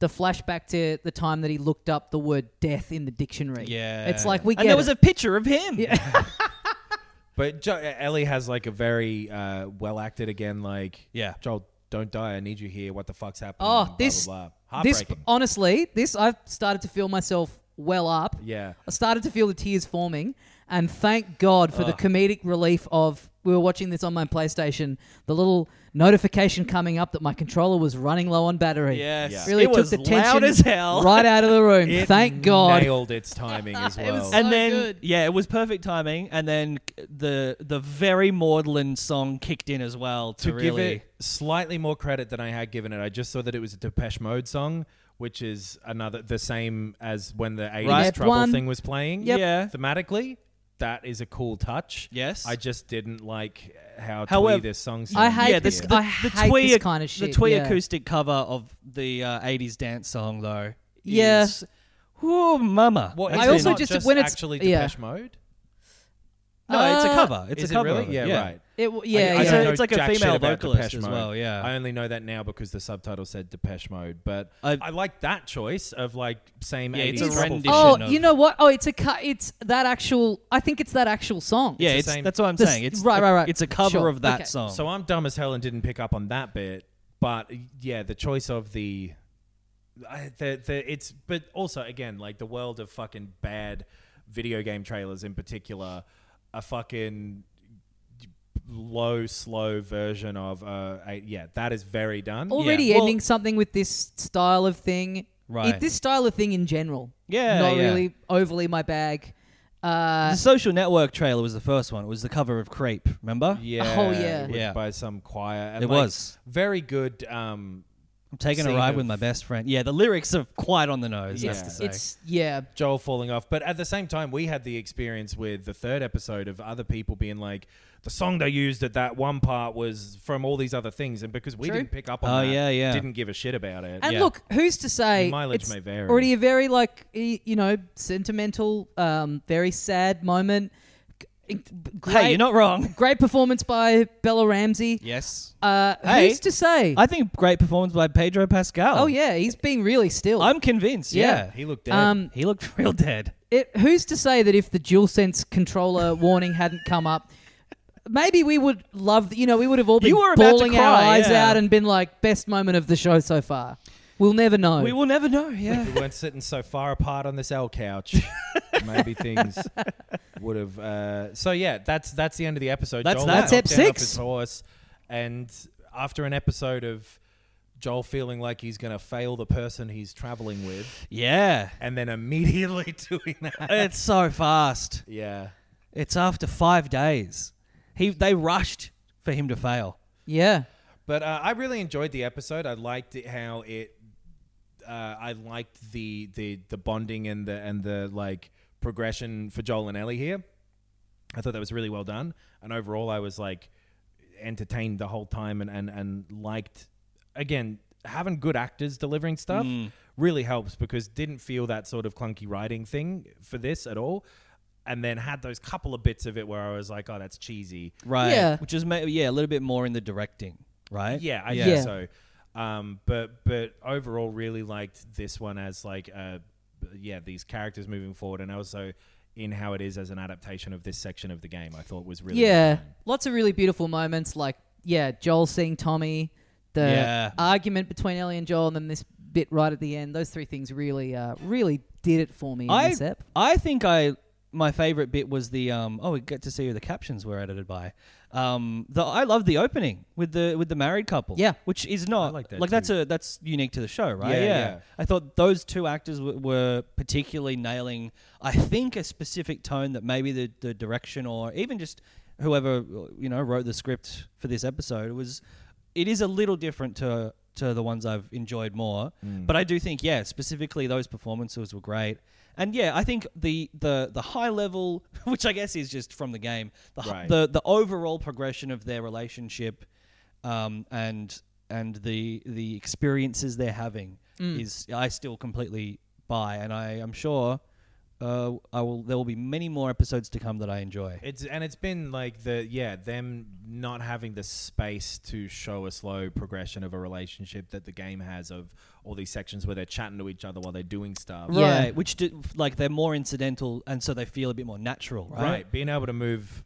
Speaker 3: the flashback to the time that he looked up the word death in the dictionary.
Speaker 1: Yeah,
Speaker 3: It's like we get
Speaker 1: and there was
Speaker 3: it.
Speaker 1: a picture of him.
Speaker 2: But jo- Ellie has like a very uh, well acted again, like
Speaker 1: Yeah.
Speaker 2: Joel, don't die. I need you here. What the fuck's happening?
Speaker 3: Oh,
Speaker 2: Blah,
Speaker 3: this
Speaker 2: blah, blah.
Speaker 3: this
Speaker 2: heartbreaking.
Speaker 3: honestly, this I've started to feel myself well up.
Speaker 2: yeah,
Speaker 3: I started to feel the tears forming, and thank God for the comedic relief of we were watching this on my PlayStation. The little notification coming up that my controller was running low on battery.
Speaker 1: Yes. Yeah.
Speaker 3: really
Speaker 1: It
Speaker 3: took
Speaker 1: was
Speaker 3: the tension
Speaker 1: loud as hell.
Speaker 3: right out of the room.
Speaker 2: It
Speaker 3: oh, thank God.
Speaker 2: nailed its timing as well.
Speaker 3: It was so-
Speaker 1: and then
Speaker 3: Oh, good.
Speaker 1: yeah, it was perfect timing. And then c- the the very Maudlin song kicked in as well to,
Speaker 2: to give
Speaker 1: really.
Speaker 2: it slightly more credit than I had given it, I just saw that it was a Depeche Mode song, which is another the same as when the '80s
Speaker 1: Right.
Speaker 3: Yep,
Speaker 2: Trouble
Speaker 3: one.
Speaker 2: thing was playing.
Speaker 1: Yep. Yeah.
Speaker 2: thematically, that is a cool touch.
Speaker 1: Yes.
Speaker 2: I just didn't like how
Speaker 1: However-
Speaker 2: twee this song
Speaker 3: I
Speaker 2: sounded.
Speaker 3: hate
Speaker 1: yeah,
Speaker 3: this.
Speaker 1: the,
Speaker 3: I
Speaker 1: the, the
Speaker 3: hate
Speaker 1: twee,
Speaker 3: this kind of
Speaker 1: The
Speaker 3: shit.
Speaker 1: twee
Speaker 3: yeah.
Speaker 1: acoustic cover of the uh, '80s dance song, though.
Speaker 3: Yeah.
Speaker 1: Is, Ooh, mama.
Speaker 2: What,
Speaker 3: I
Speaker 2: it's
Speaker 3: also
Speaker 2: not
Speaker 3: just- when it's-
Speaker 2: actually
Speaker 3: yeah.
Speaker 2: Depeche Mode.
Speaker 1: No, it's a
Speaker 3: Uh,
Speaker 1: cover. It's
Speaker 2: Is
Speaker 1: a
Speaker 2: it
Speaker 1: cover.
Speaker 2: really?
Speaker 1: of it,
Speaker 2: Yeah,
Speaker 1: yeah,
Speaker 2: right.
Speaker 3: It w- yeah,
Speaker 1: I
Speaker 3: yeah.
Speaker 1: don't know It's like a
Speaker 2: jack shit
Speaker 1: female
Speaker 2: about
Speaker 1: vocalist
Speaker 2: Depeche
Speaker 1: as
Speaker 2: Mode.
Speaker 1: well, yeah.
Speaker 2: I only know that now because the subtitle said Depeche Mode, but
Speaker 1: I-
Speaker 2: I, like that choice of like same
Speaker 1: Yeah, it's
Speaker 2: 80s
Speaker 1: a
Speaker 2: trouble
Speaker 1: rendition.
Speaker 2: folk.
Speaker 3: Oh,
Speaker 1: of-
Speaker 3: you know what? Oh, it's a cu- it's that actual. I think it's that actual song.
Speaker 1: Yeah,
Speaker 2: the
Speaker 1: it's,
Speaker 2: same-
Speaker 1: that's what I'm
Speaker 3: The s-
Speaker 1: saying. It's
Speaker 3: right,
Speaker 1: a-
Speaker 3: right, right.
Speaker 1: It's a cover
Speaker 3: Sure.
Speaker 1: of that
Speaker 3: Okay.
Speaker 1: song.
Speaker 2: So I'm dumb as hell and didn't pick up on that bit, but yeah, the choice of the I- the, the it's but also again like the world of fucking bad video game trailers in particular a fucking low slow version of uh I- yeah that is very done
Speaker 3: already
Speaker 1: Yeah. Well-
Speaker 3: ending something with this style of thing.
Speaker 1: Right.
Speaker 3: It- this style of thing in general.
Speaker 1: Yeah,
Speaker 3: Not
Speaker 1: yeah.
Speaker 3: really overly my bag. Uh,
Speaker 1: the social network trailer was the first one. It was the cover of Creep. Remember?
Speaker 2: yeah
Speaker 3: Oh, yeah.
Speaker 2: which
Speaker 1: Yeah.
Speaker 2: by some choir and
Speaker 1: It
Speaker 2: like,
Speaker 1: was.
Speaker 2: very good um
Speaker 1: I'm taking a
Speaker 2: Scene
Speaker 1: ride with
Speaker 2: of-
Speaker 1: my best friend. Yeah, the lyrics are quite on the nose.
Speaker 2: Yeah.
Speaker 1: That's to say.
Speaker 3: it's yeah.
Speaker 2: Joel falling off. But at the same time, we had the experience with the third episode of other people being like, the song they used at that one part was from all these other things, and because we
Speaker 3: True.
Speaker 2: didn't pick up on
Speaker 1: Oh,
Speaker 2: that,
Speaker 1: yeah, yeah.
Speaker 2: didn't give a shit about it.
Speaker 3: And
Speaker 1: Yeah.
Speaker 3: look, who's to say
Speaker 2: Your mileage
Speaker 3: it's
Speaker 2: may vary.
Speaker 3: Already a very like y- you know sentimental, um, very sad moment. G- Great,
Speaker 1: hey, you're not wrong.
Speaker 3: great performance by Bella Ramsey.
Speaker 1: Yes.
Speaker 3: Uh,
Speaker 1: Hey,
Speaker 3: who's to say?
Speaker 1: I think great performance by Pedro Pascal.
Speaker 3: oh yeah, he's being really still.
Speaker 1: I'm convinced. Yeah.
Speaker 3: Yeah.
Speaker 2: he looked dead.
Speaker 3: um,
Speaker 1: He looked real dead.
Speaker 3: it, who's to say that if the DualSense controller warning hadn't come up, maybe we would love, you know, we would have all been
Speaker 1: You were about to
Speaker 3: bawling our
Speaker 1: cry,
Speaker 3: eyes
Speaker 1: yeah.
Speaker 3: out and been like, best moment of the show so far. We'll never know.
Speaker 1: We will never know. Yeah.
Speaker 2: we weren't sitting so far apart on this L couch. Maybe things would have. Uh, so yeah, that's that's the end of the episode.
Speaker 1: That's
Speaker 2: Joel
Speaker 1: that.
Speaker 2: was
Speaker 1: That's
Speaker 2: knocked
Speaker 3: ep
Speaker 2: down off
Speaker 3: six.
Speaker 2: His horse, and after an episode of Joel feeling like he's going to fail the person he's traveling with,
Speaker 1: yeah.
Speaker 2: and then immediately doing that.
Speaker 1: It's so fast.
Speaker 2: Yeah.
Speaker 1: It's after five days. He they rushed for him to fail.
Speaker 3: yeah.
Speaker 2: But uh, I really enjoyed the episode. I liked it how it. Uh, I liked the the the bonding and the and the like progression for Joel and Ellie here. I thought that was really well done, and overall, I was like entertained the whole time and and and liked again having good actors delivering stuff really helps because didn't feel that sort of clunky writing thing for this at all and then had those couple of bits of it where I was like oh that's cheesy
Speaker 1: Right.
Speaker 3: Yeah.
Speaker 1: Which is ma- yeah, a little bit more in the directing, right?
Speaker 2: Yeah, I
Speaker 3: Yeah.
Speaker 2: think so. Um, but but overall, really liked this one as like uh, yeah, these characters moving forward, and also in how it is as an adaptation of this section of the game. I thought was really
Speaker 3: Yeah.
Speaker 2: well done.
Speaker 3: Lots of really beautiful moments like, yeah, Joel seeing Tommy, the
Speaker 1: Yeah.
Speaker 3: argument between Ellie and Joel, and then this bit right at the end. Those three things really, uh, really did it for me in
Speaker 1: I
Speaker 3: this ep.
Speaker 1: I think I my favorite bit was the um oh we get to see who the captions were edited by. Um the I love the opening with the with the married couple.
Speaker 3: Yeah.
Speaker 1: Which is not like,
Speaker 2: like that
Speaker 1: that's a that's unique to the show, right?
Speaker 2: Yeah, yeah.
Speaker 1: I thought those two actors w- were particularly nailing I think a specific tone that maybe the the direction or even just whoever you know wrote the script for this episode was it is a little different to to the ones I've enjoyed more. But I do think, yeah, specifically those performances were great. And yeah, I think the the the high level, which I guess is just from the game, the hi-
Speaker 2: Right.
Speaker 1: the the overall progression of their relationship, um, and and the the experiences they're having
Speaker 3: Mm.
Speaker 1: is I still completely buy, and I am sure. Uh, I will. There will be many more episodes to come that I enjoy.
Speaker 2: It's and it's been like the yeah them not having the space to show a slow progression of a relationship that the game has of all these sections where they're chatting to each other while they're doing stuff.
Speaker 3: Yeah.
Speaker 1: Right, which do, like they're more incidental, and so they feel a bit more natural,
Speaker 2: right?
Speaker 1: right?
Speaker 2: Being able to move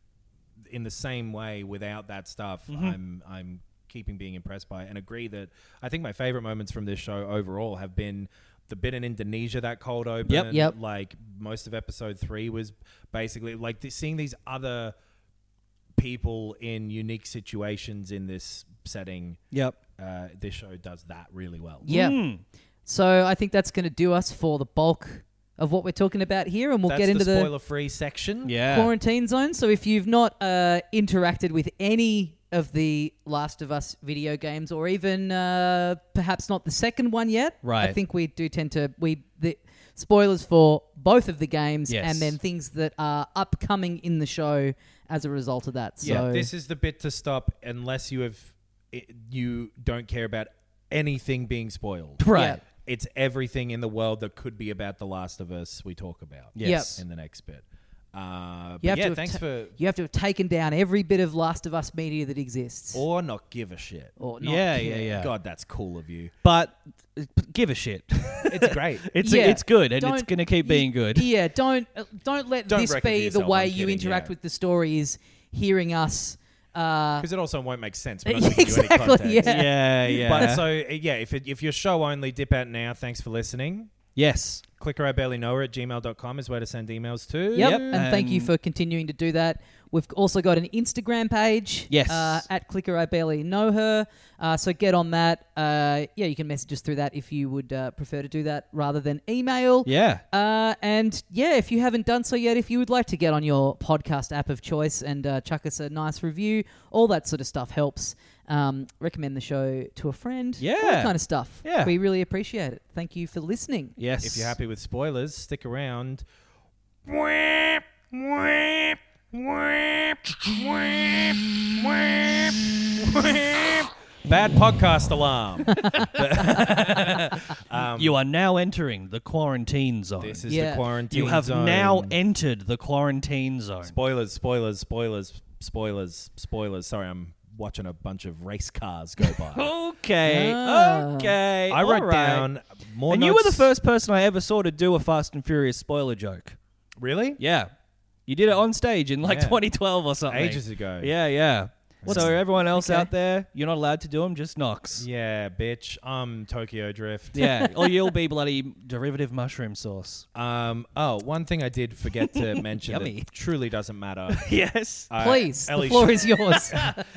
Speaker 2: in the same way without that stuff,
Speaker 3: Mm-hmm.
Speaker 2: I'm I'm keeping being impressed by it and agree that I think my favorite moments from this show overall have been the bit in Indonesia that cold open.
Speaker 1: Yep.
Speaker 3: Yep.
Speaker 2: Like most of episode three was basically like th- seeing these other people in unique situations in this setting.
Speaker 1: Yep. Hmm.
Speaker 2: Uh, this show does that really well.
Speaker 3: Yeah.
Speaker 1: Mm.
Speaker 3: So I think that's going to do us for the bulk of what we're talking about here, and we'll
Speaker 2: That's
Speaker 3: get into
Speaker 2: the
Speaker 3: the,
Speaker 2: spoiler-free section.
Speaker 1: Yeah.
Speaker 3: quarantine zone. So if you've not uh, interacted with any of the Last of Us video games, or even uh, perhaps not the second one yet, I
Speaker 1: Right.
Speaker 3: think we do tend to we the spoilers for both of the games
Speaker 1: Yes.
Speaker 3: and then things that are upcoming in the show as a result of that. So
Speaker 2: yeah, this is the bit to stop unless you have it, you don't care about anything being spoiled.
Speaker 1: Right.
Speaker 2: It's everything in the world that could be about The Last of Us we talk about.
Speaker 1: Yes.
Speaker 2: in the next bit. Uh,
Speaker 3: You
Speaker 2: but
Speaker 3: have to
Speaker 2: yeah,
Speaker 3: have
Speaker 2: thanks
Speaker 3: ta-
Speaker 2: for
Speaker 3: you have to have taken down every bit of Last of Us media that exists.
Speaker 2: or not give a shit.
Speaker 3: Or not
Speaker 1: Yeah,
Speaker 3: care.
Speaker 1: yeah, yeah.
Speaker 2: God, that's cool of you.
Speaker 1: But uh, give a shit.
Speaker 2: It's great.
Speaker 1: It's
Speaker 3: Yeah.
Speaker 1: it's good and it's
Speaker 3: Don't-
Speaker 1: going to keep being good.
Speaker 3: Yeah, don't uh, don't let
Speaker 2: Don't
Speaker 3: this
Speaker 2: wreck it
Speaker 3: be the
Speaker 2: yourself,
Speaker 3: way
Speaker 2: I'm
Speaker 3: you
Speaker 2: kidding,
Speaker 3: interact
Speaker 2: yeah.
Speaker 3: with the story. Is hearing us. Uh,
Speaker 2: Because it also won't make sense. When I
Speaker 3: Yeah,
Speaker 2: give you any
Speaker 3: exactly.
Speaker 2: context.
Speaker 3: Yeah.
Speaker 1: yeah, yeah.
Speaker 2: But so uh, yeah, if it, if your show only, dip out now. Thanks for listening.
Speaker 1: yes.
Speaker 2: Clicker I barely know her at gmail.com is where to send emails to.
Speaker 3: Yep.
Speaker 1: Yep.
Speaker 3: And thank you
Speaker 1: And-
Speaker 3: for continuing to do that. We've also got an Instagram page.
Speaker 1: Yes.
Speaker 3: Uh, at Clicker I Barely Know Her. Uh, so get on that. Uh, yeah, you can message us through that if you would uh, prefer to do that rather than email.
Speaker 1: Yeah.
Speaker 3: Uh, and yeah, if you haven't done so yet, if you would like to get on your podcast app of choice and uh, chuck us a nice review, all that sort of stuff helps. Um, recommend the show to a friend. all
Speaker 1: Yeah.
Speaker 3: that kind of stuff.
Speaker 1: Yeah.
Speaker 3: we really appreciate it. Thank you for listening.
Speaker 1: Yes.
Speaker 2: If you're happy with spoilers, stick around.
Speaker 4: Whap, whap, whap, whap, whap, whap.
Speaker 2: Bad podcast alarm.
Speaker 1: you are now entering the quarantine zone.
Speaker 2: this is
Speaker 3: Yeah.
Speaker 2: the quarantine.
Speaker 1: you have
Speaker 2: zone.
Speaker 1: now entered the quarantine zone.
Speaker 2: spoilers, spoilers, spoilers, spoilers, spoilers. Sorry, I'm watching a bunch of race cars go by.
Speaker 1: Okay.
Speaker 3: Ah.
Speaker 1: Okay.
Speaker 2: I wrote
Speaker 1: all right.
Speaker 2: down more.
Speaker 1: And you were the
Speaker 2: notes-
Speaker 1: first person I ever saw to do a Fast and Furious spoiler joke.
Speaker 2: Really?
Speaker 1: Yeah. You did it on stage in like
Speaker 2: Yeah.
Speaker 1: 2012 or something.
Speaker 2: Ages ago.
Speaker 1: Yeah, yeah. so everyone else
Speaker 3: Okay.
Speaker 1: out there, you're not allowed to do them, just Knox.
Speaker 2: Yeah, bitch. Um, Tokyo Drift.
Speaker 1: Yeah. or you'll be bloody derivative mushroom sauce.
Speaker 2: Um. Oh, one thing I did forget to mention
Speaker 1: Yummy.
Speaker 2: that truly doesn't matter.
Speaker 1: Yes.
Speaker 2: Uh,
Speaker 3: Please,
Speaker 2: Ellie
Speaker 3: the floor
Speaker 2: sh-
Speaker 3: is yours.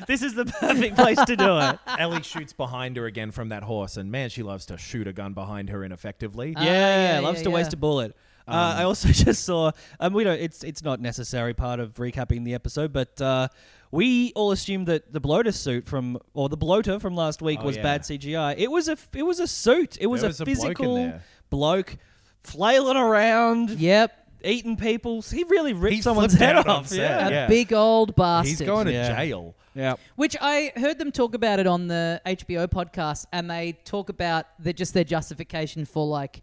Speaker 1: this is the perfect place to do it.
Speaker 2: Ellie shoots behind her again from that horse, and man, she loves to shoot a gun behind her ineffectively.
Speaker 3: Ah,
Speaker 1: yeah,
Speaker 3: yeah,
Speaker 1: loves
Speaker 3: yeah,
Speaker 1: to waste
Speaker 3: yeah.
Speaker 1: a bullet. uh, I also just saw. Um, we don't. It's it's not necessary part of recapping the episode, but uh, we all assumed that the bloater suit from or the bloater from last week
Speaker 2: Oh,
Speaker 1: was
Speaker 2: yeah.
Speaker 1: bad CGI. It was a f- it was a suit. It was,
Speaker 2: There was
Speaker 1: a
Speaker 2: a bloke in
Speaker 1: physical
Speaker 2: there.
Speaker 1: bloke flailing around,
Speaker 3: yep.
Speaker 1: eating people. He really ripped
Speaker 2: He
Speaker 1: someone's
Speaker 2: flipped
Speaker 1: head
Speaker 2: out on
Speaker 1: off.
Speaker 2: set.
Speaker 1: Yeah.
Speaker 3: A
Speaker 2: Yeah.
Speaker 3: big old bastard.
Speaker 2: He's going to
Speaker 1: Yeah.
Speaker 2: jail.
Speaker 1: yeah.
Speaker 3: Which I heard them talk about it on the HBO podcast, and they talk about the, just their justification for like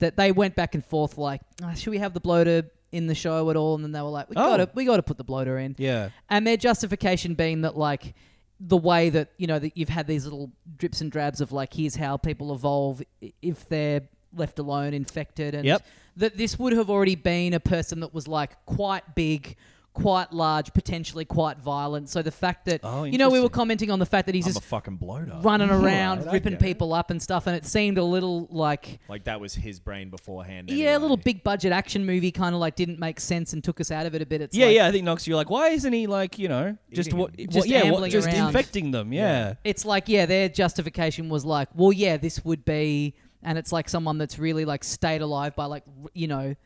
Speaker 3: that they went back and forth, like, "Ah, should we have the bloater in the show at all? And then they were like, we
Speaker 1: Oh.
Speaker 3: got to we got to put the bloater in.
Speaker 1: Yeah.
Speaker 3: And their justification being that like the way that you know that you've had these little drips and drabs of like here's how people evolve i- if they're left alone infected and
Speaker 1: Yep.
Speaker 3: that this would have already been a person that was like quite big quite large potentially quite violent so the fact that
Speaker 1: Oh,
Speaker 3: you know we were
Speaker 1: interesting.
Speaker 3: commenting on the fact that he's
Speaker 2: I'm a
Speaker 3: just
Speaker 2: fucking bloater.
Speaker 3: running around
Speaker 2: Right, I
Speaker 3: ripping
Speaker 2: get it.
Speaker 3: people up and stuff and it seemed a little like
Speaker 2: Like that was his brain beforehand.
Speaker 3: yeah a
Speaker 2: anyway.
Speaker 3: little big budget action movie kind of like didn't make sense and took us out of it a bit it's
Speaker 1: Yeah,
Speaker 3: like,
Speaker 1: yeah, I think Knox, you're like, why isn't he like, you know, just
Speaker 2: Eating
Speaker 1: what,
Speaker 2: them.
Speaker 3: Just
Speaker 1: yeah, what,
Speaker 3: ambling
Speaker 1: just
Speaker 3: around.
Speaker 1: infecting them, yeah.
Speaker 3: it's like yeah their justification was like well yeah this would be and it's like someone that's really like stayed alive by like r- you know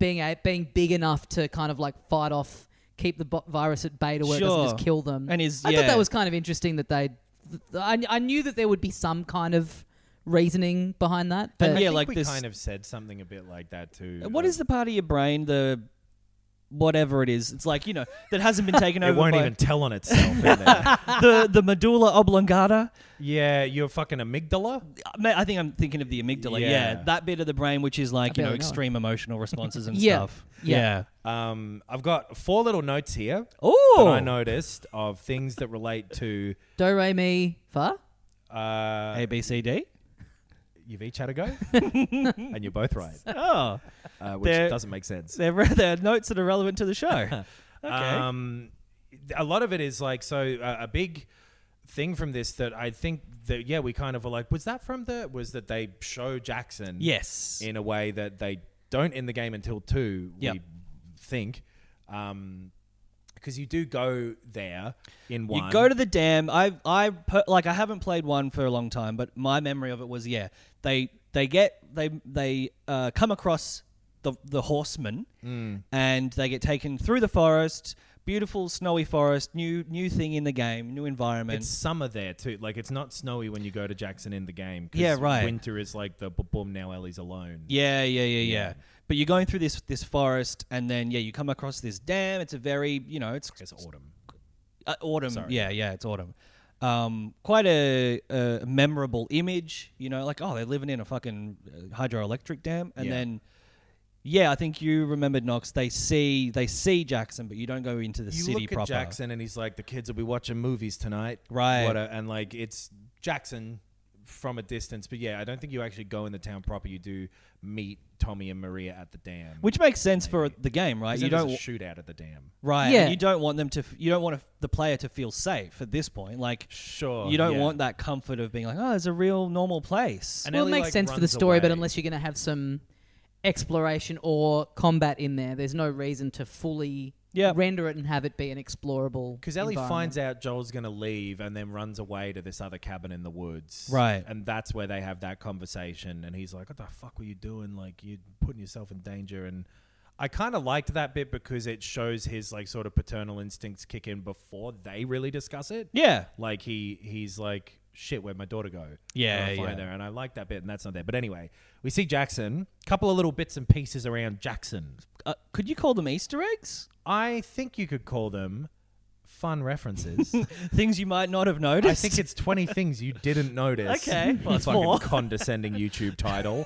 Speaker 3: being a, being big enough to kind of like fight off keep the bo- virus at bay to where it doesn't just
Speaker 1: Sure.
Speaker 3: kill them
Speaker 1: And is-
Speaker 3: i
Speaker 1: yeah.
Speaker 3: thought that was kind of interesting that they th- I, I knew that there would be some kind of reasoning behind that but
Speaker 1: And
Speaker 2: I
Speaker 1: yeah,
Speaker 2: think
Speaker 1: like
Speaker 2: we
Speaker 1: this-
Speaker 2: kind of said something a bit like that too.
Speaker 1: Uh, What is the part of your brain, the whatever it is, it's like, you know, that hasn't been taken
Speaker 2: Um, It
Speaker 1: over
Speaker 2: won't
Speaker 1: by
Speaker 2: even tell on itself. in there.
Speaker 1: the, the medulla oblongata?
Speaker 2: Yeah, your fucking amygdala.
Speaker 1: Ma- I think I'm thinking of the amygdala, yeah.
Speaker 2: Yeah.
Speaker 1: That bit of the brain which is like, you know,
Speaker 3: barely know it.
Speaker 1: extreme emotional responses and
Speaker 3: Yeah.
Speaker 1: stuff.
Speaker 3: Yeah.
Speaker 2: Um, I've got four little notes here that I
Speaker 1: Oh!
Speaker 2: noticed of things that relate to.
Speaker 3: do re mi fa
Speaker 2: Uh,
Speaker 1: A, B, C, D.
Speaker 2: You've each had a go, and you're both right,
Speaker 1: Oh.
Speaker 2: uh, which
Speaker 1: They're-
Speaker 2: doesn't make sense.
Speaker 1: They're, they're notes that are relevant to the show. Okay.
Speaker 2: Um, a lot of it is like so. Uh, a big thing from this that I think that yeah, we kind of were like, was that from the was that they show Jackson?
Speaker 1: yes.
Speaker 2: in a way that they don't in the game until two.
Speaker 1: Yep.
Speaker 2: We think, um, because you do go there in one.
Speaker 1: You go to the dam. I I per, like I haven't played one for a long time, but my memory of it was yeah. They they get they they uh, come across the the horsemen,
Speaker 2: Mm.
Speaker 1: and they get taken through the forest. Beautiful snowy forest, new new thing in the game, new environment.
Speaker 2: It's summer there too. Like it's not snowy when you go to Jackson in the game. 'cause
Speaker 1: Yeah, right.
Speaker 2: Winter is like the b- boom. Now Ellie's alone.
Speaker 1: Yeah, yeah, yeah, yeah. But you're going through this this forest, and then yeah, you come across this dam. It's a very you know, it's
Speaker 2: It's autumn.
Speaker 1: uh, autumn. Yeah, yeah, it's autumn. Um, quite a, a memorable image. You know, like oh, they're living in a fucking uh, hydroelectric dam, and
Speaker 2: Yeah.
Speaker 1: then yeah, I think you remembered Knox. They see they see Jackson, but you don't go into the
Speaker 2: You
Speaker 1: city
Speaker 2: look
Speaker 1: proper.
Speaker 2: at Jackson and he's like, the kids will be watching movies tonight,
Speaker 1: Right.
Speaker 2: What a, and like it's Jackson from a distance, but yeah, I don't think you actually go in the town proper. You do meet Tommy and Maria at the dam,
Speaker 1: Which makes sense for
Speaker 2: Maybe.
Speaker 1: the game, right?
Speaker 2: Because
Speaker 1: You
Speaker 2: then
Speaker 1: don't
Speaker 2: there's a shootout at the dam.
Speaker 1: right. and
Speaker 3: Yeah.
Speaker 1: You don't want them to. f- You don't want to, the player to feel safe at this point. Like
Speaker 2: Sure,
Speaker 1: you don't
Speaker 2: yeah.
Speaker 1: want that comfort of being like, oh, it's a real normal place.
Speaker 2: And
Speaker 3: well, it
Speaker 2: Ellie,
Speaker 3: makes
Speaker 2: like,
Speaker 3: sense for the
Speaker 2: runs
Speaker 3: story,
Speaker 2: away.
Speaker 3: but unless you're going to have some exploration or combat in there, there's no reason to fully
Speaker 1: Yep.
Speaker 3: render it and have it be an explorable.
Speaker 2: Because Ellie
Speaker 3: environment.
Speaker 2: finds out Joel's going to leave and then runs away to this other cabin in the woods.
Speaker 1: Right.
Speaker 2: And that's where they have that conversation. And he's like, What the fuck were you doing? Like, you're putting yourself in danger. And I kind of liked that bit because it shows his, like, sort of paternal instincts kick in before they really discuss it.
Speaker 1: yeah,
Speaker 2: Like, he he's like, Shit, where'd my daughter go?
Speaker 1: Yeah,
Speaker 2: And I find
Speaker 1: yeah.
Speaker 2: her. And I like that bit, and that's not there. But anyway, we see Jackson, couple of little bits and pieces around Jackson.
Speaker 1: uh, could you call them Easter eggs?
Speaker 2: I think you could call them fun references.
Speaker 1: Things you might not have noticed.
Speaker 2: I think it's 20 things you didn't notice.
Speaker 1: Okay, well, it's
Speaker 2: fucking
Speaker 1: more.
Speaker 2: condescending YouTube title.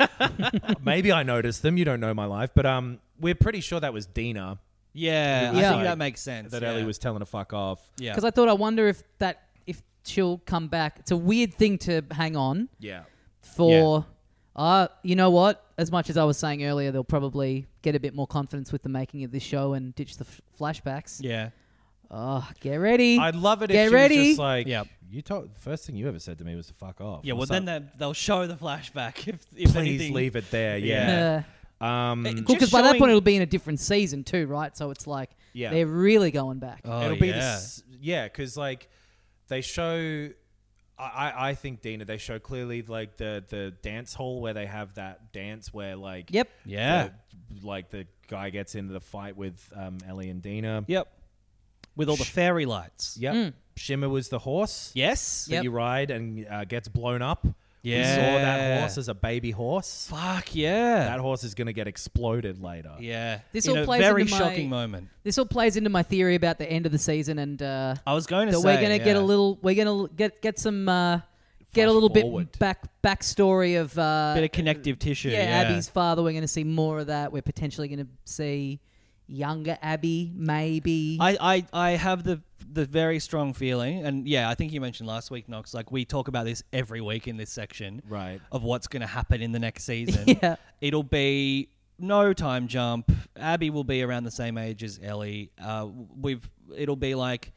Speaker 2: Maybe I noticed them. You don't know my life, but um, we're pretty sure that was Dina
Speaker 1: yeah, I
Speaker 3: Yeah.
Speaker 1: think that
Speaker 2: Like,
Speaker 1: makes sense.
Speaker 2: that
Speaker 1: yeah.
Speaker 2: Ellie was telling to fuck off.
Speaker 1: yeah,
Speaker 3: Because I thought, I wonder if that if she'll come back. It's a weird thing to hang on
Speaker 2: Yeah.
Speaker 3: for. Uh, you know what? As much as I was saying earlier, they'll probably get a bit more confidence with the making of this show and ditch the f- flashbacks.
Speaker 1: yeah,
Speaker 3: Oh, get ready.
Speaker 2: I'd love it
Speaker 3: Get
Speaker 2: if she
Speaker 3: ready.
Speaker 2: was just like,
Speaker 1: Yep.
Speaker 2: you told, the first thing you ever said to me was to fuck off.
Speaker 1: yeah.
Speaker 2: or
Speaker 1: Well, then
Speaker 2: something.
Speaker 1: they, they'll show the flashback if if
Speaker 2: Please
Speaker 1: anything.
Speaker 2: leave it there. Yeah.
Speaker 3: Yeah.
Speaker 2: Um,
Speaker 1: It-
Speaker 3: Uh, Cool,
Speaker 1: Just
Speaker 3: because by that
Speaker 1: showing-
Speaker 3: point it'll be in a different season too, right? So it's like
Speaker 2: Yeah. Uh,
Speaker 3: they're really going back.
Speaker 1: Oh,
Speaker 2: It'll be
Speaker 1: yeah.
Speaker 2: this, yeah, because like they show. I- I, I think Dina, they show clearly like the the dance hall where they have that dance where like
Speaker 3: Yep.
Speaker 1: Yeah.
Speaker 2: the- like the guy gets into the fight with um, Ellie and Dina.
Speaker 1: Yep, with all the fairy lights.
Speaker 2: Yep. Shimmer was the horse
Speaker 1: Yes.
Speaker 2: that
Speaker 3: Mm. Yep.
Speaker 2: you ride and uh, gets blown up. We saw
Speaker 1: Yeah.
Speaker 2: that horse as a baby horse.
Speaker 1: Fuck yeah.
Speaker 2: That horse is going to get exploded later.
Speaker 1: yeah.
Speaker 3: This
Speaker 1: In
Speaker 3: all
Speaker 1: a
Speaker 3: plays
Speaker 1: very
Speaker 3: into my-
Speaker 1: shocking moment.
Speaker 3: This all plays into my theory about the end of the season, and uh,
Speaker 1: I was going to
Speaker 3: that
Speaker 1: say
Speaker 3: we're gonna get a
Speaker 1: yeah.
Speaker 3: little, we're gonna l- get get some, uh, get a
Speaker 2: Flash
Speaker 3: little
Speaker 2: forward.
Speaker 3: bit back backstory of, uh,
Speaker 1: bit of connective tissue.
Speaker 3: yeah,
Speaker 1: Yeah,
Speaker 3: Abby's father. We're gonna see more of that. We're potentially gonna see younger Abby, maybe.
Speaker 1: I, I, I have the the very strong feeling, and yeah, I think you mentioned last week, Knox. Like we talk about this every week in this section,
Speaker 2: Right.
Speaker 1: Of what's going to happen in the next season.
Speaker 3: Yeah.
Speaker 1: it'll be no time jump. Abby will be around the same age as Ellie. Uh, we've it'll be like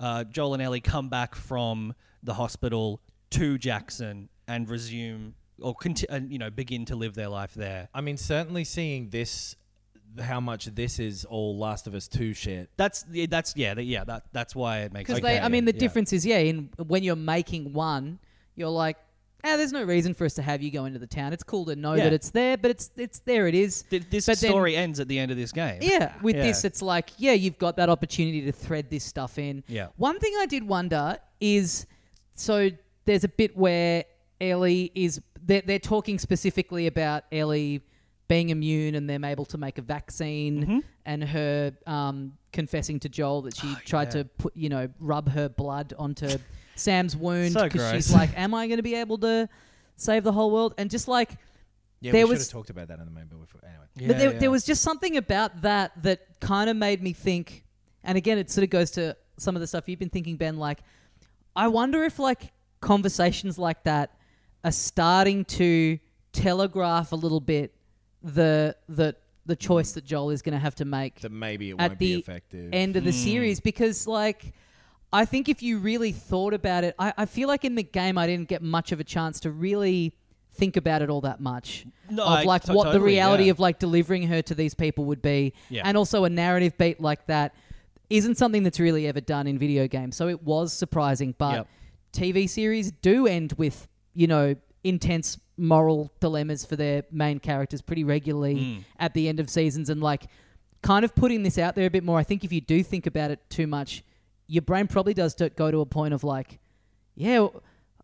Speaker 1: uh, Joel and Ellie come back from the hospital to Jackson and resume or conti- and, you know begin to live their life there.
Speaker 2: I mean, certainly seeing this, how much this is all Last of Us 2 shit.
Speaker 1: That's that's yeah that- yeah that that's why it makes
Speaker 3: Because
Speaker 1: sense.
Speaker 3: they, I mean, the
Speaker 1: Yeah.
Speaker 3: difference is, yeah, in when you're making one, you're like, ah, there's no reason for us to have you go into the town. It's cool to know
Speaker 1: Yeah.
Speaker 3: that it's there, but it's it's there. It is.
Speaker 1: Th- this
Speaker 3: But then-
Speaker 1: story ends at the end of this game.
Speaker 3: Yeah. With
Speaker 1: Yeah.
Speaker 3: this, it's like, yeah, you've got that opportunity to thread this stuff in.
Speaker 1: Yeah.
Speaker 3: One thing I did wonder is, so there's a bit where Ellie is. They're, they're talking specifically about Ellie being immune and them able to make a vaccine
Speaker 1: Mm-hmm.
Speaker 3: and her um, confessing to Joel that
Speaker 1: Oh,
Speaker 3: she tried to put you know rub her blood onto Sam's wound
Speaker 1: So
Speaker 3: she's
Speaker 1: gross.
Speaker 3: like, am I going to be able to save the whole world? And just like
Speaker 2: Yeah,
Speaker 3: There
Speaker 2: we should
Speaker 3: was-
Speaker 2: have talked about that in the main, but we, anyway.
Speaker 3: but there,
Speaker 1: yeah.
Speaker 3: there was just something about that that kind of made me think. And again, it sort of goes to some of the stuff you've been thinking, Ben. Like, I wonder if like conversations like that are starting to telegraph a little bit the the the choice that Joel is going to have to make
Speaker 2: That maybe it
Speaker 3: at
Speaker 2: won't be
Speaker 3: the
Speaker 2: effective.
Speaker 3: end
Speaker 1: Hmm.
Speaker 3: of the series because like i think if you really thought about it I, I feel like in the game i didn't get much of a chance to really think about it all that much
Speaker 1: No,
Speaker 3: of
Speaker 1: I-
Speaker 3: like
Speaker 1: to-
Speaker 3: what the
Speaker 1: totally,
Speaker 3: reality
Speaker 1: yeah.
Speaker 3: of like delivering her to these people would be
Speaker 1: Yeah.
Speaker 3: and also a narrative beat like that isn't something that's really ever done in video games so it was surprising but
Speaker 1: Yep.
Speaker 3: tv series do end with you know intense moral dilemmas for their main characters pretty regularly
Speaker 1: Hmm.
Speaker 3: at the end of seasons and like kind of putting this out there a bit more. I think if you do think about it too much, your brain probably does to go to a point of like, yeah, w-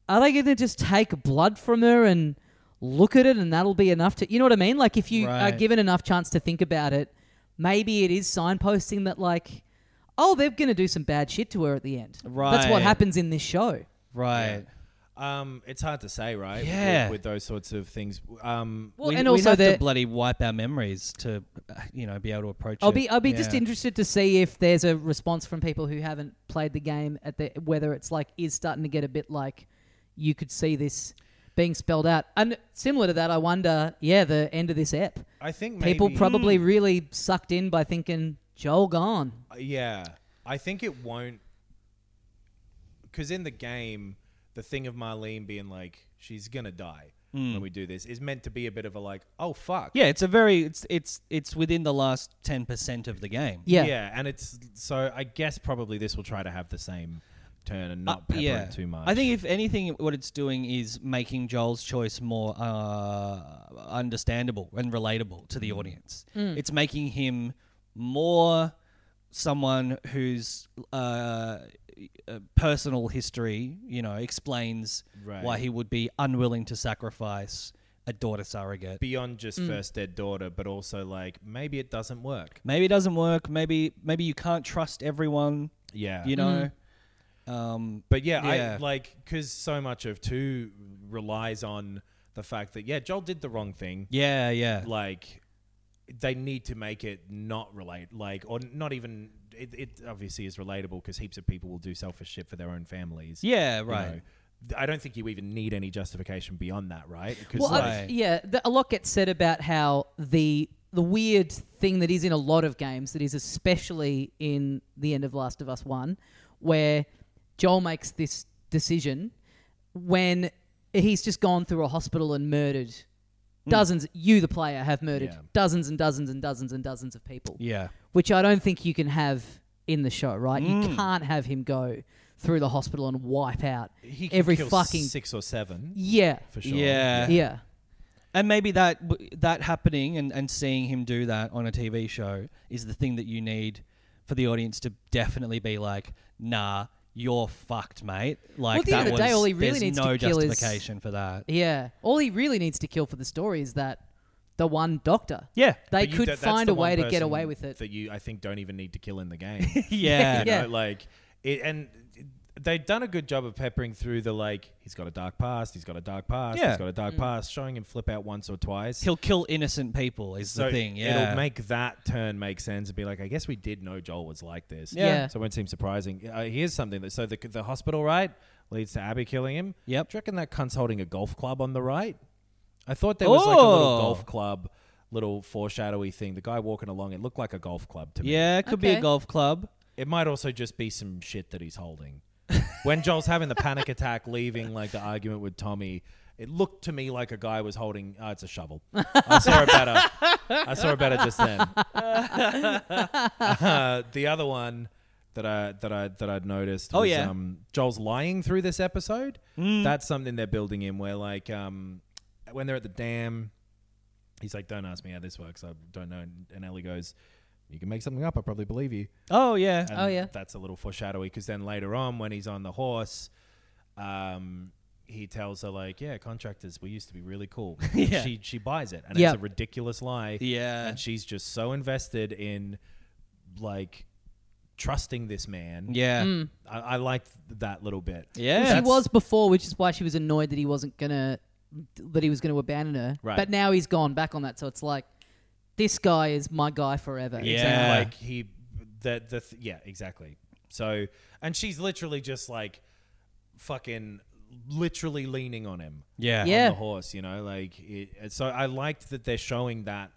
Speaker 3: are they going to just take blood from her and look at it and that'll be enough to, you know what I mean? Like if you
Speaker 1: Right.
Speaker 3: are given enough chance to think about it, maybe it is signposting that like, oh, they're going to do some bad shit to her at the end. That's
Speaker 1: Right.
Speaker 3: what happens in this show.
Speaker 1: Right.
Speaker 2: Um, it's hard to say, right?
Speaker 1: Yeah.
Speaker 2: With, with those sorts of things. Um,
Speaker 3: Well,
Speaker 1: we,
Speaker 3: and
Speaker 1: we'd
Speaker 3: also
Speaker 1: have to
Speaker 3: that
Speaker 1: bloody wipe our memories to, uh, you know, be able to approach.
Speaker 3: I'll
Speaker 1: it.
Speaker 3: be I'll be just
Speaker 1: Yeah.
Speaker 3: interested to see if there's a response from people who haven't played the game at the whether it's like is starting to get a bit like you could see this being spelled out. And similar to that, I wonder, yeah, the end of this ep.
Speaker 2: I think
Speaker 3: People
Speaker 2: maybe-
Speaker 3: probably really sucked in by thinking Joel gone.
Speaker 2: Uh, Yeah, I think it won't. Because in the game, the thing of Marlene being like she's gonna die when we do this is meant to be a bit of a like, oh fuck,
Speaker 1: Hmm. Yeah, it's a very it's it's it's within the last ten percent of the game.
Speaker 3: Yeah.
Speaker 2: yeah. And it's so I guess probably this will try to have the same turn and
Speaker 1: Uh,
Speaker 2: not pepper it too much.
Speaker 1: I think if anything, what it's doing is making Joel's choice more uh, understandable and relatable to
Speaker 2: Mm.
Speaker 1: the audience. It's making him more someone whose uh, uh, personal history, you know, explains
Speaker 2: Right.
Speaker 1: why he would be unwilling to sacrifice a daughter surrogate.
Speaker 2: beyond just
Speaker 1: Hmm.
Speaker 2: first dead daughter, but also like maybe it doesn't work.
Speaker 1: maybe it doesn't work. Maybe maybe you can't trust everyone.
Speaker 2: Yeah,
Speaker 1: You know. Um,
Speaker 2: But yeah,
Speaker 1: Yeah.
Speaker 2: I like because so much of two relies on the fact that yeah, Joel did the wrong thing.
Speaker 1: yeah, yeah.
Speaker 2: like they need to make it not relate like or not even it, it obviously is relatable because heaps of people will do selfish shit for their own families
Speaker 1: Yeah,
Speaker 2: you
Speaker 1: right.
Speaker 2: know. Th- i don't think you even need any justification beyond that right 'Cause,
Speaker 3: Well,
Speaker 2: like,
Speaker 3: I- yeah, th- a lot gets said about how the the weird thing that is in a lot of games that is especially in the end of Last of Us One, where Joel makes this decision when he's just gone through a hospital and murdered dozens. You, the player, have murdered
Speaker 2: Mm. Yeah.
Speaker 3: dozens and dozens and dozens and dozens of people
Speaker 1: Yeah.
Speaker 3: which I don't think you can have in the show, right?
Speaker 2: Mm.
Speaker 3: You can't have him go through the hospital and wipe out
Speaker 2: he can
Speaker 3: every
Speaker 2: kill
Speaker 3: fucking
Speaker 2: six or seven
Speaker 3: yeah,
Speaker 2: for sure
Speaker 1: Yeah.
Speaker 3: yeah,
Speaker 1: And maybe that w- that happening and, and seeing him do that on a TV show is the thing that you need for the audience to definitely be like, nah, you're fucked, mate. Like
Speaker 3: Well, at the
Speaker 1: that
Speaker 3: end of
Speaker 1: was
Speaker 3: the day, all he really
Speaker 1: there's
Speaker 3: needs to
Speaker 1: no
Speaker 3: kill is-
Speaker 1: justification for that.
Speaker 3: yeah. All he really needs to kill for the story is that the one doctor.
Speaker 1: Yeah.
Speaker 3: They
Speaker 2: But you-
Speaker 3: could
Speaker 2: that- that's
Speaker 3: find
Speaker 2: the
Speaker 3: a way
Speaker 2: one
Speaker 3: to get
Speaker 2: person
Speaker 3: away with it.
Speaker 2: that you i think don't even need to kill in the game
Speaker 1: yeah.
Speaker 3: Yeah.
Speaker 2: You know, like it, and they've done a good job of peppering through the like. He's got a dark past. He's got a dark past.
Speaker 1: Yeah.
Speaker 2: He's got a
Speaker 3: Mm.
Speaker 2: dark past. Showing him flip out once or twice.
Speaker 1: He'll kill innocent people is the thing. Yeah.
Speaker 2: it'll make that turn make sense and be like, I guess we did know Joel was like this.
Speaker 3: Yeah. Yeah.
Speaker 2: So it won't seem surprising. Uh, here's something that so the the hospital right leads to Abby killing him.
Speaker 1: Yep.
Speaker 2: Do you reckon that cunt's holding a golf club on the right? I thought there was like a
Speaker 1: Oh.
Speaker 2: little golf club, little foreshadowy thing. The guy walking along, it looked like a golf club to me.
Speaker 1: yeah, it could be a
Speaker 3: Okay.
Speaker 1: golf club.
Speaker 2: It might also just be some shit that he's holding. when Joel's having the panic attack, leaving like the argument with Tommy, it looked to me like a guy was holding. Oh, it's a shovel. I saw a better. I saw a better just then. Uh, the other one that I that I that I'd noticed.
Speaker 1: Oh,
Speaker 2: was,
Speaker 1: yeah. Mm.
Speaker 2: um, Joel's lying through this episode. That's something they're building in. Where like um, when they're at the dam, he's like, "Don't ask me how this works. I don't know." And Ellie goes. You can make something up. I probably believe you.
Speaker 1: Oh yeah.
Speaker 2: And
Speaker 3: Oh, yeah.
Speaker 2: that's a little foreshadowy because then later on, when he's on the horse, um, he tells her like, "Yeah, contractors, we used to be really cool."
Speaker 1: Yeah.
Speaker 2: She she buys it, and
Speaker 3: Yeah.
Speaker 2: it's a ridiculous lie.
Speaker 1: Yeah.
Speaker 2: and she's just so invested in like trusting this man.
Speaker 1: yeah.
Speaker 2: I, I liked that little bit.
Speaker 1: Yeah.
Speaker 3: she
Speaker 1: That's-
Speaker 3: Mm. was before, which is why she was annoyed that he wasn't gonna that he was gonna abandon her.
Speaker 2: Right.
Speaker 3: But now he's gone back on that, so it's like this guy is my guy forever.
Speaker 1: Yeah.
Speaker 2: Exactly. Like he, the the th- yeah, exactly. So and she's literally just like fucking literally leaning on him.
Speaker 1: Yeah.
Speaker 3: Yeah.
Speaker 2: on the horse, you know, like it, and so I liked that they're showing that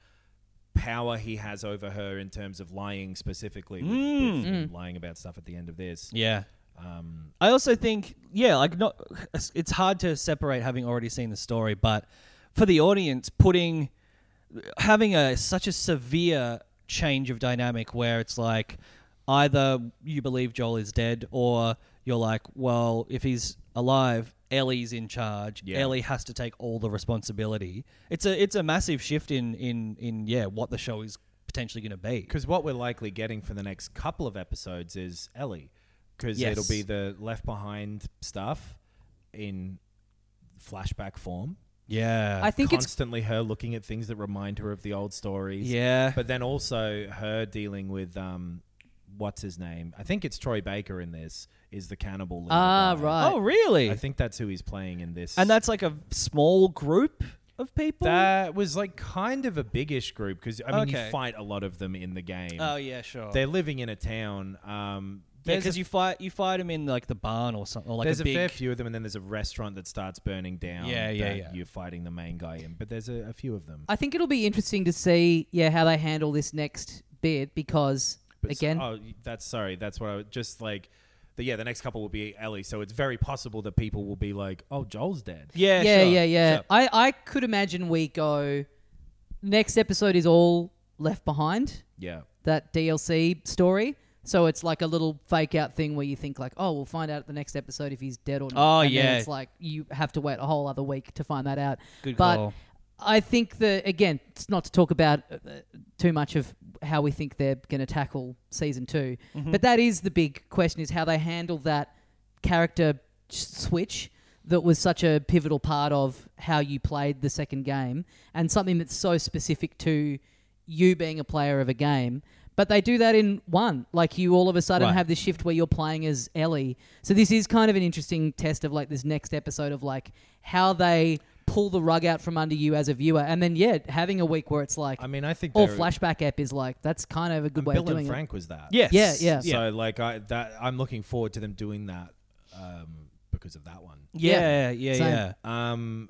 Speaker 2: power he has over her in terms of lying specifically with,
Speaker 3: Mm.
Speaker 2: with him lying about stuff at the end of this.
Speaker 1: Yeah. I also think, yeah, like not. It's hard to separate having already seen the story, but for the audience, putting having a such a severe change of dynamic where it's like either you believe Joel is dead or you're like, well, if he's alive, Ellie's in charge.
Speaker 2: Yeah.
Speaker 1: Ellie has to take all the responsibility. It's a it's a massive shift in in in yeah what the show is potentially going to be.
Speaker 2: Because what we're likely getting for the next couple of episodes is Ellie, because
Speaker 1: Yes.
Speaker 2: it'll be the left behind stuff in flashback form.
Speaker 1: Yeah,
Speaker 3: I think it's
Speaker 2: constantly her looking at things that remind her of the old stories.
Speaker 1: yeah.
Speaker 2: But then also her dealing with um, what's his name? I think it's Troy Baker in this is the cannibal. little
Speaker 3: ah
Speaker 2: guy.
Speaker 3: right.
Speaker 1: oh really?
Speaker 2: I think that's who he's playing in this.
Speaker 1: and that's like a small group of people.
Speaker 2: that was like kind of a biggish group because I mean
Speaker 1: Okay.
Speaker 2: you fight a lot of them in the game.
Speaker 1: oh yeah, sure.
Speaker 2: They're living in a town. Um, there's a
Speaker 1: Because you fight you fight them in like the barn or something, or like
Speaker 2: there's a,
Speaker 1: big.
Speaker 2: fair few of them, and then there's a restaurant that starts burning down.
Speaker 1: Yeah, yeah,
Speaker 2: that
Speaker 1: yeah.
Speaker 2: You're fighting the main guy in, but there's a, a few of them.
Speaker 3: I think it'll be interesting to see, yeah, how they handle this next bit because
Speaker 2: But s-
Speaker 3: again,
Speaker 2: oh, that's sorry. That's what I was just like. The, yeah, the next couple will be Ellie, so it's very possible that people will be like, "Oh, Joel's dead."
Speaker 1: yeah,
Speaker 3: yeah,
Speaker 1: sure,
Speaker 3: yeah, yeah.
Speaker 1: sure.
Speaker 3: I, I could imagine we go. Next episode is all left behind
Speaker 2: Yeah,
Speaker 3: that DLC story. So it's like a little fake out thing where you think like, oh, we'll find out at the next episode if he's dead or not.
Speaker 1: Oh,
Speaker 3: and then
Speaker 1: yeah.
Speaker 3: it's like you have to wait a whole other week to find that out.
Speaker 1: Good
Speaker 3: but
Speaker 1: call.
Speaker 3: I think that again, it's not to talk about uh, too much of how we think they're going to tackle season 2 but that is the big question: is how they handle that character s- switch that was such a pivotal part of how you played the second game and something that's so specific to you being a player of a game. But they do that in one. Like you all of a sudden
Speaker 1: Right.
Speaker 3: have this shift where you're playing as Ellie. So this is kind of an interesting test of like this next episode of like how they pull the rug out from under you as a viewer. And then yeah, having a week where it's like
Speaker 2: I mean, I think
Speaker 3: all
Speaker 2: they're-
Speaker 3: flashback app is like that's kind of a good
Speaker 2: and
Speaker 3: way
Speaker 2: Bill
Speaker 3: of doing
Speaker 2: and
Speaker 3: it.
Speaker 2: Frank was that.
Speaker 1: Yes.
Speaker 3: Yeah, yeah.
Speaker 2: So like, I that I'm looking forward to them doing that um, because of that one.
Speaker 1: Yeah, yeah,
Speaker 3: Same.
Speaker 1: yeah.
Speaker 2: Um,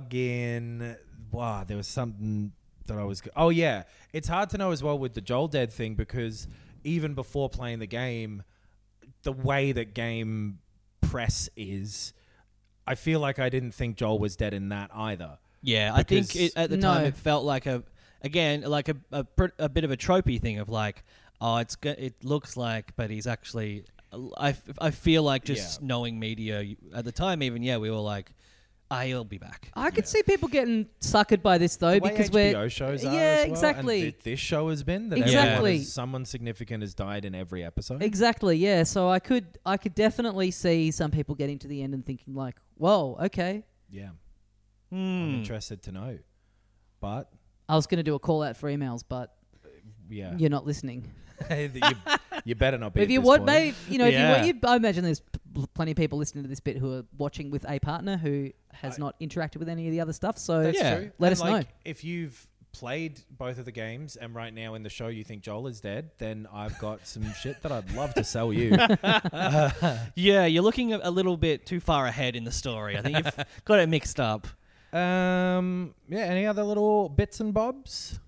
Speaker 2: fucking wow, there was something that I was. go- Oh yeah, it's hard to know as well with the Joel dead thing because even before playing the game, the way that game press is, I feel like I didn't think Joel was dead in that either.
Speaker 1: Yeah, I think
Speaker 2: Because-
Speaker 1: it, at the
Speaker 3: No.
Speaker 1: time it felt like a again like a a, pr- a bit of a tropey thing of like oh it's go- it looks like but he's actually I, f- I feel like just
Speaker 2: Yeah.
Speaker 1: knowing media you- at the time even yeah we were like i will be back.
Speaker 3: I could see people getting suckered by this though
Speaker 2: The way
Speaker 3: because
Speaker 2: HBO
Speaker 3: we're
Speaker 2: shows are
Speaker 3: yeah
Speaker 2: as well, and
Speaker 3: exactly.
Speaker 2: thi- this show has been that everyone
Speaker 3: Exactly.
Speaker 2: has- someone significant has died in every episode.
Speaker 3: Exactly, yeah. So I could I could definitely see some people getting to the end and thinking like, "Whoa, okay."
Speaker 2: yeah, I'm
Speaker 1: Hmm.
Speaker 2: interested to know, but
Speaker 3: I was going to do a call out for emails, but
Speaker 2: yeah,
Speaker 3: you're not listening.
Speaker 2: you, you better not be.
Speaker 3: If
Speaker 2: at
Speaker 3: you
Speaker 2: this
Speaker 3: what,
Speaker 2: point.
Speaker 3: maybe you know,
Speaker 1: Yeah.
Speaker 3: if you, what you, I imagine there's p- plenty of people listening to this bit who are watching with a partner who has not interacted with any of the other stuff. So
Speaker 2: That's
Speaker 1: Yeah.
Speaker 2: true.
Speaker 3: Let
Speaker 2: And,
Speaker 3: us
Speaker 2: like,
Speaker 3: know.
Speaker 2: If you've played both of the games and right now in the show you think Joel is dead, then I've got some shit that I'd love to sell you.
Speaker 1: yeah you're looking a, a little bit too far ahead in the story i think you've got it mixed up
Speaker 2: um, yeah, any other little bits and bobs?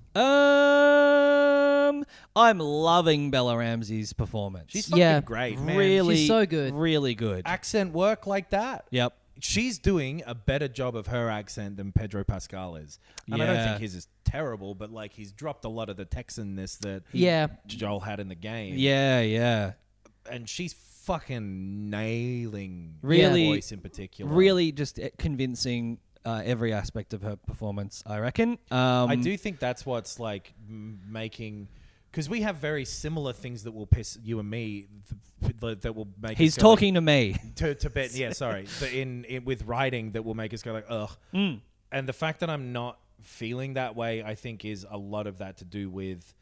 Speaker 1: um i'm loving bella ramsey's performance
Speaker 2: She's fucking
Speaker 3: Yeah.
Speaker 2: great, man.
Speaker 1: really
Speaker 3: She's so good.
Speaker 1: really good
Speaker 2: accent work like that.
Speaker 1: yep
Speaker 2: She's doing a better job of her accent than Pedro Pascal is. And I don't
Speaker 1: Yeah.
Speaker 2: think his is terrible, but like he's dropped a lot of the Texanness that
Speaker 3: Yeah.
Speaker 2: Joel had in the game.
Speaker 1: yeah yeah
Speaker 2: And she's fucking nailing
Speaker 1: Really-
Speaker 2: her voice in particular.
Speaker 1: really just uh, convincing uh, every aspect of her performance. I reckon. Um,
Speaker 2: I do think that's what's like m- making because we have very similar things that will piss you and me th- th- that will make
Speaker 1: He's
Speaker 2: us go, like,
Speaker 1: talking to me.
Speaker 2: to to bed. Yeah, sorry. But in, in with writing that will make us go like ugh.
Speaker 1: Mm.
Speaker 2: And the fact that I'm not feeling that way, I think, is a lot of that to do with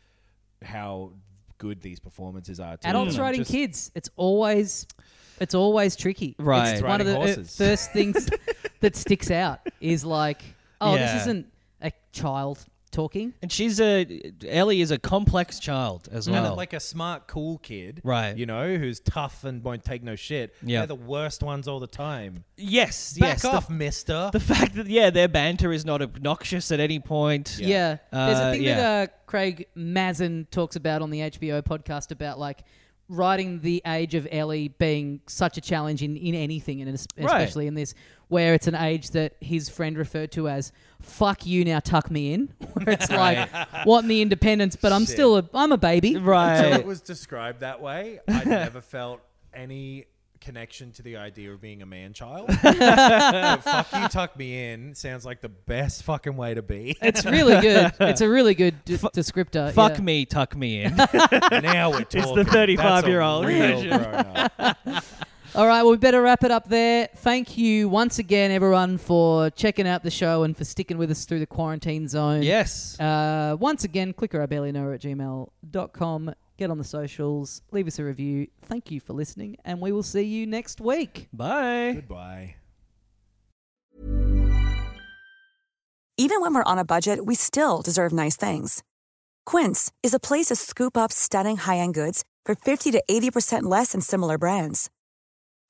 Speaker 2: how good these performances are. too.
Speaker 3: Adults
Speaker 2: And I'm
Speaker 3: riding
Speaker 2: Mm. just-
Speaker 3: kids, it's always it's always tricky.
Speaker 1: Right.
Speaker 3: It's
Speaker 1: It's
Speaker 3: one of
Speaker 2: riding
Speaker 3: the uh,
Speaker 2: horses.
Speaker 3: first things that sticks out is like, oh,
Speaker 1: Yeah.
Speaker 3: this isn't a child talking.
Speaker 1: And she's a Ellie is a complex child as
Speaker 2: And
Speaker 1: well.
Speaker 2: like a smart, cool kid,
Speaker 1: Right.
Speaker 2: You know, who's tough and won't take no shit.
Speaker 1: Yeah.
Speaker 2: they're the worst ones all the time.
Speaker 1: yes, yes.
Speaker 2: Back
Speaker 1: the-
Speaker 2: off, Mister.
Speaker 1: The, fact that yeah, their banter is not obnoxious at any point.
Speaker 3: Yeah.
Speaker 1: Uh,
Speaker 3: There's a thing
Speaker 1: yeah.
Speaker 3: that uh, Craig Mazin talks about on the HBO podcast about like writing the age of Ellie being such a challenge in, in anything, and es-
Speaker 1: Right.
Speaker 3: especially in this, where it's an age that his friend referred to as "fuck you now, tuck me in," where it's like, "Want the independence, but I'm
Speaker 2: Shit.
Speaker 3: still a I'm a baby."
Speaker 1: Right.
Speaker 2: until it was described that way, I never felt any connection to the idea of being a man child. But fuck you, tuck me in. Sounds like the best fucking way to be.
Speaker 3: It's really good. It's a really good d- descriptor.
Speaker 1: Fuck
Speaker 3: yeah.
Speaker 1: me, tuck me in.
Speaker 2: now we're talking.
Speaker 1: the 35-year-old
Speaker 2: That's a real
Speaker 1: version.
Speaker 2: grown-up.
Speaker 3: All right, well, we better wrap it up there. Thank you once again, everyone, for checking out the show and for sticking with us through the quarantine zone.
Speaker 1: yes.
Speaker 3: Uh, once again, clicker I barely know her at gmail.com. Get on the socials, leave us a review. Thank you for listening, and we will see you next week.
Speaker 1: Bye.
Speaker 2: Goodbye.
Speaker 5: Even when we're on a budget, we still deserve nice things. Quince is a place to scoop up stunning high end goods for 50 to 80% less than similar brands.